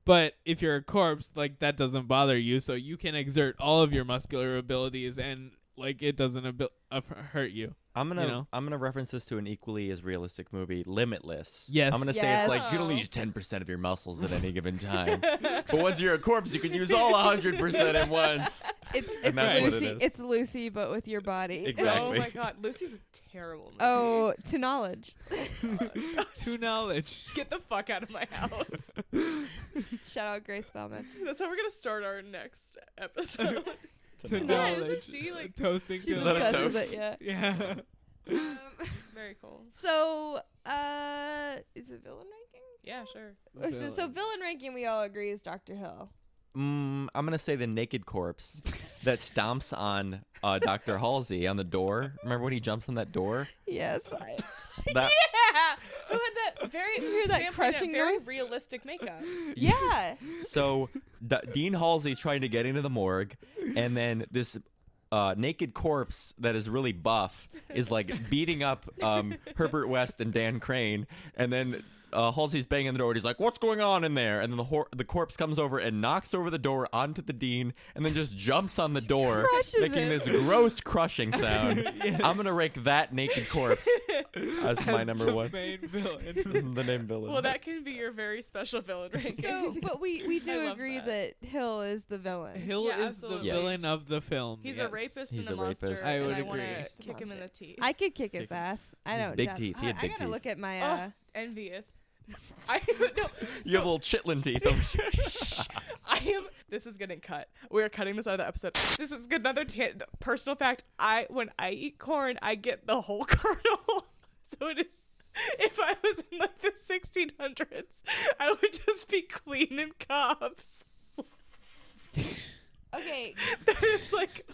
Speaker 4: But if you're a corpse, like that doesn't bother you, so you can exert all of your muscular abilities and like it doesn't abil- uh, hurt you.
Speaker 2: I'm gonna
Speaker 4: you know?
Speaker 2: I'm gonna reference this to an equally as realistic movie, Limitless.
Speaker 4: Yes.
Speaker 2: I'm gonna say
Speaker 4: Yes.
Speaker 2: it's like you don't
Speaker 4: Oh.
Speaker 2: need ten percent of your muscles at any given time, but once you're a corpse, you can use all hundred percent at once.
Speaker 1: It's
Speaker 2: And
Speaker 1: it's
Speaker 2: that's what it
Speaker 1: Lucy.
Speaker 2: is.
Speaker 1: it's Lucy, but with your body.
Speaker 2: Exactly.
Speaker 3: Oh my god, Lucy's a terrible. Movie.
Speaker 1: Oh, to knowledge.
Speaker 4: to knowledge.
Speaker 3: Get the fuck out of my house.
Speaker 1: Shout out Grace Spellman.
Speaker 3: That's how we're gonna start our next episode.
Speaker 4: To
Speaker 3: yeah, isn't
Speaker 4: knowledge.
Speaker 3: she like
Speaker 4: Toasting
Speaker 1: She's
Speaker 4: to
Speaker 1: obsessed with it. Yeah. Um,
Speaker 4: Yeah.
Speaker 3: very cool?
Speaker 1: So, uh, is it villain ranking?
Speaker 3: Yeah, sure.
Speaker 1: Or is it- So villain ranking, we all agree is Doctor Hill.
Speaker 2: Mm, I'm gonna say the naked corpse that stomps on uh, Dr. Halsey on the door. Remember when he jumps on that door?
Speaker 1: Yes.
Speaker 2: That
Speaker 3: yeah, who had that very
Speaker 1: You hear that
Speaker 3: Sam had
Speaker 1: crushing
Speaker 3: very
Speaker 1: noise?
Speaker 3: realistic makeup.
Speaker 1: yeah.
Speaker 2: So D- Dean Halsey's trying to get into the morgue, and then this uh, naked corpse that is really buff is like beating up um, Herbert West and Dan Crane, and then. Uh, Halsey's banging the door. And he's like, "What's going on in there?" And then the hor- the corpse comes over and knocks over the door onto the dean, and then just jumps on the door,
Speaker 1: Crushes
Speaker 2: making
Speaker 1: it.
Speaker 2: this gross crushing sound. I'm gonna rank that naked corpse as, my number
Speaker 4: the
Speaker 2: one.
Speaker 4: main villain.
Speaker 2: the name villain.
Speaker 3: Well, that can be your very special villain ranking.
Speaker 1: So, but we we do
Speaker 3: love
Speaker 1: agree that.
Speaker 3: that.
Speaker 1: Hill is the villain.
Speaker 4: Hill
Speaker 3: Yeah,
Speaker 4: is
Speaker 3: absolutely.
Speaker 4: the villain of the film.
Speaker 3: He's
Speaker 4: yes.
Speaker 3: a rapist
Speaker 2: He's
Speaker 3: and
Speaker 2: a
Speaker 3: a, monster.
Speaker 2: rapist.
Speaker 4: I
Speaker 3: and
Speaker 4: would
Speaker 3: I want
Speaker 4: agree.
Speaker 3: to
Speaker 4: He's
Speaker 1: a
Speaker 3: kick him in
Speaker 1: monster.
Speaker 3: the teeth.
Speaker 1: I could kick his
Speaker 2: Kick-
Speaker 1: ass. I
Speaker 2: He's
Speaker 1: don't.
Speaker 2: big
Speaker 1: doubt-
Speaker 2: teeth. He had
Speaker 1: I,
Speaker 2: big
Speaker 1: I gotta
Speaker 2: teeth.
Speaker 1: look at my.
Speaker 3: Ugh,
Speaker 1: Uh,
Speaker 3: envious. I no,
Speaker 2: you have little chitlin teeth. Oh, Over
Speaker 3: I am. This is getting cut. We are cutting this out of the episode. This is another tan- personal fact. I when I eat corn, I get the whole kernel. so it is. If I was in like the 1600s, I would just be clean and cobs.
Speaker 1: okay,
Speaker 3: That is like.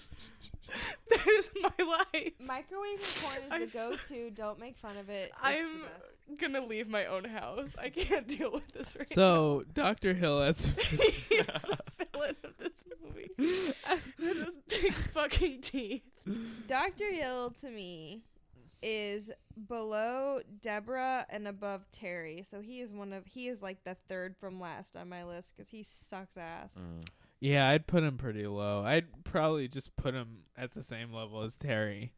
Speaker 3: That is my life.
Speaker 1: microwave and corn is
Speaker 3: I'm-
Speaker 1: the go-to. Don't make fun of it. It's the
Speaker 3: I'm
Speaker 1: best.
Speaker 3: gonna leave my own house. I can't deal with this right
Speaker 4: So Dr. Hill as
Speaker 3: now. He is the villain of this movie. With his big fucking teeth.
Speaker 1: Dr. Hill to me is below Deborah and above Terry. So he is one of he is like the third from last on my list because he sucks ass.
Speaker 4: Yeah, I'd put him pretty low. I'd probably just put him at the same level as Terry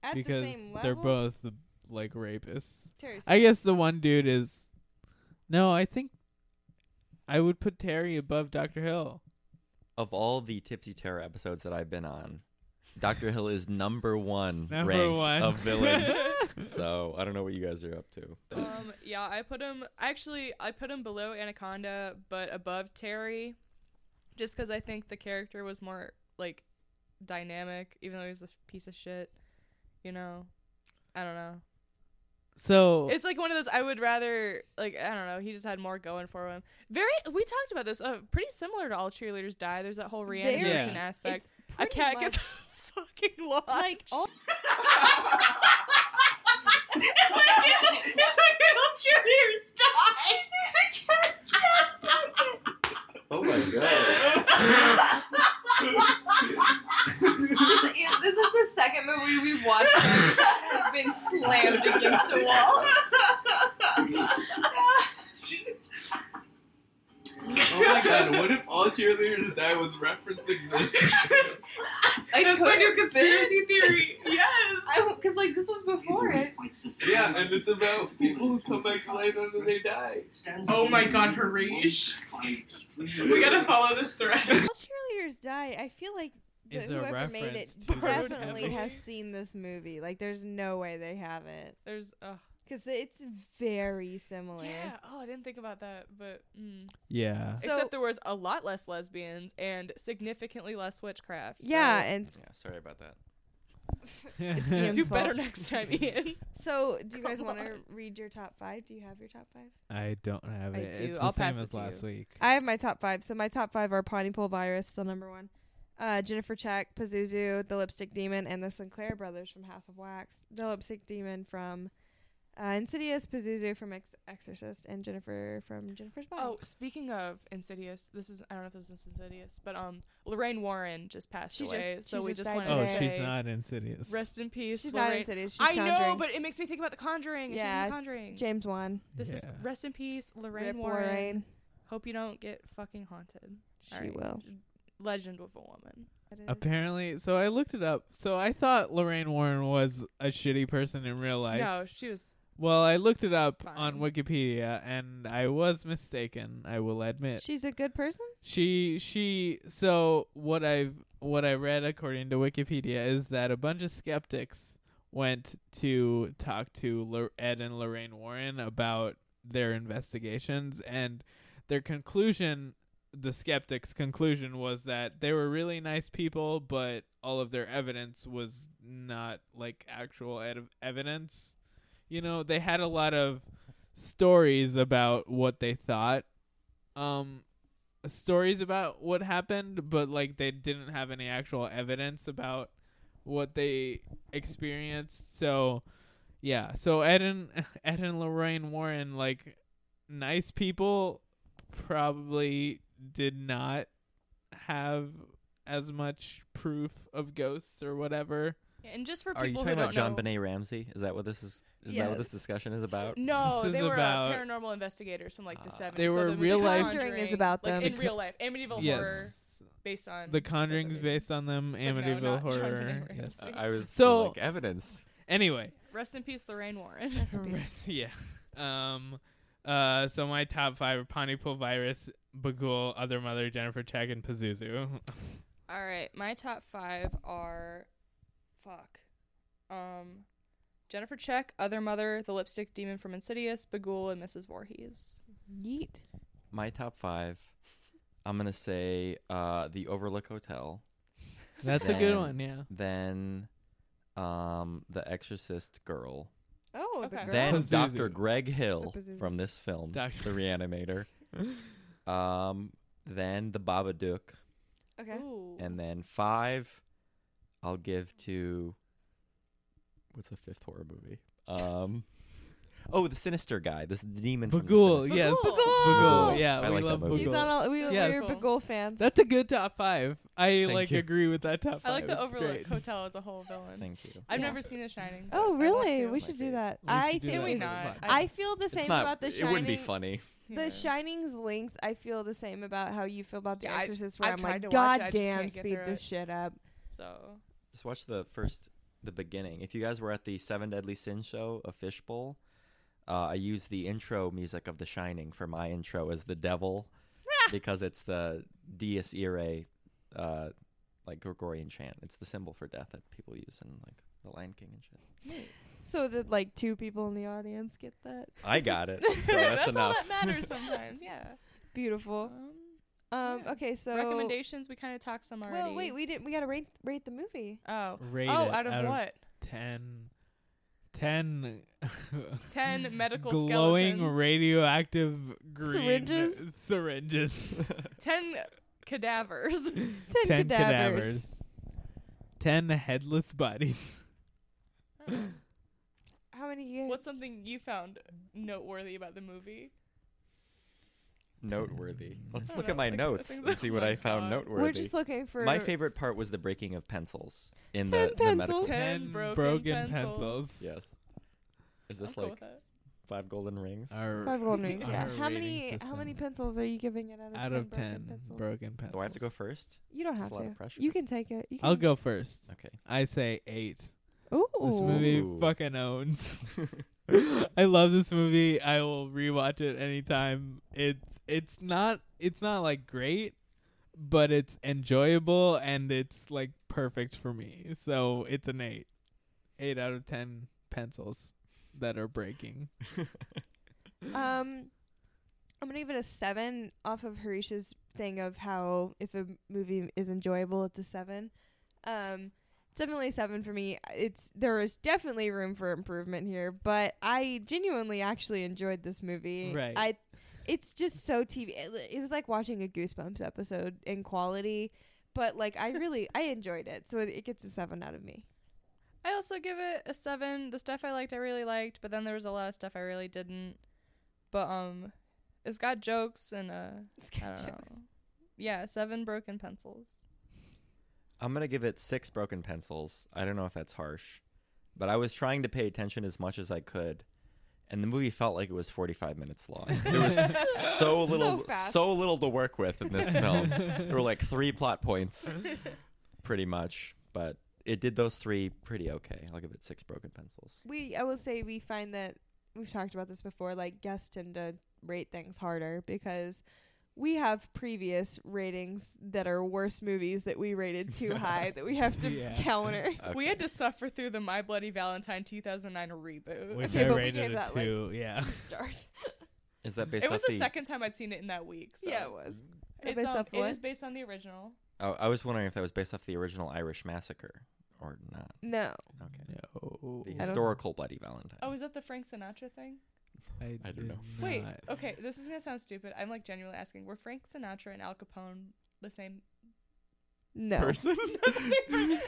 Speaker 1: At
Speaker 4: because
Speaker 1: the same level,
Speaker 4: they're both the, like rapists.
Speaker 1: Terry's
Speaker 4: I guess the one dude is No, I think I would put Terry above Dr. Hill.
Speaker 2: of all the Tipsy Terror episodes that I've been on, Doctor Hill is number one
Speaker 4: Number
Speaker 2: ranked
Speaker 4: one.
Speaker 2: of villains. so I don't know what you guys are up to.
Speaker 3: Um, yeah, I put him. Actually, I put him below Anaconda, but above Terry, just because I think the character was more like dynamic, even though he's a piece of shit. You know, I don't know.
Speaker 4: So
Speaker 3: It's like one of those. I would rather like I don't know. He just had more going for him. Very. We talked about this. Uh, pretty similar to all cheerleaders die. There's that whole reanimation
Speaker 4: Very.
Speaker 3: aspect.
Speaker 4: It's
Speaker 3: A
Speaker 4: pretty
Speaker 3: cat
Speaker 4: much-
Speaker 3: gets fucking lost. Like all-
Speaker 9: it's like all cheerleaders die.
Speaker 13: Oh my god.
Speaker 14: Yeah, this is the second movie we watched that has been slammed against the wall.
Speaker 13: Oh my god, what if all cheerleaders die was referencing this?
Speaker 14: I
Speaker 9: That's my new
Speaker 14: couldn't fit.
Speaker 9: conspiracy theory. Yes.
Speaker 14: I because like this was before it.
Speaker 13: Yeah, and it's about people who come back to life after they die.
Speaker 9: Oh my god, Harish. We gotta follow this thread.
Speaker 1: All cheerleaders die. I feel like the,
Speaker 15: Is a
Speaker 1: whoever made
Speaker 15: reference
Speaker 1: it
Speaker 15: to the
Speaker 1: definitely
Speaker 15: movie.
Speaker 1: has seen this movie. Like, there's no way they haven't.
Speaker 3: There's. Uh,
Speaker 1: Because it's very similar.
Speaker 3: yeah. Oh, I didn't think about that, but. Mm.
Speaker 4: Yeah.
Speaker 1: So-
Speaker 3: Except there was a lot less lesbians and significantly less witchcraft. so-
Speaker 1: Yeah, and s-
Speaker 2: Yeah, sorry about that.
Speaker 1: it's Ian's
Speaker 3: do better
Speaker 1: fault.
Speaker 3: next time, Ian.
Speaker 1: So, do you guys
Speaker 3: Come
Speaker 1: want to read your top five? Do you have your top five?
Speaker 4: I don't have
Speaker 3: I
Speaker 4: it.
Speaker 3: do.
Speaker 4: It's the
Speaker 3: I'll
Speaker 4: same
Speaker 3: pass it
Speaker 4: as
Speaker 3: to you.
Speaker 4: last week.
Speaker 1: I have my top five. So, my top five are Pontypool Virus, still number one. Uh, Jennifer Check, Pazuzu, The Lipstick Demon, and the Sinclair Brothers from House of Wax. The Lipstick Demon from uh, Insidious, Pazuzu from Ex- Exorcist, and Jennifer from Jennifer's Body.
Speaker 3: Oh, speaking of Insidious, this is I don't know if this is Insidious, but um Lorraine Warren just passed
Speaker 1: She just-
Speaker 3: away,
Speaker 1: she
Speaker 3: so we
Speaker 1: just
Speaker 3: just
Speaker 1: died
Speaker 3: wanted
Speaker 4: Oh,
Speaker 3: to
Speaker 4: she's
Speaker 3: say
Speaker 4: not insidious.
Speaker 3: Rest in peace.
Speaker 1: She's not
Speaker 3: Lorraine.
Speaker 1: Insidious, she's
Speaker 3: I know,
Speaker 1: Conjuring.
Speaker 3: but it makes me think about the Conjuring. Yeah,
Speaker 1: Yeah,
Speaker 3: the Conjuring.
Speaker 1: James Wan.
Speaker 3: This is
Speaker 4: Yeah.
Speaker 3: rest in peace, Lorraine
Speaker 1: Rip
Speaker 3: Warren.
Speaker 1: Lorraine.
Speaker 3: Hope you don't get fucking haunted.
Speaker 1: She will.
Speaker 3: Legend of a woman.
Speaker 4: Apparently, so I looked it up. So I thought Lorraine Warren was a shitty person in real life.
Speaker 3: no, she was.
Speaker 4: Well, I looked it up on
Speaker 3: Fine.
Speaker 4: Wikipedia and I was mistaken, I will admit.
Speaker 1: She's a good person?
Speaker 4: She she so what I've what I read according to Wikipedia is that a bunch of skeptics went to talk to Lor- Ed and Lorraine Warren about their investigations and their conclusion the skeptics conclusion was that they were really nice people but all of their evidence was not like actual ed- evidence you know they had a lot of stories about what they thought um stories about what happened but like they didn't have any actual evidence about what they experienced so yeah so ed and ed and lorraine warren like nice people probably did not have as much proof of ghosts or whatever
Speaker 3: And just for
Speaker 2: Are you
Speaker 3: people
Speaker 2: talking
Speaker 3: who don't
Speaker 2: about John
Speaker 3: know,
Speaker 2: Benet Ramsey? Is that what this is? Is that what this
Speaker 3: Yes.
Speaker 2: discussion is about?
Speaker 3: No,
Speaker 4: This
Speaker 3: they
Speaker 4: is
Speaker 3: were
Speaker 4: about- uh,
Speaker 3: uh, paranormal investigators from like the 70s.
Speaker 4: They
Speaker 3: so
Speaker 4: were
Speaker 3: the movie
Speaker 4: real The life-
Speaker 1: Conjuring is about
Speaker 3: like,
Speaker 1: them.
Speaker 3: in
Speaker 1: The
Speaker 3: real
Speaker 1: co-
Speaker 3: life. Amityville
Speaker 4: Yes.
Speaker 3: horror based on
Speaker 4: the conjuring's based on them
Speaker 3: no,
Speaker 4: amityville
Speaker 3: not John
Speaker 4: horror
Speaker 3: Benet
Speaker 4: yes
Speaker 3: Ramsey.
Speaker 2: I was
Speaker 4: So-
Speaker 2: like evidence.
Speaker 4: anyway
Speaker 3: Rest in peace, Lorraine Warren.
Speaker 4: yeah. Um. Uh. So my top five are Pontypool Virus, Bagul, Other Mother, Jennifer Check, and Pazuzu.
Speaker 3: All right, my top five are, fuck, um, Jennifer Check, Other Mother, The Lipstick Demon from Insidious, Bagul, and Mrs. Voorhees.
Speaker 1: Yeet.
Speaker 2: My top five. I'm gonna say uh, the Overlook Hotel.
Speaker 4: That's a good
Speaker 2: Then-
Speaker 4: one. Yeah.
Speaker 2: Then, um, the Exorcist girl.
Speaker 1: Oh, the
Speaker 3: Okay.
Speaker 1: girl.
Speaker 2: Then
Speaker 4: Pazuzu.
Speaker 2: Dr. Greg Hill
Speaker 1: Pazuzu.
Speaker 2: from this film,
Speaker 4: Doctor-
Speaker 2: the Reanimator. um, then the Babadook,
Speaker 1: okay.
Speaker 3: Ooh.
Speaker 2: and then five. I'll give to. What's a fifth horror movie? Um, oh, the Sinister guy, this demon. From the
Speaker 4: Bagul.
Speaker 2: Sinister-
Speaker 4: Yes.
Speaker 3: Bagul.
Speaker 4: Bagul. Yeah.
Speaker 2: I
Speaker 4: we
Speaker 2: like that
Speaker 4: love
Speaker 2: movie.
Speaker 4: Bagul.
Speaker 1: He's on all, we,
Speaker 4: Yes.
Speaker 1: we're Bagul fans.
Speaker 4: That's a good top five. I
Speaker 2: Thank
Speaker 4: like
Speaker 2: you.
Speaker 4: agree with that top
Speaker 3: I
Speaker 4: five.
Speaker 3: like the
Speaker 4: It's
Speaker 3: Overlook
Speaker 4: great.
Speaker 3: Hotel as a whole villain.
Speaker 2: Thank you.
Speaker 3: I've
Speaker 1: Yeah.
Speaker 3: never seen The Shining. but I
Speaker 1: oh,
Speaker 3: want
Speaker 1: really?
Speaker 3: to.
Speaker 1: We
Speaker 2: my
Speaker 1: should do that.
Speaker 2: favorite.
Speaker 4: We
Speaker 1: I
Speaker 4: should do
Speaker 1: think
Speaker 4: that
Speaker 3: Can we
Speaker 4: as a
Speaker 1: it's-
Speaker 3: not?
Speaker 4: pod-
Speaker 1: I feel the same
Speaker 2: it's not,
Speaker 1: about the
Speaker 2: It
Speaker 1: shining.
Speaker 2: wouldn't be funny.
Speaker 3: Yeah.
Speaker 1: The Shining's length, I feel the same about how you feel about The
Speaker 3: Yeah, I-
Speaker 1: Exorcist, where
Speaker 3: I've
Speaker 1: am
Speaker 3: tried
Speaker 1: like,
Speaker 3: to watch it, I
Speaker 1: God
Speaker 3: just
Speaker 1: damn,
Speaker 3: can't get
Speaker 1: speed
Speaker 3: through
Speaker 1: this
Speaker 3: it."
Speaker 1: shit up.
Speaker 3: So
Speaker 2: Just watch the first, the beginning. If you guys were at the Seven Deadly Sin show of Fishbowl, uh, I use the intro music of The Shining for my intro as the devil because it's the Dies Irae, uh, like Gregorian chant. It's the symbol for death that people use in like The Lion King and shit.
Speaker 1: So did like two people in the audience get that?
Speaker 2: I got it. So that's,
Speaker 3: all
Speaker 2: enough.
Speaker 3: that matters sometimes. Yeah.
Speaker 1: Beautiful.
Speaker 3: Um,
Speaker 1: Um. Okay. So
Speaker 3: recommendations. We kind of talked some already.
Speaker 1: Well, wait. We didn't. We gotta rate rate the movie.
Speaker 3: Oh.
Speaker 4: Rate
Speaker 3: oh,
Speaker 4: it
Speaker 3: out of what?
Speaker 4: ten. Ten.
Speaker 3: Ten medical
Speaker 4: glowing
Speaker 3: skeletons.
Speaker 4: radioactive green
Speaker 3: Syringes?
Speaker 4: syringes.
Speaker 3: Ten cadavers. Ten,
Speaker 4: ten cadavers. Ten headless bodies.
Speaker 1: How many you
Speaker 3: What's something you found noteworthy about the movie?
Speaker 2: Noteworthy. Let's
Speaker 3: I
Speaker 2: look
Speaker 3: don't
Speaker 2: at my
Speaker 3: think- I
Speaker 2: notes
Speaker 3: think
Speaker 2: and
Speaker 3: that's
Speaker 2: see what
Speaker 3: my
Speaker 2: I found
Speaker 3: thought.
Speaker 2: noteworthy.
Speaker 1: We're just looking for-
Speaker 2: My favorite part was the breaking of pencils in
Speaker 1: Ten
Speaker 2: the, the
Speaker 1: pencils.
Speaker 2: medical.
Speaker 3: Ten broken, pencils.
Speaker 2: Yes. Is
Speaker 3: I'm
Speaker 2: this
Speaker 3: cool
Speaker 2: like
Speaker 3: with that.
Speaker 2: five golden rings?
Speaker 1: Five golden rings. Yeah. How many How many pencils are you giving it out of
Speaker 4: Out
Speaker 1: ten?
Speaker 4: of
Speaker 1: broken
Speaker 4: ten
Speaker 1: pencils?
Speaker 4: broken
Speaker 2: Do I have
Speaker 4: pencils.
Speaker 2: to go first?
Speaker 1: You don't have
Speaker 2: That's a lot of
Speaker 1: to.
Speaker 2: pressure.
Speaker 1: You can take it. You can
Speaker 4: I'll go first.
Speaker 2: Okay.
Speaker 4: I say eight.
Speaker 1: Ooh.
Speaker 4: This movie
Speaker 2: Ooh.
Speaker 4: fucking owns. I love this movie. I will rewatch it anytime. It's it's not it's not like great, but it's enjoyable and it's like perfect for me. So it's an eight. Eight out of ten pencils that are breaking.
Speaker 1: Um, I'm gonna give it a seven off of Harisha's thing of how if a movie is enjoyable, it's a seven. Um, it's definitely a seven for me. It's there is definitely room for improvement here, but I genuinely actually enjoyed this movie.
Speaker 4: Right.
Speaker 1: I, it's just so TV. It, li- it was like watching a Goosebumps episode in quality, but like I really I enjoyed it, so it, it gets a seven out of me.
Speaker 3: I also give it a seven. The stuff I liked, I really liked, but then there was a lot of stuff I really didn't. But um, it's got jokes and uh, I don't know. Yeah, seven broken pencils.
Speaker 2: I'm gonna give it six broken pencils. I don't know if that's harsh, but I was trying to pay attention as much as I could, and the movie felt like it was 45 minutes long. There was so
Speaker 1: So
Speaker 2: little, so,
Speaker 1: fast.
Speaker 2: little to work with in this film. there were like three plot points, pretty much, but it did those three pretty okay. I'll give it six broken pencils.
Speaker 1: We I will say we find that we've talked about this before. Like guests tend to rate things harder because we have previous ratings that are worse movies that we rated too high that we have to
Speaker 4: Yeah.
Speaker 1: counter.
Speaker 3: We had to suffer through the My Bloody Valentine 2009 reboot.
Speaker 4: Which
Speaker 1: Okay,
Speaker 4: I
Speaker 1: but we
Speaker 4: rated
Speaker 1: gave
Speaker 4: a
Speaker 1: that, like,
Speaker 4: two. yeah.
Speaker 1: Stars.
Speaker 2: Is that based
Speaker 3: It was
Speaker 2: off
Speaker 3: the second time I'd seen it in that week. So.
Speaker 1: Yeah, it was. Is that
Speaker 3: It's
Speaker 1: based
Speaker 3: on-
Speaker 1: off
Speaker 3: It
Speaker 1: what?
Speaker 3: is based on the original.
Speaker 2: Oh, I was wondering if that was based off the original Irish Massacre or not.
Speaker 1: No.
Speaker 2: Okay.
Speaker 4: No.
Speaker 2: The
Speaker 1: don't-
Speaker 2: historical Bloody Valentine.
Speaker 3: Oh, is that the Frank Sinatra thing?
Speaker 4: I,
Speaker 2: I don't
Speaker 4: did
Speaker 2: know.
Speaker 3: Wait,
Speaker 4: not-
Speaker 3: okay, this is gonna sound stupid. I'm like genuinely asking. Were Frank Sinatra and Al Capone the same?
Speaker 1: No.
Speaker 2: Person?
Speaker 3: Obviously, not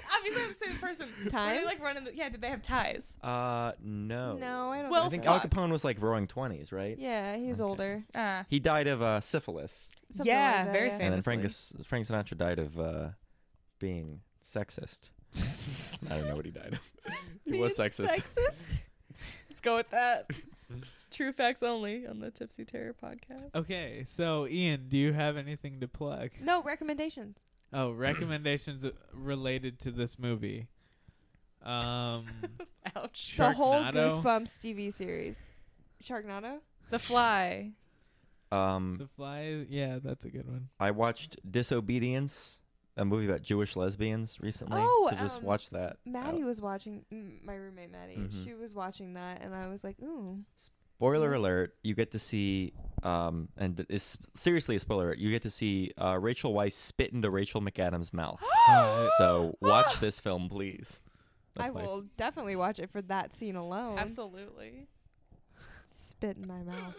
Speaker 3: the same person. Were
Speaker 1: Time?
Speaker 3: they like running? The, yeah, did they have ties?
Speaker 2: Uh, no.
Speaker 1: No, I don't
Speaker 3: Well,
Speaker 2: I
Speaker 1: think
Speaker 2: think
Speaker 1: so.
Speaker 2: Al Capone was like roaring 20s, right?
Speaker 1: Yeah, he was older.
Speaker 3: Ah,
Speaker 2: He died of uh, syphilis.
Speaker 1: Something
Speaker 3: Yeah,
Speaker 1: like that,
Speaker 3: very
Speaker 1: yeah.
Speaker 2: And then Frank,
Speaker 3: Famously.
Speaker 2: is- Frank Sinatra died of uh, being sexist. I don't know what he died of. he was
Speaker 1: Being
Speaker 2: sexist.
Speaker 1: sexist?
Speaker 3: let's go with that. True facts only on the Tipsy Terror podcast.
Speaker 4: Okay, so Ian, do you have anything to plug?
Speaker 1: No recommendations.
Speaker 4: Oh, recommendations related to this movie. Um,
Speaker 3: Ouch.
Speaker 1: The whole
Speaker 4: Sharknado.
Speaker 1: Goosebumps TV series. Sharknado.
Speaker 3: The Fly.
Speaker 2: Um,
Speaker 4: The Fly. Yeah, that's a good one.
Speaker 2: I watched Disobedience, a movie about Jewish lesbians recently.
Speaker 1: Oh,
Speaker 2: so just
Speaker 1: um,
Speaker 2: watch that. out.
Speaker 1: Maddie was watching. mm, My roommate Maddie.
Speaker 2: Mhm.
Speaker 1: She was watching that, and I was like, ooh.
Speaker 2: Spoiler alert, you get to see, um, and it's seriously a spoiler alert, you get to see uh, Rachel Weisz spit into Rachel McAdams' mouth.
Speaker 4: Uh,
Speaker 2: so watch this film, please.
Speaker 1: I
Speaker 2: my s-
Speaker 1: will definitely watch it for that scene alone.
Speaker 3: Absolutely.
Speaker 1: Spit in my mouth.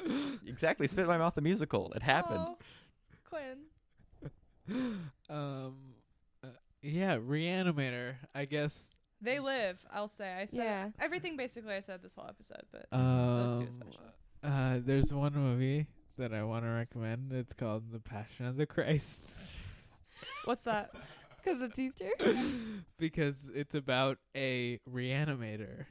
Speaker 2: exactly, Spit in My Mouth the musical. It happened.
Speaker 3: Oh, Quinn.
Speaker 4: um, uh, yeah, Reanimator. I guess.
Speaker 3: They live. I'll say. I said
Speaker 1: Yeah.
Speaker 3: everything. Basically, I said this whole episode, but
Speaker 2: Uh,
Speaker 3: those two
Speaker 4: Um,
Speaker 3: especially.
Speaker 4: uh, there's one movie that I want to recommend. It's called The Passion of the Christ
Speaker 3: What's that? Oh.
Speaker 1: Because it's Easter.
Speaker 4: because it's about a reanimator,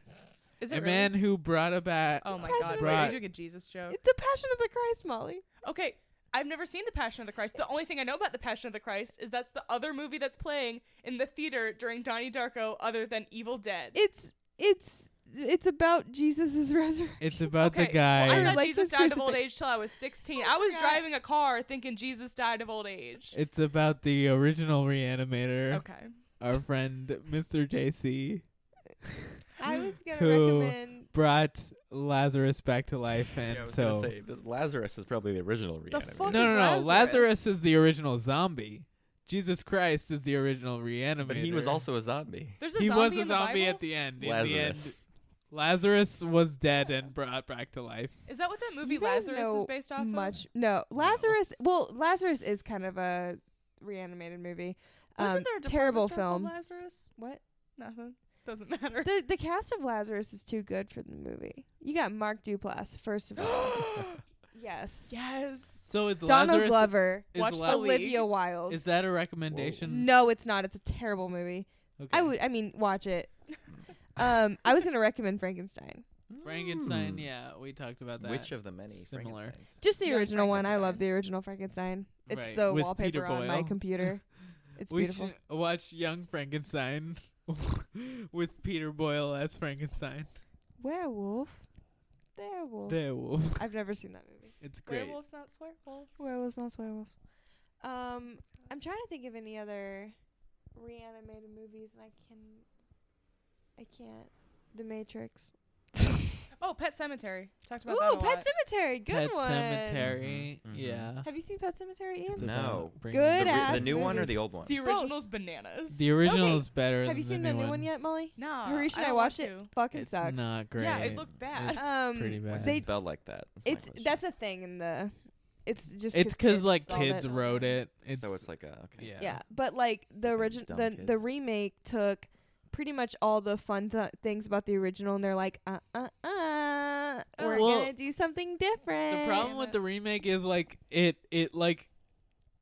Speaker 3: Is
Speaker 4: a
Speaker 3: it really?
Speaker 4: man who brought about.
Speaker 3: Oh my
Speaker 1: Passion
Speaker 3: god!
Speaker 1: of
Speaker 3: Wait,
Speaker 1: the
Speaker 3: Are
Speaker 4: Christ.
Speaker 3: you doing a Jesus joke?
Speaker 1: It's the Passion of the Christ, Molly.
Speaker 3: Okay, I've never seen The Passion of the Christ. The only thing I know about The Passion of the Christ is that's the other movie that's playing in the theater during Donnie Darko, other than Evil Dead.
Speaker 1: It's it's it's about Jesus' resurrection.
Speaker 4: It's about
Speaker 3: okay.
Speaker 4: the guy.
Speaker 3: Well, I
Speaker 1: who
Speaker 3: thought
Speaker 1: likes
Speaker 3: Jesus
Speaker 1: his
Speaker 3: died of old
Speaker 1: crucifix. Oh
Speaker 3: age till I was 16. I was
Speaker 1: God.
Speaker 3: driving a car thinking Jesus died of old age.
Speaker 4: It's about the original reanimator,
Speaker 3: okay.
Speaker 4: our friend Mr. JC,
Speaker 1: I was gonna
Speaker 4: Who-
Speaker 1: recommend
Speaker 4: brought Lazarus back to life, and
Speaker 2: Yeah, I was
Speaker 4: so
Speaker 2: gonna say, that Lazarus is probably the original reanimator.
Speaker 4: no, no, no. Lazarus is the original zombie. Jesus Christ is the original reanimator.
Speaker 2: But he was also a zombie.
Speaker 3: There's a
Speaker 4: he was
Speaker 3: zombie
Speaker 4: a
Speaker 3: in the
Speaker 4: zombie
Speaker 3: Bible?
Speaker 4: at the end. In the
Speaker 2: Lazarus.
Speaker 4: end, Lazarus was dead and brought back to life.
Speaker 3: Is that what that movie
Speaker 1: You guys
Speaker 3: Lazarus
Speaker 1: know
Speaker 3: is based off of?
Speaker 1: much. No, Lazarus. Well, Lazarus is kind of a reanimated movie.
Speaker 3: Wasn't
Speaker 1: Um,
Speaker 3: there a Department
Speaker 1: terrible
Speaker 3: store called
Speaker 1: film?
Speaker 3: Lazarus?
Speaker 1: What?
Speaker 3: Nothing. Doesn't matter.
Speaker 1: The the cast of Lazarus is too good for the movie. You got Mark Duplass first of all. yes.
Speaker 3: Yes.
Speaker 4: So it's
Speaker 1: Donald
Speaker 4: Lazarus.
Speaker 1: Glover.
Speaker 4: Is
Speaker 1: Watch
Speaker 4: La-
Speaker 1: The Olivia League. Wilde.
Speaker 4: Is that a recommendation?
Speaker 1: No, it's not. It's a terrible movie. I would. I mean, watch it. um, I was gonna recommend Frankenstein.
Speaker 4: Frankenstein.
Speaker 2: Hmm.
Speaker 4: Yeah, we talked about that.
Speaker 2: Which of the many
Speaker 4: similar?
Speaker 1: Just the original one. I love the original Frankenstein. It's
Speaker 4: Right,
Speaker 1: the
Speaker 4: with
Speaker 1: wallpaper
Speaker 4: Peter
Speaker 1: on my
Speaker 4: Boyle.
Speaker 1: computer. It's
Speaker 4: we
Speaker 1: beautiful.
Speaker 4: should watch Young Frankenstein with Peter Boyle as Frankenstein.
Speaker 1: Werewolf. Werewolf.
Speaker 4: Werewolf.
Speaker 1: I've never seen that movie.
Speaker 4: It's great.
Speaker 3: Werewolves not werewolves.
Speaker 1: Werewolves not werewolves. Um, I'm trying to think of any other reanimated movies, and I can, I can't. The Matrix.
Speaker 3: Oh, Pet Cemetery. Talked about that
Speaker 1: Ooh,
Speaker 3: a
Speaker 1: Pet
Speaker 3: lot.
Speaker 1: Cemetery. Good
Speaker 4: Pet
Speaker 1: one.
Speaker 4: Cemetery.
Speaker 2: Mhm, mhm.
Speaker 4: Yeah.
Speaker 1: Have you seen Pet Cemetery? Ian?
Speaker 4: It's
Speaker 2: No.
Speaker 4: about
Speaker 2: The,
Speaker 4: bringing-
Speaker 1: Good
Speaker 2: re-
Speaker 1: ass
Speaker 2: the new one or
Speaker 1: movie.
Speaker 2: the old one?
Speaker 3: The original's bananas.
Speaker 4: The original is better.
Speaker 1: Have you
Speaker 4: than
Speaker 1: seen
Speaker 4: the
Speaker 1: new one yet, Molly?
Speaker 3: Nah,
Speaker 1: Harish and
Speaker 3: I
Speaker 1: I
Speaker 3: don't want
Speaker 1: watched it.
Speaker 3: to.
Speaker 1: Fucking
Speaker 4: It's
Speaker 1: sucks.
Speaker 4: not great.
Speaker 3: Yeah, it looked bad.
Speaker 4: It's
Speaker 1: Um,
Speaker 4: pretty bad.
Speaker 2: Why
Speaker 1: They-
Speaker 2: is it spelled like that? That's my
Speaker 1: It's
Speaker 2: question.
Speaker 1: that's a thing in the. It's just.
Speaker 4: it's because like
Speaker 1: spelled
Speaker 4: kids
Speaker 1: it.
Speaker 4: wrote it. It's,
Speaker 2: so it's like a okay.
Speaker 4: yeah.
Speaker 1: Yeah, but like the original,
Speaker 2: dumb
Speaker 1: the the
Speaker 2: kids.
Speaker 1: remake took pretty much all the fun th- things about the original, and they're like, uh, uh, uh, we're
Speaker 4: Well,
Speaker 1: gonna do something different.
Speaker 4: The problem with the remake is like it it like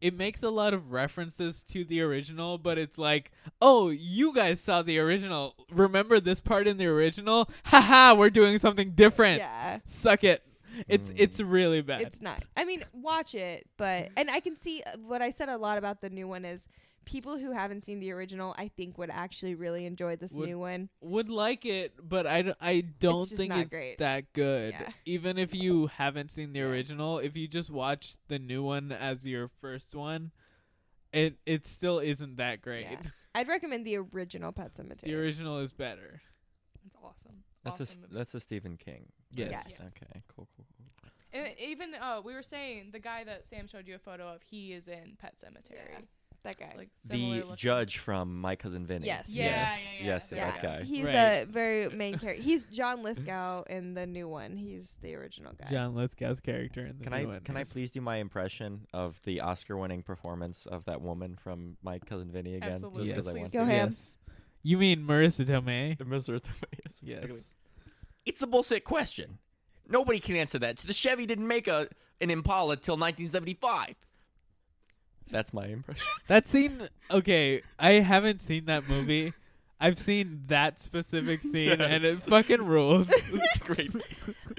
Speaker 4: it makes a lot of references to the original, but it's like, oh, you guys saw the original. Remember this part in the original? Haha, we're doing something different.
Speaker 1: yeah,
Speaker 4: Suck it. It's it's
Speaker 2: Mm.
Speaker 4: really bad.
Speaker 1: it's not. I mean, watch it, but and I can see uh, what I said a lot about the new one is people who haven't seen the original, I think, would actually really enjoy this
Speaker 4: Would-
Speaker 1: new one.
Speaker 4: would like it, but I, d- I don't
Speaker 1: It's just
Speaker 4: think
Speaker 1: not
Speaker 4: it's
Speaker 1: great.
Speaker 4: that good.
Speaker 1: Yeah.
Speaker 4: Even if you haven't seen the original, if you just watch the new one as your first one, it it still isn't that great.
Speaker 1: Yeah. I'd recommend the original Pet Cemetery.
Speaker 4: The original is better.
Speaker 3: It's awesome.
Speaker 2: That's
Speaker 3: awesome
Speaker 2: a that's a Stephen King.
Speaker 4: Yes.
Speaker 1: Yes.
Speaker 2: Okay. Cool. Cool. cool.
Speaker 3: And even uh, we were saying the guy that Sam showed you a photo of, he is in Pet Cemetery.
Speaker 1: that guy.
Speaker 3: Like similar
Speaker 2: The
Speaker 3: looking.
Speaker 2: judge from My Cousin Vinny.
Speaker 1: Yes.
Speaker 3: Yeah,
Speaker 2: yes.
Speaker 3: yeah, yeah,
Speaker 2: yes.
Speaker 3: yeah.
Speaker 2: That guy.
Speaker 1: He's
Speaker 4: Right.
Speaker 1: a very main character. He's John Lithgow in the new one. He's the original guy.
Speaker 4: John Lithgow's character in the
Speaker 2: Can
Speaker 4: new
Speaker 2: I
Speaker 4: one.
Speaker 2: can I
Speaker 4: is-
Speaker 2: please do my impression of the Oscar-winning performance of that woman from My Cousin Vinny again?
Speaker 3: Absolutely,
Speaker 2: Just because
Speaker 3: please
Speaker 2: I want
Speaker 1: Go
Speaker 2: to.
Speaker 1: ham.
Speaker 4: Yes. You mean Marissa Tomei?
Speaker 2: The misery. Yes.
Speaker 4: Yes.
Speaker 2: Exactly. It's a bullshit question. Nobody can answer that. The Chevy didn't make a an Impala till 1975. That's my impression.
Speaker 4: That scene. Okay, I haven't seen that movie. I've seen that specific scene, and it
Speaker 2: Yes.
Speaker 4: fucking rules.
Speaker 2: it's great.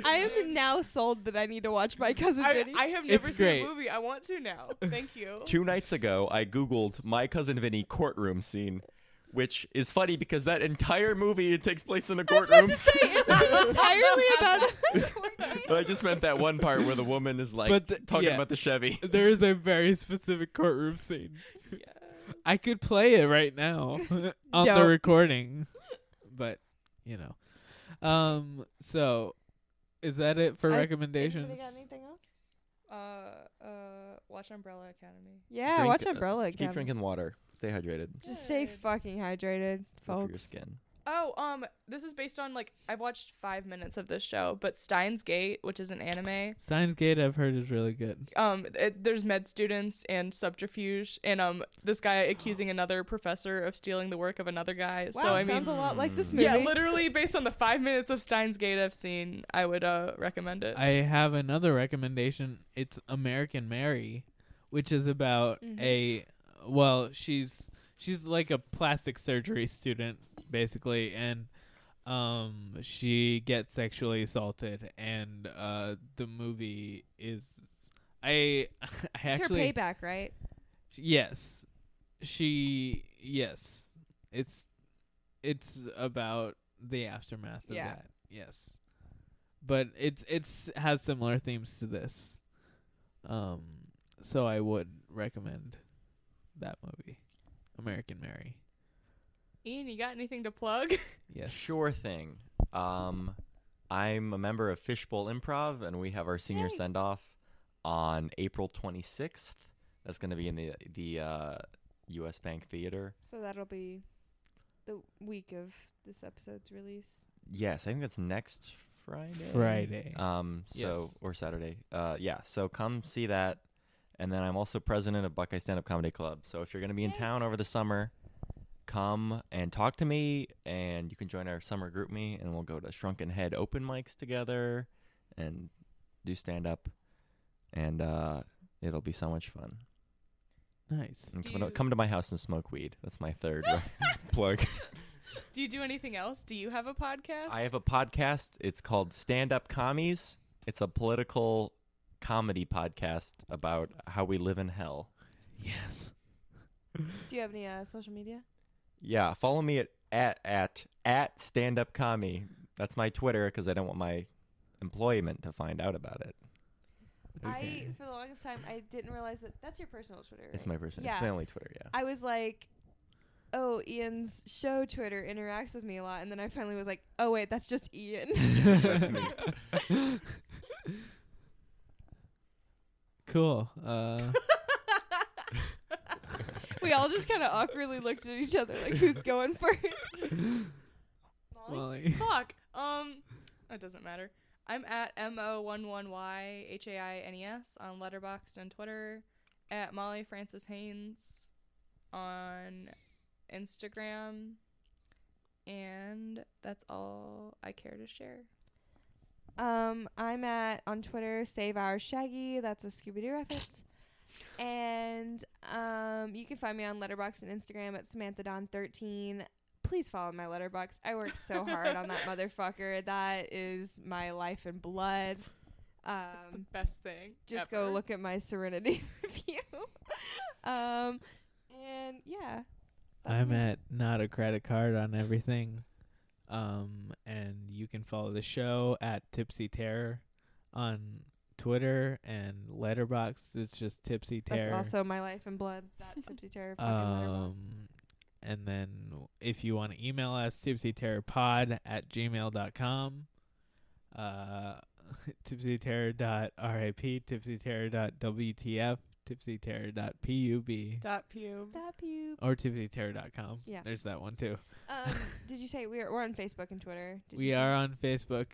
Speaker 1: I am now sold that I need to watch my cousin
Speaker 3: I,
Speaker 1: Vinny.
Speaker 3: I have
Speaker 4: It's
Speaker 3: never seen
Speaker 4: great.
Speaker 3: the movie. I want to now. Thank you.
Speaker 2: Two nights ago, I googled my cousin Vinny courtroom scene, which is funny because that entire movie it takes place in a courtroom.
Speaker 1: it's entirely about.
Speaker 2: but I just meant that one part where the woman is like
Speaker 4: But the-
Speaker 2: talking
Speaker 4: yeah.
Speaker 2: about the Chevy.
Speaker 4: there is a very specific courtroom scene.
Speaker 3: Yes.
Speaker 4: I could play it right now on the
Speaker 1: Don't.
Speaker 4: recording, but you know. Um. So, is that it for
Speaker 1: I-
Speaker 4: recommendations?
Speaker 1: Anybody got anything else?
Speaker 3: Uh, uh, watch Umbrella Academy.
Speaker 1: Yeah,
Speaker 2: Drink-
Speaker 1: watch
Speaker 2: uh,
Speaker 1: Umbrella
Speaker 2: Keep
Speaker 1: Academy.
Speaker 2: drinking water. Stay hydrated.
Speaker 1: Just stay
Speaker 3: Good.
Speaker 1: fucking hydrated,
Speaker 2: Look for your
Speaker 1: folks.
Speaker 2: skin.
Speaker 3: Oh, um, this is based on like I've watched five minutes of this show, but Steins Gate, which is an anime.
Speaker 4: Signs Gate, I've heard is really good.
Speaker 3: Um, it, there's med students and subterfuge, and um, this guy accusing another professor of stealing the work of another guy.
Speaker 1: Wow,
Speaker 3: so I mean, hmm.
Speaker 1: sounds a lot like this movie.
Speaker 3: yeah, literally based on the five minutes of Steins Gate I've seen, I would uh recommend it.
Speaker 4: I have another recommendation. It's American Mary, which is about
Speaker 1: Mhm.
Speaker 4: a well, she's she's like a plastic surgery student basically and um she gets sexually assaulted and uh the movie is I I
Speaker 1: It's her
Speaker 4: actually
Speaker 1: payback, right?
Speaker 4: Yes. She yes. It's it's about the aftermath of
Speaker 1: Yeah.
Speaker 4: that. Yes. But it's it's has similar themes to this. Um so I would recommend that movie. American Mary.
Speaker 3: Ian, you got anything to plug?
Speaker 4: Yes.
Speaker 2: Sure thing. Um, I'm a member of Fishbowl Improv, and we have our senior send off on April 26th. That's going to be in the the uh, U.S. Bank Theater.
Speaker 1: So that'll be the week of this episode's release.
Speaker 2: Yes, I think that's next Friday.
Speaker 4: Friday.
Speaker 2: Um. So
Speaker 4: Yes.
Speaker 2: or Saturday. Uh. Yeah. So come see that. And then I'm also president of Buckeye Stand Up Comedy Club. So if you're going to be in town over the summer, come and talk to me, and you can join our summer group me, and we'll go to Shrunken Head open mics together, and do stand up, and uh, it'll be so much fun.
Speaker 4: Nice.
Speaker 2: And
Speaker 3: Do
Speaker 2: come, to,
Speaker 3: you-
Speaker 2: come to my house and smoke weed. That's my third re- plug.
Speaker 3: Do you do anything else? Do you have a podcast?
Speaker 2: I have a podcast. It's called Stand Up Commies. It's a political comedy podcast about how we live in hell.
Speaker 4: Yes.
Speaker 1: Do you have any uh, social media?
Speaker 2: Yeah. Follow me at at at, at Stand Up Commie. That's my Twitter because I don't want my employment to find out about it.
Speaker 1: I for the longest time I didn't realize that that's your personal Twitter.
Speaker 2: It's
Speaker 1: right?
Speaker 2: my personal- it's my only Twitter, yeah.
Speaker 1: I was like, oh, Ian's show Twitter interacts with me a lot, and then I finally was like, oh wait, that's just Ian.
Speaker 2: That's me.
Speaker 4: Cool. Uh,
Speaker 1: we all just kind of awkwardly looked at each other, like who's going first?
Speaker 4: Molly.
Speaker 3: Fuck. Um, it doesn't matter. I'm at mo11yhaines E on Letterboxd and Twitter, at Molly Francis Haynes on Instagram, and that's all I care to share.
Speaker 1: Um, I'm at on Twitter Save Our Shaggy. That's a Scooby Doo reference. And um, you can find me on Letterbox and Instagram at Samantha Don thirteen. Please follow my Letterbox. I worked so hard on that motherfucker. That is my life and blood. Um,
Speaker 3: Best thing.
Speaker 1: just
Speaker 3: ever.
Speaker 1: go look at my Serenity review. um, and yeah,
Speaker 4: I'm at not a credit card on everything. Um, and you can follow the show at Tipsy Terror on Twitter and Letterbox. It's just Tipsy Terror.
Speaker 1: that's also my life and blood. That tipsy terror. fucking Letterboxd.
Speaker 4: Um, and then if you want to email us, tipsyterrorpod at gmail.com. Uh, tipsyterror.rip, tipsyterror.wtf, tipsyterror.pub,
Speaker 3: Dot pube.
Speaker 1: Dot pube.
Speaker 4: or tipsyterror.com.
Speaker 1: Yeah.
Speaker 4: There's that one too.
Speaker 1: Um, did you say we're we're on Facebook and Twitter? Did
Speaker 4: we
Speaker 1: you say-
Speaker 4: are on Facebook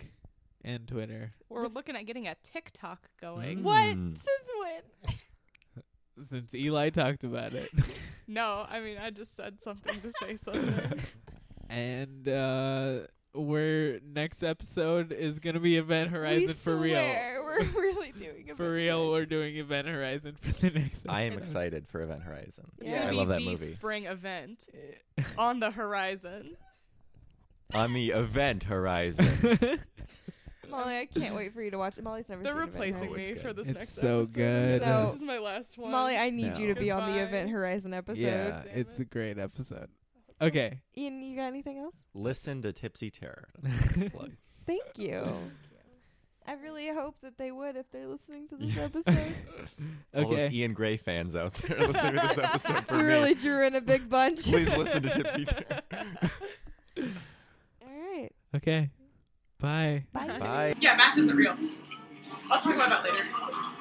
Speaker 4: and Twitter
Speaker 3: We're looking at getting a TikTok going.
Speaker 4: What? Mm.
Speaker 1: Since when?
Speaker 4: since Eli talked about it.
Speaker 3: No, I mean I just said something to say something.
Speaker 4: and uh, we're next episode is going to be Event Horizon
Speaker 1: we
Speaker 4: for
Speaker 1: swear
Speaker 4: real.
Speaker 1: We're really doing it.
Speaker 4: for real, we're doing Event Horizon for the next.
Speaker 2: I am
Speaker 4: episode.
Speaker 2: excited for Event Horizon.
Speaker 3: It's gonna
Speaker 2: I
Speaker 3: be
Speaker 2: love that
Speaker 3: the
Speaker 2: movie.
Speaker 3: spring event on the horizon.
Speaker 2: On the Event Horizon.
Speaker 1: Molly, I can't wait for you to watch it. Molly's never
Speaker 3: They're
Speaker 1: seen Event
Speaker 3: replacing
Speaker 1: Horizon.
Speaker 3: me for this
Speaker 4: Oh, It's
Speaker 3: next
Speaker 4: so
Speaker 3: episode.
Speaker 4: good.
Speaker 1: So-
Speaker 3: this is my last one.
Speaker 1: Molly, I need you to
Speaker 4: No.
Speaker 1: be on the
Speaker 3: Goodbye.
Speaker 1: Event Horizon episode.
Speaker 4: Yeah,
Speaker 3: Damn
Speaker 4: it's
Speaker 3: it.
Speaker 4: a great episode. Okay.
Speaker 1: Ian, you got anything else?
Speaker 2: Listen to Tipsy Terror. That's my plug.
Speaker 1: Thank you. I really hope that they would if they're listening to this episode.
Speaker 2: All those e-
Speaker 4: Okay.
Speaker 2: Ian Gray fans out there listening to this episode for
Speaker 1: we
Speaker 2: me.
Speaker 1: really drew in a big bunch.
Speaker 2: Please listen to Tipsy Terror.
Speaker 1: All right.
Speaker 4: Okay. Bye.
Speaker 1: Bye.
Speaker 2: Bye.
Speaker 9: Yeah, math isn't real. I'll talk about that later.